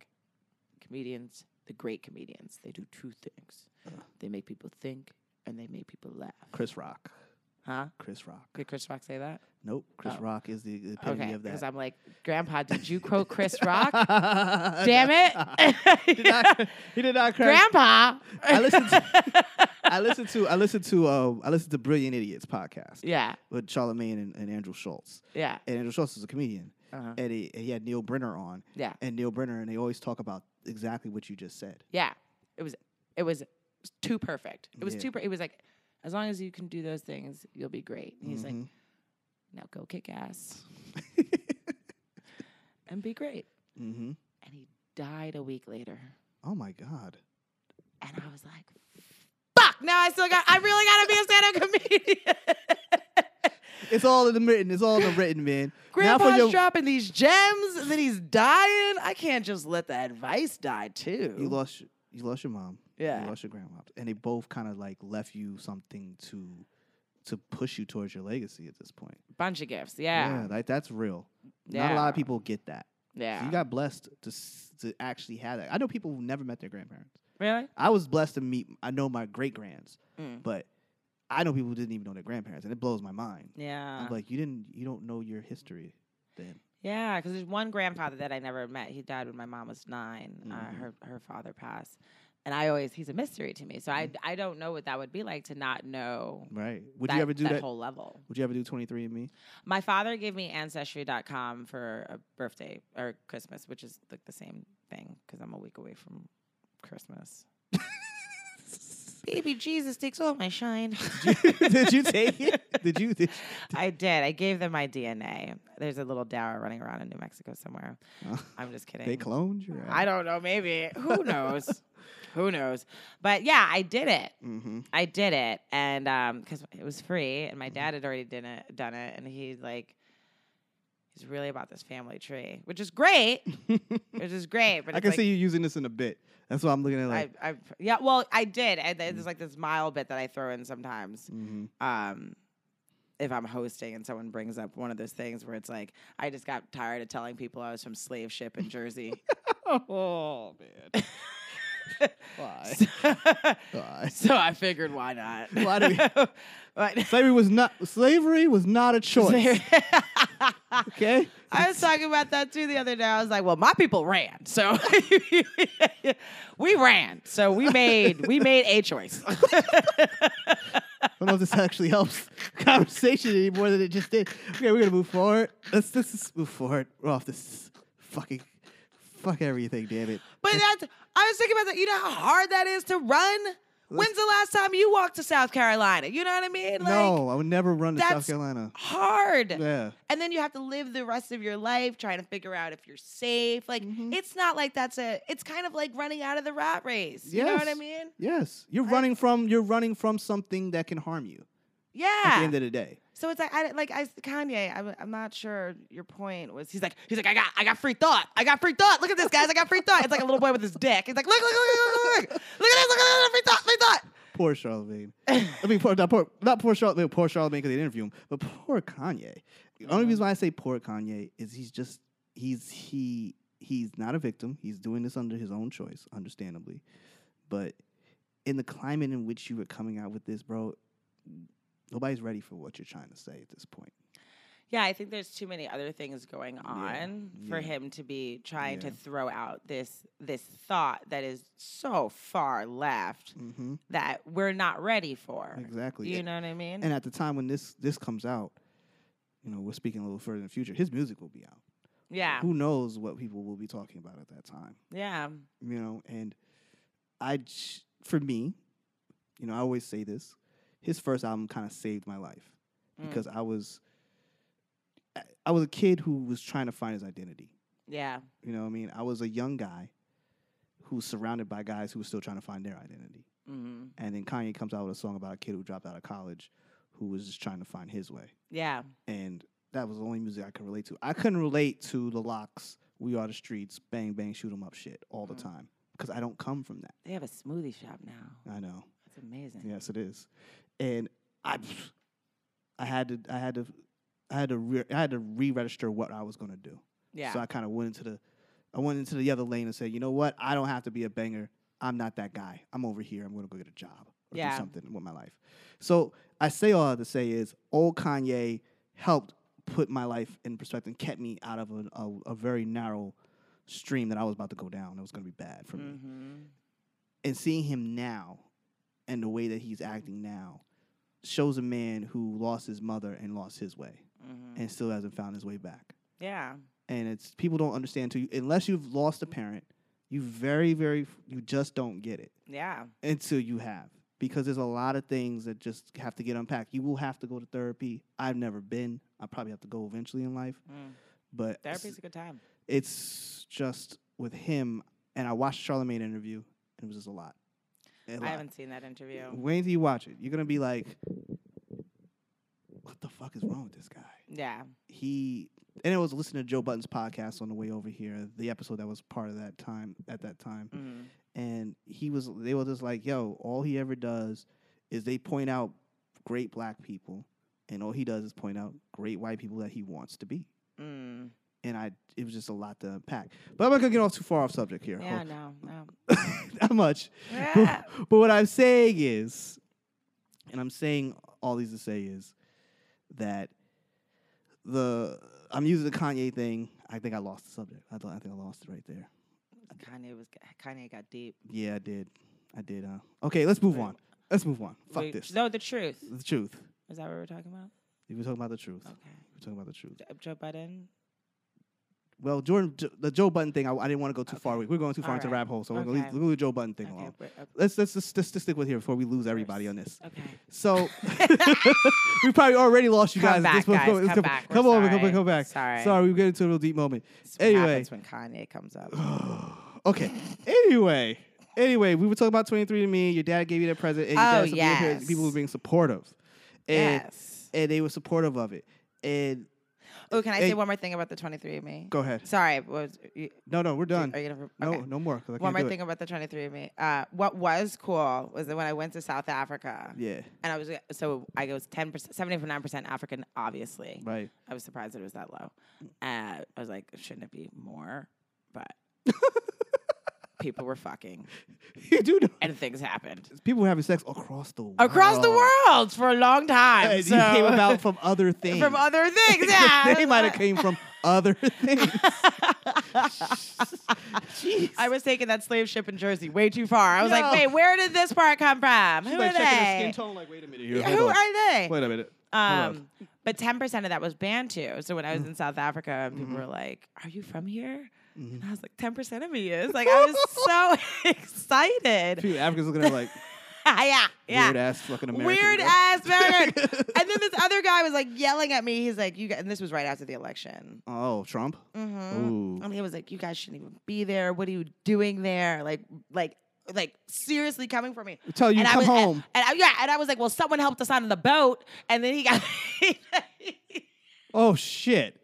[SPEAKER 2] comedians, the great comedians, they do two things:
[SPEAKER 1] Uh.
[SPEAKER 2] they make people think, and they make people laugh."
[SPEAKER 1] Chris Rock.
[SPEAKER 2] Huh?
[SPEAKER 1] Chris Rock.
[SPEAKER 2] Did Chris Rock say that?
[SPEAKER 1] Nope. Chris
[SPEAKER 2] Oh.
[SPEAKER 1] Rock is the epitome
[SPEAKER 2] Okay,
[SPEAKER 1] of
[SPEAKER 2] because
[SPEAKER 1] that.
[SPEAKER 2] I'm like, Grandpa, did you quote Chris Rock? Damn
[SPEAKER 1] Damn he, did
[SPEAKER 2] it,
[SPEAKER 1] not, he did not crack.
[SPEAKER 2] Grandpa.
[SPEAKER 1] I listened. To, I listened to. I listened to. Uh, I listened to Brilliant Idiots podcast
[SPEAKER 2] yeah,
[SPEAKER 1] with Charlamagne and, and Andrew Schultz.
[SPEAKER 2] yeah,
[SPEAKER 1] And Andrew Schultz is a comedian,
[SPEAKER 2] uh-huh.
[SPEAKER 1] and he, he had Neil Brenner on,
[SPEAKER 2] yeah,
[SPEAKER 1] and Neil Brenner, and they always talk about exactly what you just said.
[SPEAKER 2] yeah. It was, it was too perfect. It was
[SPEAKER 1] Yeah.
[SPEAKER 2] too. Per- it was like, as long as you can do those things, you'll be great. And he's like,
[SPEAKER 1] Mhm.
[SPEAKER 2] now go kick ass and be great.
[SPEAKER 1] Mm-hmm.
[SPEAKER 2] And he died a week later,
[SPEAKER 1] Oh my God.
[SPEAKER 2] and I was like, fuck. Now I still got. I really got to be a stand-up comedian.
[SPEAKER 1] It's all in the written. It's all in the written, man. Now for
[SPEAKER 2] Grandpa's
[SPEAKER 1] your-
[SPEAKER 2] dropping these gems, and then he's dying. I can't just let the advice die too.
[SPEAKER 1] You lost. your- You lost your mom.
[SPEAKER 2] Yeah.
[SPEAKER 1] You lost your grandma, and they both kind of like left you something to, to push you towards your legacy at this point.
[SPEAKER 2] bunch of gifts. Yeah,
[SPEAKER 1] like that's real. Not a lot
[SPEAKER 2] Yeah.
[SPEAKER 1] of people get that.
[SPEAKER 2] yeah.
[SPEAKER 1] So you got blessed to s- to actually have that. I know people who never met their grandparents.
[SPEAKER 2] really?
[SPEAKER 1] I was blessed to meet. I know my great grands,
[SPEAKER 2] Mm.
[SPEAKER 1] but I know people who didn't even know their grandparents, and it blows my mind.
[SPEAKER 2] Yeah.
[SPEAKER 1] I'm like, you didn't. You don't know your history. Then
[SPEAKER 2] Yeah, because there's one grandfather that I never met. He died when my mom was 9
[SPEAKER 1] Mm-hmm.
[SPEAKER 2] Uh, her her father passed, and I always he's a mystery to me. So I I don't know what that would be like to not know.
[SPEAKER 1] Right. Mm. Would you ever do that?
[SPEAKER 2] whole level?
[SPEAKER 1] Would you ever do 23andMe?
[SPEAKER 2] My father gave me ancestry.com for a birthday or Christmas, which is like the same thing because I'm a week away from Christmas. Baby Jesus takes all my shine.
[SPEAKER 1] did you take it? Did you? Did,
[SPEAKER 2] I did. I gave them my DNA. There's a little dower running around in New Mexico somewhere. I'm just kidding.
[SPEAKER 1] they cloned you?
[SPEAKER 2] I don't know. Maybe. Who knows? Who knows? But yeah, I did it.
[SPEAKER 1] Mm-hmm.
[SPEAKER 2] I did it, and because it was free, and my dad had already done it, done it, and he's like, he's really about this family tree, which is great, which is great. But
[SPEAKER 1] I
[SPEAKER 2] it's
[SPEAKER 1] can
[SPEAKER 2] like,
[SPEAKER 1] see you using this in a bit. That's what I'm looking at. Like, Mm-hmm.
[SPEAKER 2] I, I, yeah, well, I did, and then there's like this mild bit that I throw in sometimes.
[SPEAKER 1] mhm.
[SPEAKER 2] Um, if I'm hosting and someone brings up one of those things where it's like, I just got tired of telling people I was from slave ship in Jersey.
[SPEAKER 1] oh man, why? Why?
[SPEAKER 2] so I figured, why not?
[SPEAKER 1] Why do we-
[SPEAKER 2] But-
[SPEAKER 1] Slavery was not slavery was not a choice. okay,
[SPEAKER 2] I was talking about that too the other day. I was like, "Well, my people ran, so we ran, so we made we made a choice."
[SPEAKER 1] I don't know if this actually helps conversation any more than it just did. Okay, we're gonna move forward. Let's let's just move forward. We're off this fucking fuck everything. Damn it.
[SPEAKER 2] but that's I was thinking about that. You know how hard that is to run. When's the last time you walked to South Carolina? You know what I mean? Like,
[SPEAKER 1] no, I would never run to South
[SPEAKER 2] that's-
[SPEAKER 1] Carolina.
[SPEAKER 2] hard.
[SPEAKER 1] Yeah.
[SPEAKER 2] And then you have to live the rest of your life trying to figure out if you're safe. Like,
[SPEAKER 1] Mm-hmm.
[SPEAKER 2] it's not like that's a. It's kind of like running out of the rat race. You know what I
[SPEAKER 1] Yes.
[SPEAKER 2] mean?
[SPEAKER 1] Yes, you're running from you're running from something that can harm you.
[SPEAKER 2] Yeah.
[SPEAKER 1] At the end of the day,
[SPEAKER 2] So it's like I like I Kanye. I'm, I'm not sure your point was. He's like he's like I got I got free thought. I got free thought. Look at this guys. I got free thought. It's like a little boy with his dick. He's like look look look look look look look at this look at this free thought free thought.
[SPEAKER 1] poor Charlemagne. I mean, poor not poor not poor Charlemagne. Poor Charlemagne because they didn't interview him, but poor Kanye. The only reason why I say poor Kanye is he's just he's he he's not a victim. He's doing this under his own choice, understandably. But in the climate in which you were coming out with this, bro, nobody's ready for what you're trying to say at this point.
[SPEAKER 2] Yeah, I think there's too many other things going on for
[SPEAKER 1] yeah.
[SPEAKER 2] him to be trying to
[SPEAKER 1] Yeah.
[SPEAKER 2] throw out this this thought that is so far left
[SPEAKER 1] Mm-hmm.
[SPEAKER 2] that we're not ready for.
[SPEAKER 1] Exactly.
[SPEAKER 2] You
[SPEAKER 1] And-
[SPEAKER 2] know what I mean?
[SPEAKER 1] and at the time when this this comes out, you know, we're speaking a little further in the future. His music will be out.
[SPEAKER 2] yeah,
[SPEAKER 1] Who knows what people will be talking about at that time?
[SPEAKER 2] yeah,
[SPEAKER 1] you know and i j- for me you know i always say this his first album kind of saved my life
[SPEAKER 2] Mm.
[SPEAKER 1] because i was I- i was a kid who was trying to find his identity
[SPEAKER 2] yeah,
[SPEAKER 1] you know what i mean i was a young guy who was surrounded by guys who were still trying to find their identity
[SPEAKER 2] hmm
[SPEAKER 1] and then kanye comes out with a song about a kid who dropped out of college who was just trying to find his way
[SPEAKER 2] yeah,
[SPEAKER 1] and that was the only music i could relate to i couldn't relate to the locks we are the streets bang bang shoot 'em up shit all
[SPEAKER 2] Mhm.
[SPEAKER 1] the time because i don't come from that
[SPEAKER 2] they have a smoothie shop now.
[SPEAKER 1] i know
[SPEAKER 2] That's amazing.
[SPEAKER 1] Yes, it is. And I, I had to, I had to, I had to, re- I had to re-register what I was gonna do.
[SPEAKER 2] Yeah.
[SPEAKER 1] So I kind of went into the, I went into the other lane and said, you know what? I don't have to be a banger. I'm not that guy. I'm over here. I'm gonna go get a job or
[SPEAKER 2] Yeah.
[SPEAKER 1] do something with my life. So I say all that to say is, old Kanye helped put my life in perspective and kept me out of a, a, a very narrow stream that I was about to go down. It was gonna be bad for me
[SPEAKER 2] hmm
[SPEAKER 1] and seeing him now and the way that he's acting now shows a man who lost his mother and lost his way
[SPEAKER 2] hmm
[SPEAKER 1] and still hasn't found his way back
[SPEAKER 2] Yeah.
[SPEAKER 1] and it's people don't understand to you unless you've lost a parent you very very you just don't get it
[SPEAKER 2] Yeah.
[SPEAKER 1] until you have because there's a lot of things that just have to get unpacked you will have to go to therapy i've never been i probably have to go eventually in life
[SPEAKER 2] Mm.
[SPEAKER 1] but
[SPEAKER 2] Therapy's a good time.
[SPEAKER 1] it's just with him and i watched charlemagne interview and it was just a lot A
[SPEAKER 2] I
[SPEAKER 1] lot.
[SPEAKER 2] haven't seen that interview.
[SPEAKER 1] When do you watch it? You're gonna be like, "What the fuck is wrong with this guy?"
[SPEAKER 2] Yeah.
[SPEAKER 1] He and I was listening to Joe Button's podcast on the way over here, the episode that was part of that time at that time,
[SPEAKER 2] Mhm.
[SPEAKER 1] and he was they were just like, "Yo, all he ever does is they point out great black people, and all he does is point out great white people that he wants to be."
[SPEAKER 2] Mm.
[SPEAKER 1] And I, it was just a lot to unpack. But I'm not gonna get off too far off subject here.
[SPEAKER 2] Yeah.
[SPEAKER 1] Hold-
[SPEAKER 2] No. No.
[SPEAKER 1] that much.
[SPEAKER 2] Yeah.
[SPEAKER 1] but, but what I'm saying is, and I'm saying all these to say is that the I'm using the Kanye thing. I think I lost the subject. I, thought I think I lost it right there.
[SPEAKER 2] Kanye was Kanye got deep.
[SPEAKER 1] Yeah, I did. I did. Uh, okay, let's move on. Let's move on. Fuck
[SPEAKER 2] Wait,
[SPEAKER 1] this.
[SPEAKER 2] No, the truth.
[SPEAKER 1] The truth.
[SPEAKER 2] Is that what we're talking about?
[SPEAKER 1] We were talking about the truth.
[SPEAKER 2] Okay.
[SPEAKER 1] We were talking about the truth.
[SPEAKER 2] Joe Biden.
[SPEAKER 1] Well, Jordan, J- the Joe Button thing, I, I didn't want to go too far. We- We're going too far
[SPEAKER 2] All
[SPEAKER 1] into
[SPEAKER 2] right.
[SPEAKER 1] rabbit hole, so we're going to
[SPEAKER 2] Okay.
[SPEAKER 1] leave, leave the Joe Button thing
[SPEAKER 2] Okay.
[SPEAKER 1] alone.
[SPEAKER 2] we're- uh,
[SPEAKER 1] Let's let's just, just stick with here before we lose everybody on this.
[SPEAKER 2] Okay.
[SPEAKER 1] So we probably already lost you
[SPEAKER 2] Come
[SPEAKER 1] guys. at
[SPEAKER 2] back, guys.
[SPEAKER 1] point.
[SPEAKER 2] Come
[SPEAKER 1] come
[SPEAKER 2] back. We're
[SPEAKER 1] Come on, come
[SPEAKER 2] sorry.
[SPEAKER 1] back, come back.
[SPEAKER 2] Sorry.
[SPEAKER 1] Sorry, we get into a real deep moment.
[SPEAKER 2] That's what
[SPEAKER 1] Anyway,
[SPEAKER 2] happens when Kanye comes up.
[SPEAKER 1] okay. Anyway, anyway, we were talking about 23 to me. Your dad gave you that present, and your
[SPEAKER 2] Oh,
[SPEAKER 1] dad said being here-
[SPEAKER 2] yes.
[SPEAKER 1] people were being supportive, and
[SPEAKER 2] yes.
[SPEAKER 1] and they were supportive of it. And
[SPEAKER 2] Oh, can I
[SPEAKER 1] hey-
[SPEAKER 2] say one more thing about the 23andMe?
[SPEAKER 1] go ahead.
[SPEAKER 2] Sorry. what Was, you,
[SPEAKER 1] No, no, we're done.
[SPEAKER 2] Are you gonna,
[SPEAKER 1] No,
[SPEAKER 2] okay.
[SPEAKER 1] no more. 'cause I
[SPEAKER 2] One
[SPEAKER 1] can't
[SPEAKER 2] more
[SPEAKER 1] do
[SPEAKER 2] thing about the 23andMe. Uh, what was cool was that when I went to South Africa,
[SPEAKER 1] It. Yeah.
[SPEAKER 2] and I was so I was 10 percent, 79 percent African, obviously.
[SPEAKER 1] Right.
[SPEAKER 2] I was surprised that it was that low. Uh, I was like, shouldn't it be more? But people were fucking,
[SPEAKER 1] you do know.
[SPEAKER 2] and things happened
[SPEAKER 1] People were having sex across the world.
[SPEAKER 2] across the world for a long time.
[SPEAKER 1] And
[SPEAKER 2] so
[SPEAKER 1] you came about from other things.
[SPEAKER 2] from other things. Yeah,
[SPEAKER 1] they might have came from other things. Jeez.
[SPEAKER 2] I was taking that slave ship in Jersey way too far. I was
[SPEAKER 1] No.
[SPEAKER 2] like, wait, where did this part come from?
[SPEAKER 1] She's
[SPEAKER 2] Who
[SPEAKER 1] like
[SPEAKER 2] are
[SPEAKER 1] checking her
[SPEAKER 2] they?
[SPEAKER 1] skin tone. Like, wait a minute here.
[SPEAKER 2] Yeah,
[SPEAKER 1] hold
[SPEAKER 2] Who
[SPEAKER 1] on.
[SPEAKER 2] are they?
[SPEAKER 1] Wait a minute. Hold
[SPEAKER 2] Um, but ten percent of that was Bantu. So when I
[SPEAKER 1] Mm-hmm.
[SPEAKER 2] was in South Africa, and people were like, "Are you from here?"
[SPEAKER 1] Mm-hmm.
[SPEAKER 2] And I was like, 10 percent of me is." Like I was so excited.
[SPEAKER 1] Few Africans looking at her like
[SPEAKER 2] yeah, yeah.
[SPEAKER 1] weird ass fucking American.
[SPEAKER 2] Weird
[SPEAKER 1] girl.
[SPEAKER 2] ass American. and then this other guy was like yelling at me. He's like, "You guys," and this was right after the election.
[SPEAKER 1] Oh, Trump.
[SPEAKER 2] Mm-hmm.
[SPEAKER 1] Ooh.
[SPEAKER 2] And he was like, "You guys shouldn't even be there. What are you doing there?" Like, like, like seriously coming for me.
[SPEAKER 1] Tell you
[SPEAKER 2] and I
[SPEAKER 1] come
[SPEAKER 2] was, and-
[SPEAKER 1] home.
[SPEAKER 2] And, I, yeah, and I was like, "Well, someone helped us out on the boat." And then he got.
[SPEAKER 1] oh shit.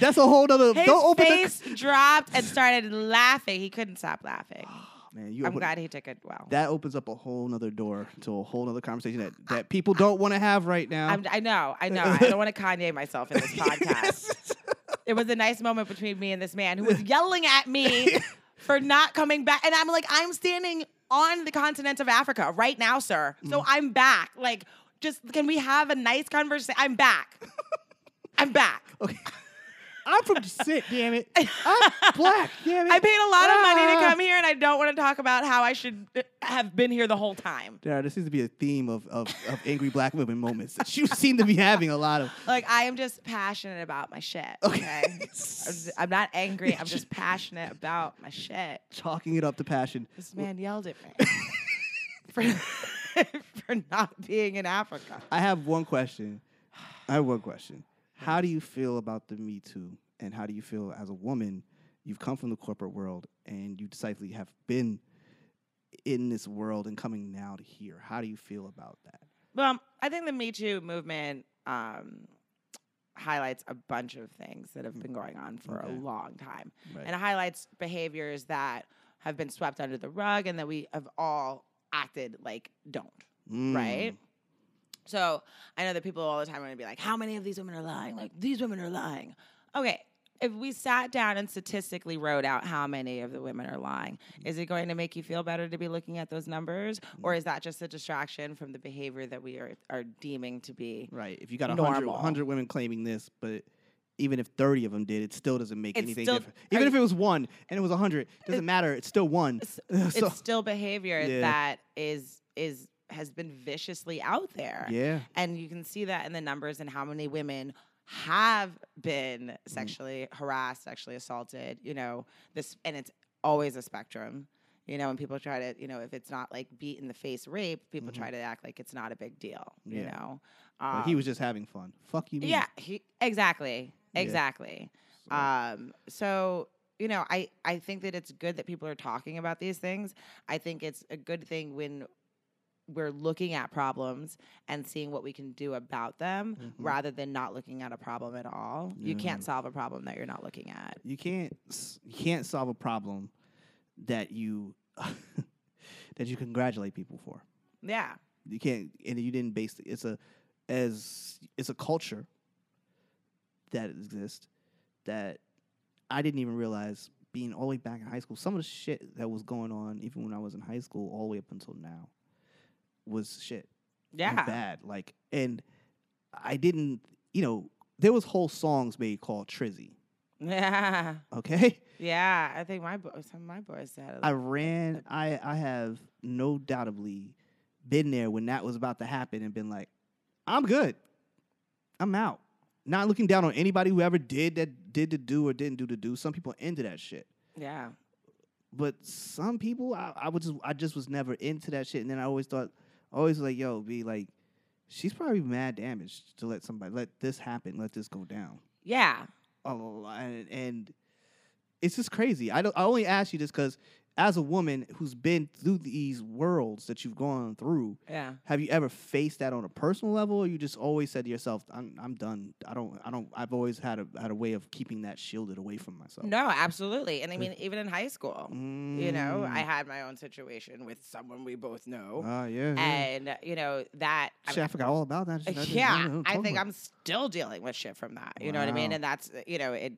[SPEAKER 1] That's a whole other.
[SPEAKER 2] His
[SPEAKER 1] Don't open
[SPEAKER 2] face dropped and started laughing. He couldn't stop laughing.
[SPEAKER 1] the. Man, you
[SPEAKER 2] I'm
[SPEAKER 1] open-
[SPEAKER 2] glad he took it well.
[SPEAKER 1] That opens up a whole nother door to a whole nother conversation that, that people don't want to have right now.
[SPEAKER 2] I'm, I know, I know. I don't want to Kanye myself in this podcast. It was a nice moment between me and this man who was yelling at me for not coming back. And I'm like, I'm standing on the continent of Africa right now, sir.
[SPEAKER 1] Mm.
[SPEAKER 2] So I'm back. Like, just can we have a nice conversation? I'm back. I'm back.
[SPEAKER 1] I'm from Sit, damn it. I'm black, damn it.
[SPEAKER 2] I paid a lot of money to
[SPEAKER 1] Ah.
[SPEAKER 2] come here, and I don't want to talk about how I should uh, have been here the whole time.
[SPEAKER 1] There, this seems to be a theme of, of, of angry black women moments that you seem to be having a lot of.
[SPEAKER 2] Like I am just passionate about my shit. Okay. I'm, just- I'm not angry. I'm just passionate about my shit.
[SPEAKER 1] Chalking it up to passion.
[SPEAKER 2] This man yelled at me for, for not being in Africa.
[SPEAKER 1] I have one question. I have one question. How do you feel about the Me Too? And how do you feel as a woman? You've come from the corporate world and you decisively have been in this world and coming now to here. How do you feel about that?
[SPEAKER 2] Well, um, I think the Me Too movement um, highlights a bunch of things that have been going on for
[SPEAKER 1] Mm. Okay.
[SPEAKER 2] a long time.
[SPEAKER 1] Right.
[SPEAKER 2] and it highlights behaviors that have been swept under the rug and that we have all acted like don't
[SPEAKER 1] Mm.
[SPEAKER 2] right so i know that people all the time are going to be like how many of these women are lying like these women are lying okay if we sat down and statistically wrote out how many of the women are lying is it going to make you feel better to be looking at those numbers or is that just a distraction from the behavior that we are, are deeming to be
[SPEAKER 1] Right. If you got 100,
[SPEAKER 2] Normal.
[SPEAKER 1] 100 women claiming this, but even if 30 of them did, it still doesn't make
[SPEAKER 2] It's
[SPEAKER 1] anything
[SPEAKER 2] still-
[SPEAKER 1] different.
[SPEAKER 2] are
[SPEAKER 1] Even if
[SPEAKER 2] you-
[SPEAKER 1] it was one and it was 100, doesn't matter. It's still one.
[SPEAKER 2] it's
[SPEAKER 1] So-
[SPEAKER 2] still behavior
[SPEAKER 1] Yeah.
[SPEAKER 2] that is is has been viciously out there
[SPEAKER 1] yeah.
[SPEAKER 2] And you can see that in the numbers and how many women have
[SPEAKER 1] Mm-hmm.
[SPEAKER 2] been sexually harassed, sexually assaulted, you know, this and it's always a spectrum. You know, when people try to, you know, if it's not like beat in the face rape, people
[SPEAKER 1] Mhm.
[SPEAKER 2] try to act like it's not a big deal, you
[SPEAKER 1] Yeah.
[SPEAKER 2] know.
[SPEAKER 1] Like he
[SPEAKER 2] Um,
[SPEAKER 1] was just having fun. Fuck you. mean?
[SPEAKER 2] Yeah, he, exactly.
[SPEAKER 1] Yeah.
[SPEAKER 2] Exactly.
[SPEAKER 1] So-
[SPEAKER 2] Um, so you know, I I think that it's good that people are talking about these things. I think it's a good thing when we're looking at problems and seeing what we can do about them
[SPEAKER 1] Mhm.
[SPEAKER 2] rather than not looking at a problem at all. You
[SPEAKER 1] Yeah.
[SPEAKER 2] can't solve a problem that you're not looking at.
[SPEAKER 1] you can't s- you can't solve a problem that you that you congratulate people for.
[SPEAKER 2] Yeah.
[SPEAKER 1] You can't, and you didn't base it. It's a as it's a culture that exists that I didn't even realize being all the way back in high school. Some of the shit that was going on, even when I was in high school, all the way up until now, was shit and
[SPEAKER 2] Yeah.
[SPEAKER 1] bad. Like, and I didn't, you know, there was whole songs made called Trizzy.
[SPEAKER 2] Yeah,
[SPEAKER 1] Okay,
[SPEAKER 2] yeah. I think my bo- some of my boys had. it
[SPEAKER 1] I
[SPEAKER 2] like-
[SPEAKER 1] ran. I I have no doubtably been there when that was about to happen and been like, I'm good. I'm out. Not looking down on anybody who ever did that did the do or didn't do the do. Some people into that shit.
[SPEAKER 2] yeah,
[SPEAKER 1] but some people I, I would just I just was never into that shit. And then I always thought I always was like, yo, be like, she's probably mad damaged to let somebody let this happen, let this go down.
[SPEAKER 2] yeah.
[SPEAKER 1] Oh, and, and it's just crazy. I don't I only ask you this because as a woman who's been through these worlds that you've gone through,
[SPEAKER 2] Yeah.
[SPEAKER 1] have you ever faced that on a personal level, or you just always said to yourself, "I'm, I'm done. I don't. I don't. I've always had a had a way of keeping that shielded away from myself."
[SPEAKER 2] No, absolutely. And I
[SPEAKER 1] Yeah.
[SPEAKER 2] mean, even in high school, you know, I
[SPEAKER 1] Mm.
[SPEAKER 2] had my own situation with someone we both know.
[SPEAKER 1] Ah, yeah. yeah.
[SPEAKER 2] and, uh, you know, that. I
[SPEAKER 1] Shit, I forgot all about that.
[SPEAKER 2] mean, uh,
[SPEAKER 1] shit. I didn't- I
[SPEAKER 2] yeah,
[SPEAKER 1] didn't
[SPEAKER 2] I
[SPEAKER 1] talk
[SPEAKER 2] think
[SPEAKER 1] about
[SPEAKER 2] I'm still dealing with shit from that. You know what I mean?
[SPEAKER 1] Wow.
[SPEAKER 2] And that's, uh, you know, it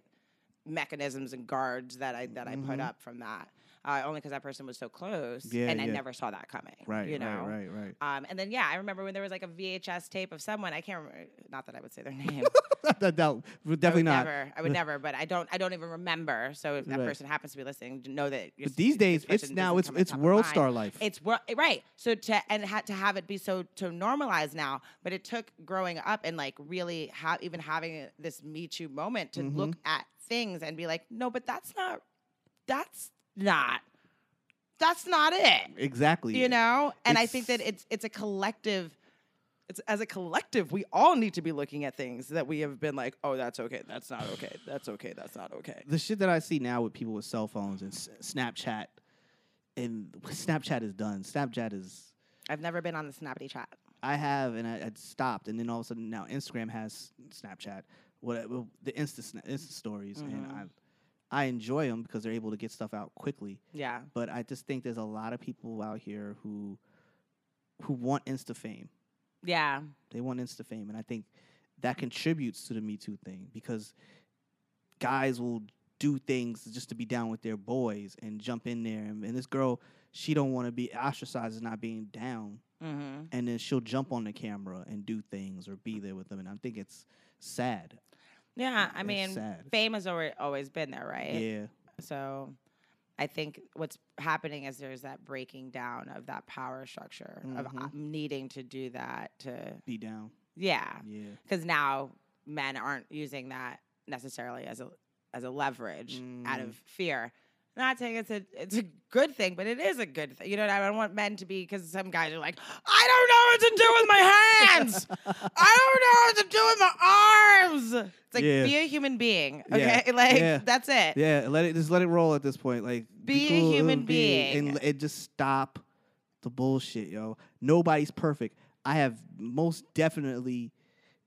[SPEAKER 2] mechanisms and guards that I that I put
[SPEAKER 1] Mhm.
[SPEAKER 2] up from that. Uh, only because that person was so close,
[SPEAKER 1] Yeah,
[SPEAKER 2] and I
[SPEAKER 1] yeah.
[SPEAKER 2] never saw that coming.
[SPEAKER 1] it. Right,
[SPEAKER 2] you know.
[SPEAKER 1] right, right, right.
[SPEAKER 2] Um, and then yeah, I remember when there was like a VHS tape of someone I can't remember. Not that I would say their name.
[SPEAKER 1] that, that, definitely
[SPEAKER 2] I
[SPEAKER 1] not.
[SPEAKER 2] would Never, I would never, but I don't. I don't even remember. So if that
[SPEAKER 1] Right.
[SPEAKER 2] person happens to be listening, to know that. you're-
[SPEAKER 1] But these
[SPEAKER 2] this
[SPEAKER 1] days, it's
[SPEAKER 2] person
[SPEAKER 1] now it's
[SPEAKER 2] doesn't come on
[SPEAKER 1] it's
[SPEAKER 2] top of
[SPEAKER 1] world
[SPEAKER 2] mind.
[SPEAKER 1] star life.
[SPEAKER 2] It's wor- eh, right. So to and ha- to have it be so to normalize now, but it took growing up and like really have even having this Me Too moment to look
[SPEAKER 1] Mm-hmm.
[SPEAKER 2] at things and be like, no, but that's not. That's not. That's not it
[SPEAKER 1] exactly.
[SPEAKER 2] you know and i think that
[SPEAKER 1] It's-
[SPEAKER 2] it's it's a collective it's as a collective we all need to be looking at things that we have been like oh that's okay that's not okay that's okay that's not okay
[SPEAKER 1] the shit that I see now with people with cell phones and S- Snapchat, and Snapchat is done. Snapchat is
[SPEAKER 2] i've never been on the snappy chat
[SPEAKER 1] I have and I, I stopped, and then all of a sudden now Instagram has Snapchat, what well, the Insta sna- Insta stories, and I
[SPEAKER 2] Mhm.
[SPEAKER 1] I enjoy them because they're able to get stuff out quickly.
[SPEAKER 2] yeah
[SPEAKER 1] but I just think there's a lot of people out here who who want insta fame.
[SPEAKER 2] yeah
[SPEAKER 1] They want insta fame, and I think that contributes to the Me Too thing because guys will do things just to be down with their boys and jump in there. And, and this girl, she don't want to be ostracized as not being down,
[SPEAKER 2] mm-hmm.
[SPEAKER 1] and then she'll jump on the camera and do things or be there with them. And I think it's sad.
[SPEAKER 2] yeah i
[SPEAKER 1] It's
[SPEAKER 2] mean
[SPEAKER 1] sad.
[SPEAKER 2] fame has already always been there right
[SPEAKER 1] Yeah,
[SPEAKER 2] so i think what's happening is there's that breaking down of that power structure of uh,
[SPEAKER 1] Mhm.
[SPEAKER 2] needing to do that to
[SPEAKER 1] be down.
[SPEAKER 2] yeah
[SPEAKER 1] Yeah.
[SPEAKER 2] because now men aren't using that necessarily as a as a leverage out
[SPEAKER 1] Mm.
[SPEAKER 2] of fear. Not saying it's a it's a good thing, but it is a good thing. You know what I, mean? I don't want men to be because some guys are like, I don't know what to do with my hands. I don't know what to do with my arms. It's like
[SPEAKER 1] Yeah.
[SPEAKER 2] be a human being,
[SPEAKER 1] Yeah.
[SPEAKER 2] okay? Like
[SPEAKER 1] Yeah.
[SPEAKER 2] that's it.
[SPEAKER 1] Yeah, let it just let it roll at this point. Like
[SPEAKER 2] Be a human being.
[SPEAKER 1] and l- and just stop the bullshit, yo. Nobody's perfect. I have most definitely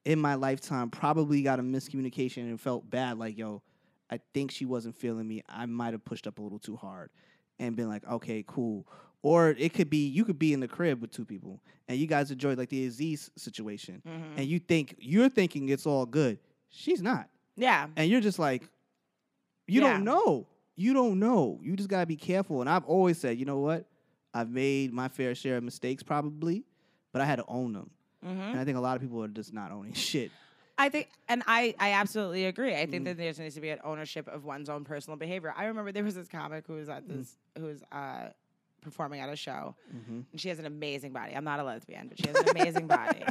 [SPEAKER 1] in my lifetime probably got a miscommunication and felt bad. Like yo, I think she wasn't feeling me. I might have pushed up a little too hard and been like, okay, cool. Or it could be you could be in the crib with two people and you guys enjoyed like the Aziz situation
[SPEAKER 2] Mhm.
[SPEAKER 1] and you think you're thinking it's all good. She's not
[SPEAKER 2] Yeah.
[SPEAKER 1] and you're just like, you don't
[SPEAKER 2] Yeah.
[SPEAKER 1] know. You don't know. You just gotta be careful. And I've always said, you know what? I've made my fair share of mistakes, probably, but I had to own them.
[SPEAKER 2] hmm
[SPEAKER 1] And I think a lot of people are just not owning shit.
[SPEAKER 2] I think, and I, I absolutely agree. I
[SPEAKER 1] Mhm.
[SPEAKER 2] think that there needs to be an ownership of one's own personal behavior. I remember there was this comic who was at
[SPEAKER 1] Mm.
[SPEAKER 2] this, who was uh, performing at a show,
[SPEAKER 1] Mm-hmm.
[SPEAKER 2] and she has an amazing body. I'm not a lesbian, but she has an amazing body.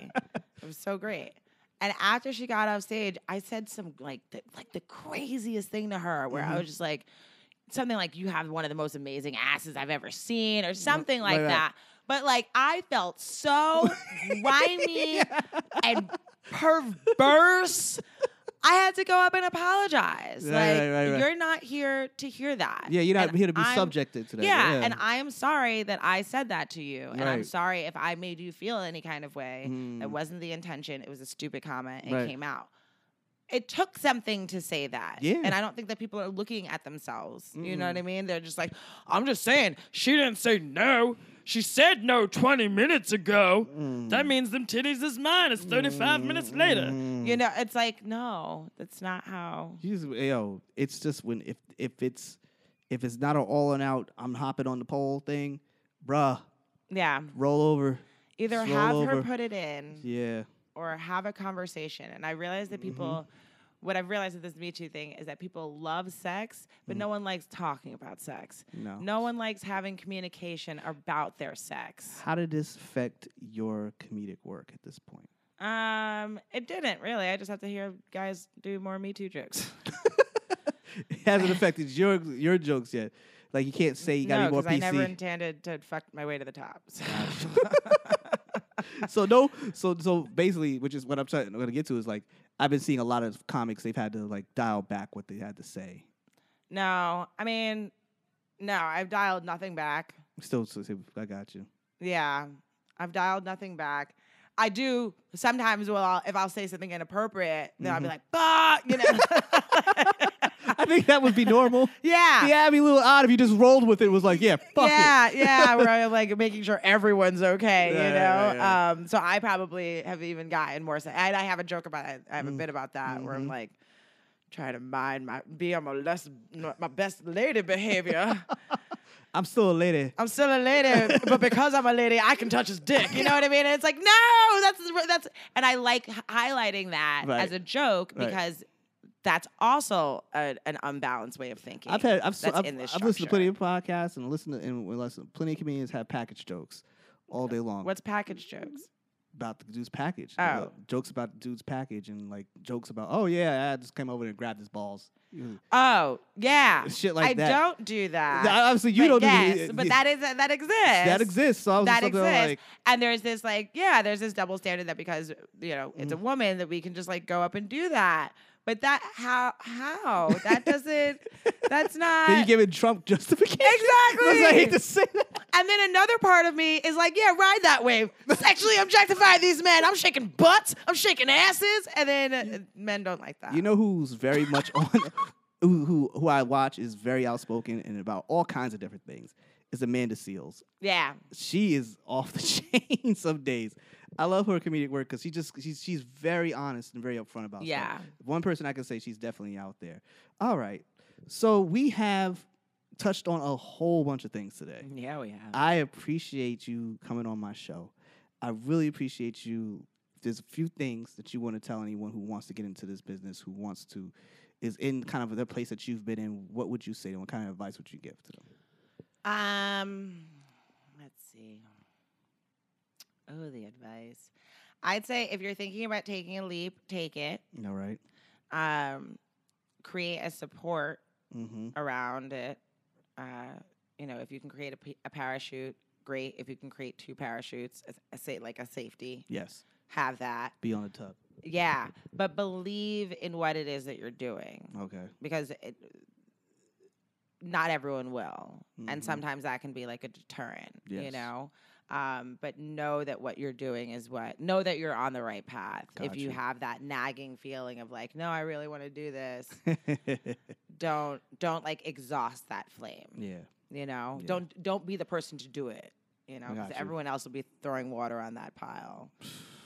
[SPEAKER 2] It was so great. And after she got off stage, I said some like the, like the craziest thing to her, where
[SPEAKER 1] Mhm.
[SPEAKER 2] I was just like, something like "You have one of the most amazing asses I've ever seen," or something like
[SPEAKER 1] right, right.
[SPEAKER 2] that. But like, I felt so whiny and perverse. I had to go up and apologize.
[SPEAKER 1] Right,
[SPEAKER 2] like,
[SPEAKER 1] right, right, right.
[SPEAKER 2] you're not here to hear that.
[SPEAKER 1] Yeah, you're not
[SPEAKER 2] And
[SPEAKER 1] here to be
[SPEAKER 2] I'm-
[SPEAKER 1] subjected to that.
[SPEAKER 2] yeah, and I am sorry that I said that to you, and I'm
[SPEAKER 1] Right.
[SPEAKER 2] sorry if I made you feel any kind of way.
[SPEAKER 1] Mm.
[SPEAKER 2] It wasn't the intention. It was a stupid comment. It
[SPEAKER 1] Right.
[SPEAKER 2] came out. It took something to say that.
[SPEAKER 1] Yeah.
[SPEAKER 2] And I don't think that people are looking at themselves. You know what
[SPEAKER 1] Mm-mm.
[SPEAKER 2] I mean? They're just like, I'm just saying, she didn't say no. She said no 20 minutes ago.
[SPEAKER 1] Mm.
[SPEAKER 3] That means them titties is mine. It's 35 minutes later.
[SPEAKER 1] Mm.
[SPEAKER 2] You know, it's like, no, that's not how.
[SPEAKER 1] You just- yo, it's just when if if it's if it's not an all and out, I'm hopping on the pole thing, bruh,
[SPEAKER 2] Yeah.
[SPEAKER 1] roll over.
[SPEAKER 2] Either
[SPEAKER 1] Just roll
[SPEAKER 2] have her
[SPEAKER 1] over.
[SPEAKER 2] put it in
[SPEAKER 1] Yeah.
[SPEAKER 2] or have a conversation. And I realize that people,
[SPEAKER 1] Mm-hmm.
[SPEAKER 2] what I've realized with this Me Too thing is that people love sex,
[SPEAKER 1] Mm.
[SPEAKER 2] but no one likes talking about sex.
[SPEAKER 1] No.
[SPEAKER 2] No one likes having communication about their sex.
[SPEAKER 1] How did this affect your comedic work at this point?
[SPEAKER 2] Um, it didn't really. I just have to hear guys do more Me Too jokes.
[SPEAKER 1] It hasn't affected your your jokes yet. Like you can't say you got
[SPEAKER 2] no,
[SPEAKER 1] any more
[SPEAKER 2] because I
[SPEAKER 1] PC.
[SPEAKER 2] never intended to fuck my way to the top. so.
[SPEAKER 1] so no, so so basically, which is what I'm trying I'm gonna get to is like I've been seeing a lot of comics they've had to like dial back what they had to say.
[SPEAKER 2] no, I mean, no, I've dialed nothing back.
[SPEAKER 1] Still, so, so- I got you.
[SPEAKER 2] Yeah, I've dialed nothing back. I do sometimes. Well, I'll, if I'll say something inappropriate, then I'll
[SPEAKER 1] Mm-hmm.
[SPEAKER 2] be like, "Fuck," you know.
[SPEAKER 1] I think that would be normal.
[SPEAKER 2] yeah.
[SPEAKER 1] yeah, it'd be a little odd if you just rolled with it. Was like, yeah, fuck it.
[SPEAKER 2] yeah, yeah, where I'm like making sure everyone's okay,
[SPEAKER 1] Yeah,
[SPEAKER 2] you know.
[SPEAKER 1] yeah, yeah,
[SPEAKER 2] Um, so I probably have even gotten more. sa- And I have a joke about it. I have a
[SPEAKER 1] Mm-hmm.
[SPEAKER 2] bit about that where I'm like trying to mind my be on my less my best lady behavior.
[SPEAKER 1] I'm still a lady.
[SPEAKER 2] I'm still a lady, but because I'm a lady, I can touch his dick. You know what I mean? And it's like, no, that's that's, and I like h- highlighting that
[SPEAKER 1] Right.
[SPEAKER 2] as a joke
[SPEAKER 1] Right.
[SPEAKER 2] because that's also a, an unbalanced way of thinking.
[SPEAKER 1] I've had I've, so-
[SPEAKER 2] that's
[SPEAKER 1] I've,
[SPEAKER 2] in this
[SPEAKER 1] I've listened to
[SPEAKER 2] structure.
[SPEAKER 1] plenty of podcasts and listened to and we listen, plenty of comedians have package jokes all day long.
[SPEAKER 2] What's package jokes?
[SPEAKER 1] about the dude's package? Like,
[SPEAKER 2] Oh.
[SPEAKER 1] uh, jokes about the dude's package and like jokes about oh yeah, I just came over and grabbed his balls. Mm.
[SPEAKER 2] Oh yeah,
[SPEAKER 1] Shit like
[SPEAKER 2] I
[SPEAKER 1] that.
[SPEAKER 2] don't do that.
[SPEAKER 1] Now, obviously, you
[SPEAKER 2] but
[SPEAKER 1] don't
[SPEAKER 2] yes,
[SPEAKER 1] do the-
[SPEAKER 2] but
[SPEAKER 1] yeah,
[SPEAKER 2] that is that exists. That
[SPEAKER 1] exists. So I was
[SPEAKER 2] that
[SPEAKER 1] just
[SPEAKER 2] exists.
[SPEAKER 1] like, like
[SPEAKER 2] and there's this like, yeah, there's this double standard that because you know it's a
[SPEAKER 1] Mm-hmm.
[SPEAKER 2] woman that we can just like go up and do that. But that how how that doesn't that's not
[SPEAKER 1] then you giving Trump justification. That's what I hate to
[SPEAKER 2] Exactly.
[SPEAKER 1] say that.
[SPEAKER 2] and then another part of me is like, yeah, ride that wave. Sexually objectify these men. I'm shaking butts. I'm shaking asses. And then uh, men don't like that.
[SPEAKER 1] You know who's very much on who, who who I watch is very outspoken and about all kinds of different things is Amanda Seals.
[SPEAKER 2] Yeah.
[SPEAKER 1] She is off the chain some days. I love her comedic work because she just she's she's very honest and very upfront about. stuff.
[SPEAKER 2] Yeah.
[SPEAKER 1] One person I can say she's definitely out there. All right. So we have touched on a whole bunch of things today.
[SPEAKER 2] Yeah, we have.
[SPEAKER 1] I appreciate you coming on my show. I really appreciate you. There's a few things that you want to tell anyone who wants to get into this business, who wants to, is in kind of the place that you've been in. What would you say to them? What kind of advice would you give to them?
[SPEAKER 2] Um, let's see. Oh, the advice. I'd say if you're thinking about taking a leap, take it.
[SPEAKER 1] You know, right?
[SPEAKER 2] Um, create a support
[SPEAKER 1] Mm-hmm.
[SPEAKER 2] around it. Uh, you know, if you can create a, p- a parachute, great. If you can create two parachutes, a, a sa- like a safety,
[SPEAKER 1] Yes.
[SPEAKER 2] have that.
[SPEAKER 1] Be on the tub.
[SPEAKER 2] Yeah, but believe in what it is that you're doing
[SPEAKER 1] Okay.
[SPEAKER 2] because it, not everyone will
[SPEAKER 1] Mhm.
[SPEAKER 2] and sometimes that can be like a deterrent you
[SPEAKER 1] Yes.
[SPEAKER 2] know um, but know that what you're doing is what know that you're on the right path if you
[SPEAKER 1] Gotcha.
[SPEAKER 2] have that nagging feeling of like no i really want to do this don't don't like exhaust that flame
[SPEAKER 1] yeah.
[SPEAKER 2] you know
[SPEAKER 1] Yeah.
[SPEAKER 2] don't don't be the person to do it you know 'cause
[SPEAKER 1] Gotcha.
[SPEAKER 2] everyone else will be throwing water on that pile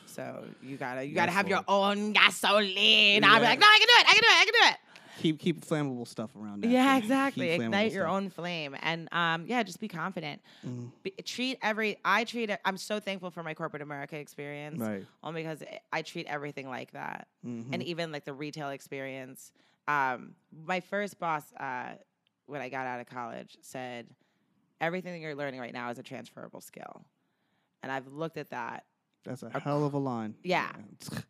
[SPEAKER 2] so you gotta you
[SPEAKER 1] Yes,
[SPEAKER 2] gotta have your own gasoline i'll be
[SPEAKER 1] Yeah.
[SPEAKER 2] like no i can do it i can do it i can do it
[SPEAKER 1] Keep keep flammable stuff around. That
[SPEAKER 2] yeah,
[SPEAKER 1] thing. Keep
[SPEAKER 2] exactly.
[SPEAKER 1] flammable
[SPEAKER 2] Ignite your
[SPEAKER 1] stuff.
[SPEAKER 2] own flame, and um, yeah, just be confident.
[SPEAKER 1] Mhm.
[SPEAKER 2] Be, treat every. I treat. it- I'm so thankful for my corporate America experience,
[SPEAKER 1] Right.
[SPEAKER 2] only because it, I treat everything like that,
[SPEAKER 1] Mm-hmm.
[SPEAKER 2] and even like the retail experience. Um, my first boss, uh, when I got out of college, said, "Everything that you're learning right now is a transferable skill," and I've looked at that
[SPEAKER 1] That's a hell of a line.
[SPEAKER 2] Yeah.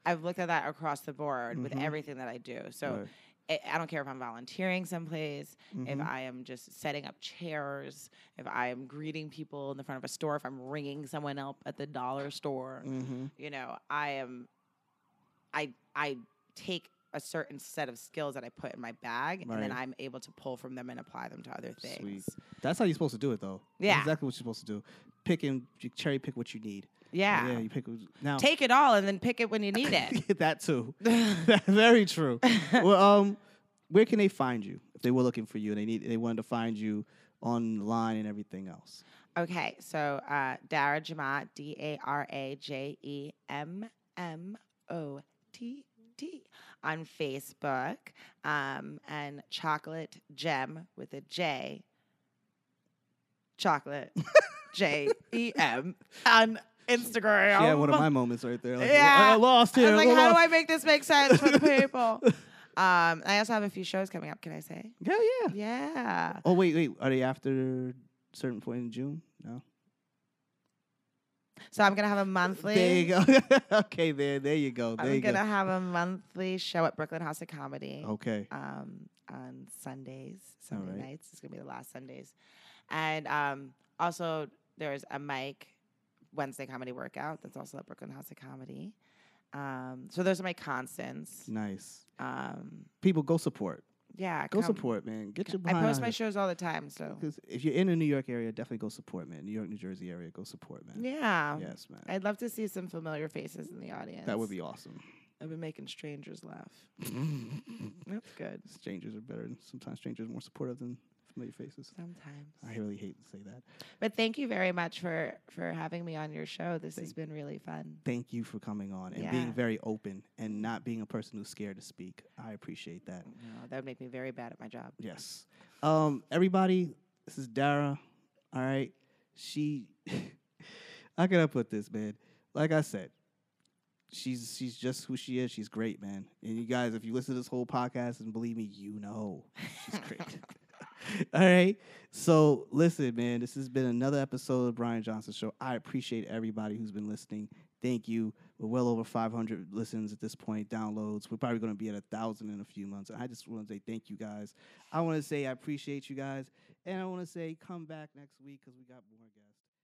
[SPEAKER 2] I've looked at that across the board with
[SPEAKER 1] Mhm.
[SPEAKER 2] everything that I do. So
[SPEAKER 1] Right.
[SPEAKER 2] i I don't care if I'm volunteering someplace, if
[SPEAKER 1] Mhm.
[SPEAKER 2] I am just setting up chairs, if I am greeting people in the front of a store, if I'm ringing someone up at the dollar store.
[SPEAKER 1] Mm-hmm.
[SPEAKER 2] You know, I am. I I take a certain set of skills that I put in my bag, and then
[SPEAKER 1] Right.
[SPEAKER 2] I'm able to pull from them and apply them to other
[SPEAKER 1] Sweet.
[SPEAKER 2] things.
[SPEAKER 1] That's how you're supposed to do it, though. That's
[SPEAKER 2] Yeah.
[SPEAKER 1] exactly what you're supposed to do. Pick and you cherry pick what you need.
[SPEAKER 2] Yeah.
[SPEAKER 1] you pick what- now.
[SPEAKER 2] Take it all and then pick it when you need it.
[SPEAKER 1] that too. Very true. well, um, where can they find you if they were looking for you and they need they wanted to find you online and everything else?
[SPEAKER 2] Okay, so uh, Dara Jama, D A R A J E M M O T T, on Facebook, um, and Chocolate Gem with a J, Chocolate J E M on
[SPEAKER 4] Instagram.
[SPEAKER 1] She had one of my moments right there. Like,
[SPEAKER 2] Yeah.
[SPEAKER 1] I lost
[SPEAKER 2] I
[SPEAKER 1] here.
[SPEAKER 2] was like, how do
[SPEAKER 1] lost.
[SPEAKER 2] I make this make sense for the people? Um, I also have a few shows coming up. Can I say?
[SPEAKER 1] Yeah, yeah.
[SPEAKER 2] Yeah.
[SPEAKER 1] Oh wait, wait. Are they after certain point in June? No.
[SPEAKER 2] So I'm gonna have a
[SPEAKER 1] There
[SPEAKER 2] monthly.
[SPEAKER 1] you go. okay, there, there you go. There
[SPEAKER 2] I'm
[SPEAKER 1] you
[SPEAKER 2] gonna
[SPEAKER 1] go.
[SPEAKER 2] have a monthly show at Brooklyn House of Comedy.
[SPEAKER 1] Okay.
[SPEAKER 2] um, on Sundays, Sunday
[SPEAKER 1] right.
[SPEAKER 2] nights. It's gonna be the last Sundays, and um, also there's a Mike Wednesday comedy workout that's also at Brooklyn House of Comedy. Um, so those are my constants.
[SPEAKER 1] Nice.
[SPEAKER 2] Um,
[SPEAKER 1] People, go support.
[SPEAKER 2] yeah,
[SPEAKER 1] Go
[SPEAKER 2] come.
[SPEAKER 1] support, man. Get your
[SPEAKER 2] I
[SPEAKER 1] behind.
[SPEAKER 2] post my shows all the time, so
[SPEAKER 1] Because if you're in the New York area, definitely go support, man. New York, New Jersey area, go support, man.
[SPEAKER 2] yeah.
[SPEAKER 1] Yes, man.
[SPEAKER 2] I'd love to see some familiar faces in the audience.
[SPEAKER 1] that would be awesome.
[SPEAKER 2] I've been making strangers laugh. That's good.
[SPEAKER 1] strangers are better. Sometimes strangers are more supportive than familiar faces.
[SPEAKER 2] Sometimes.
[SPEAKER 1] I really hate to say that.
[SPEAKER 2] But thank you very much for for having me on your show. This has been really fun.
[SPEAKER 1] Thank you for coming on and
[SPEAKER 2] Yeah.
[SPEAKER 1] being very open and not being a person who's scared to speak. I appreciate that.
[SPEAKER 2] No, that would make me very bad at my job.
[SPEAKER 1] Yes. Um, everybody, this is Dara. All right. She how can I put this, man? Like I said, she's she's just who she is. She's great, man. And you guys, if you listen to this whole podcast and believe me, you know she's great. All right. So listen, man, this has been another episode of Brian Johnson Show. I appreciate everybody who's been listening. Thank you. We're well over 500 listens at this point, downloads. We're probably going to be at a thousand in a few months. I just want to say thank you guys. I want to say I appreciate you guys, and I want to say come back next week because we got more guests.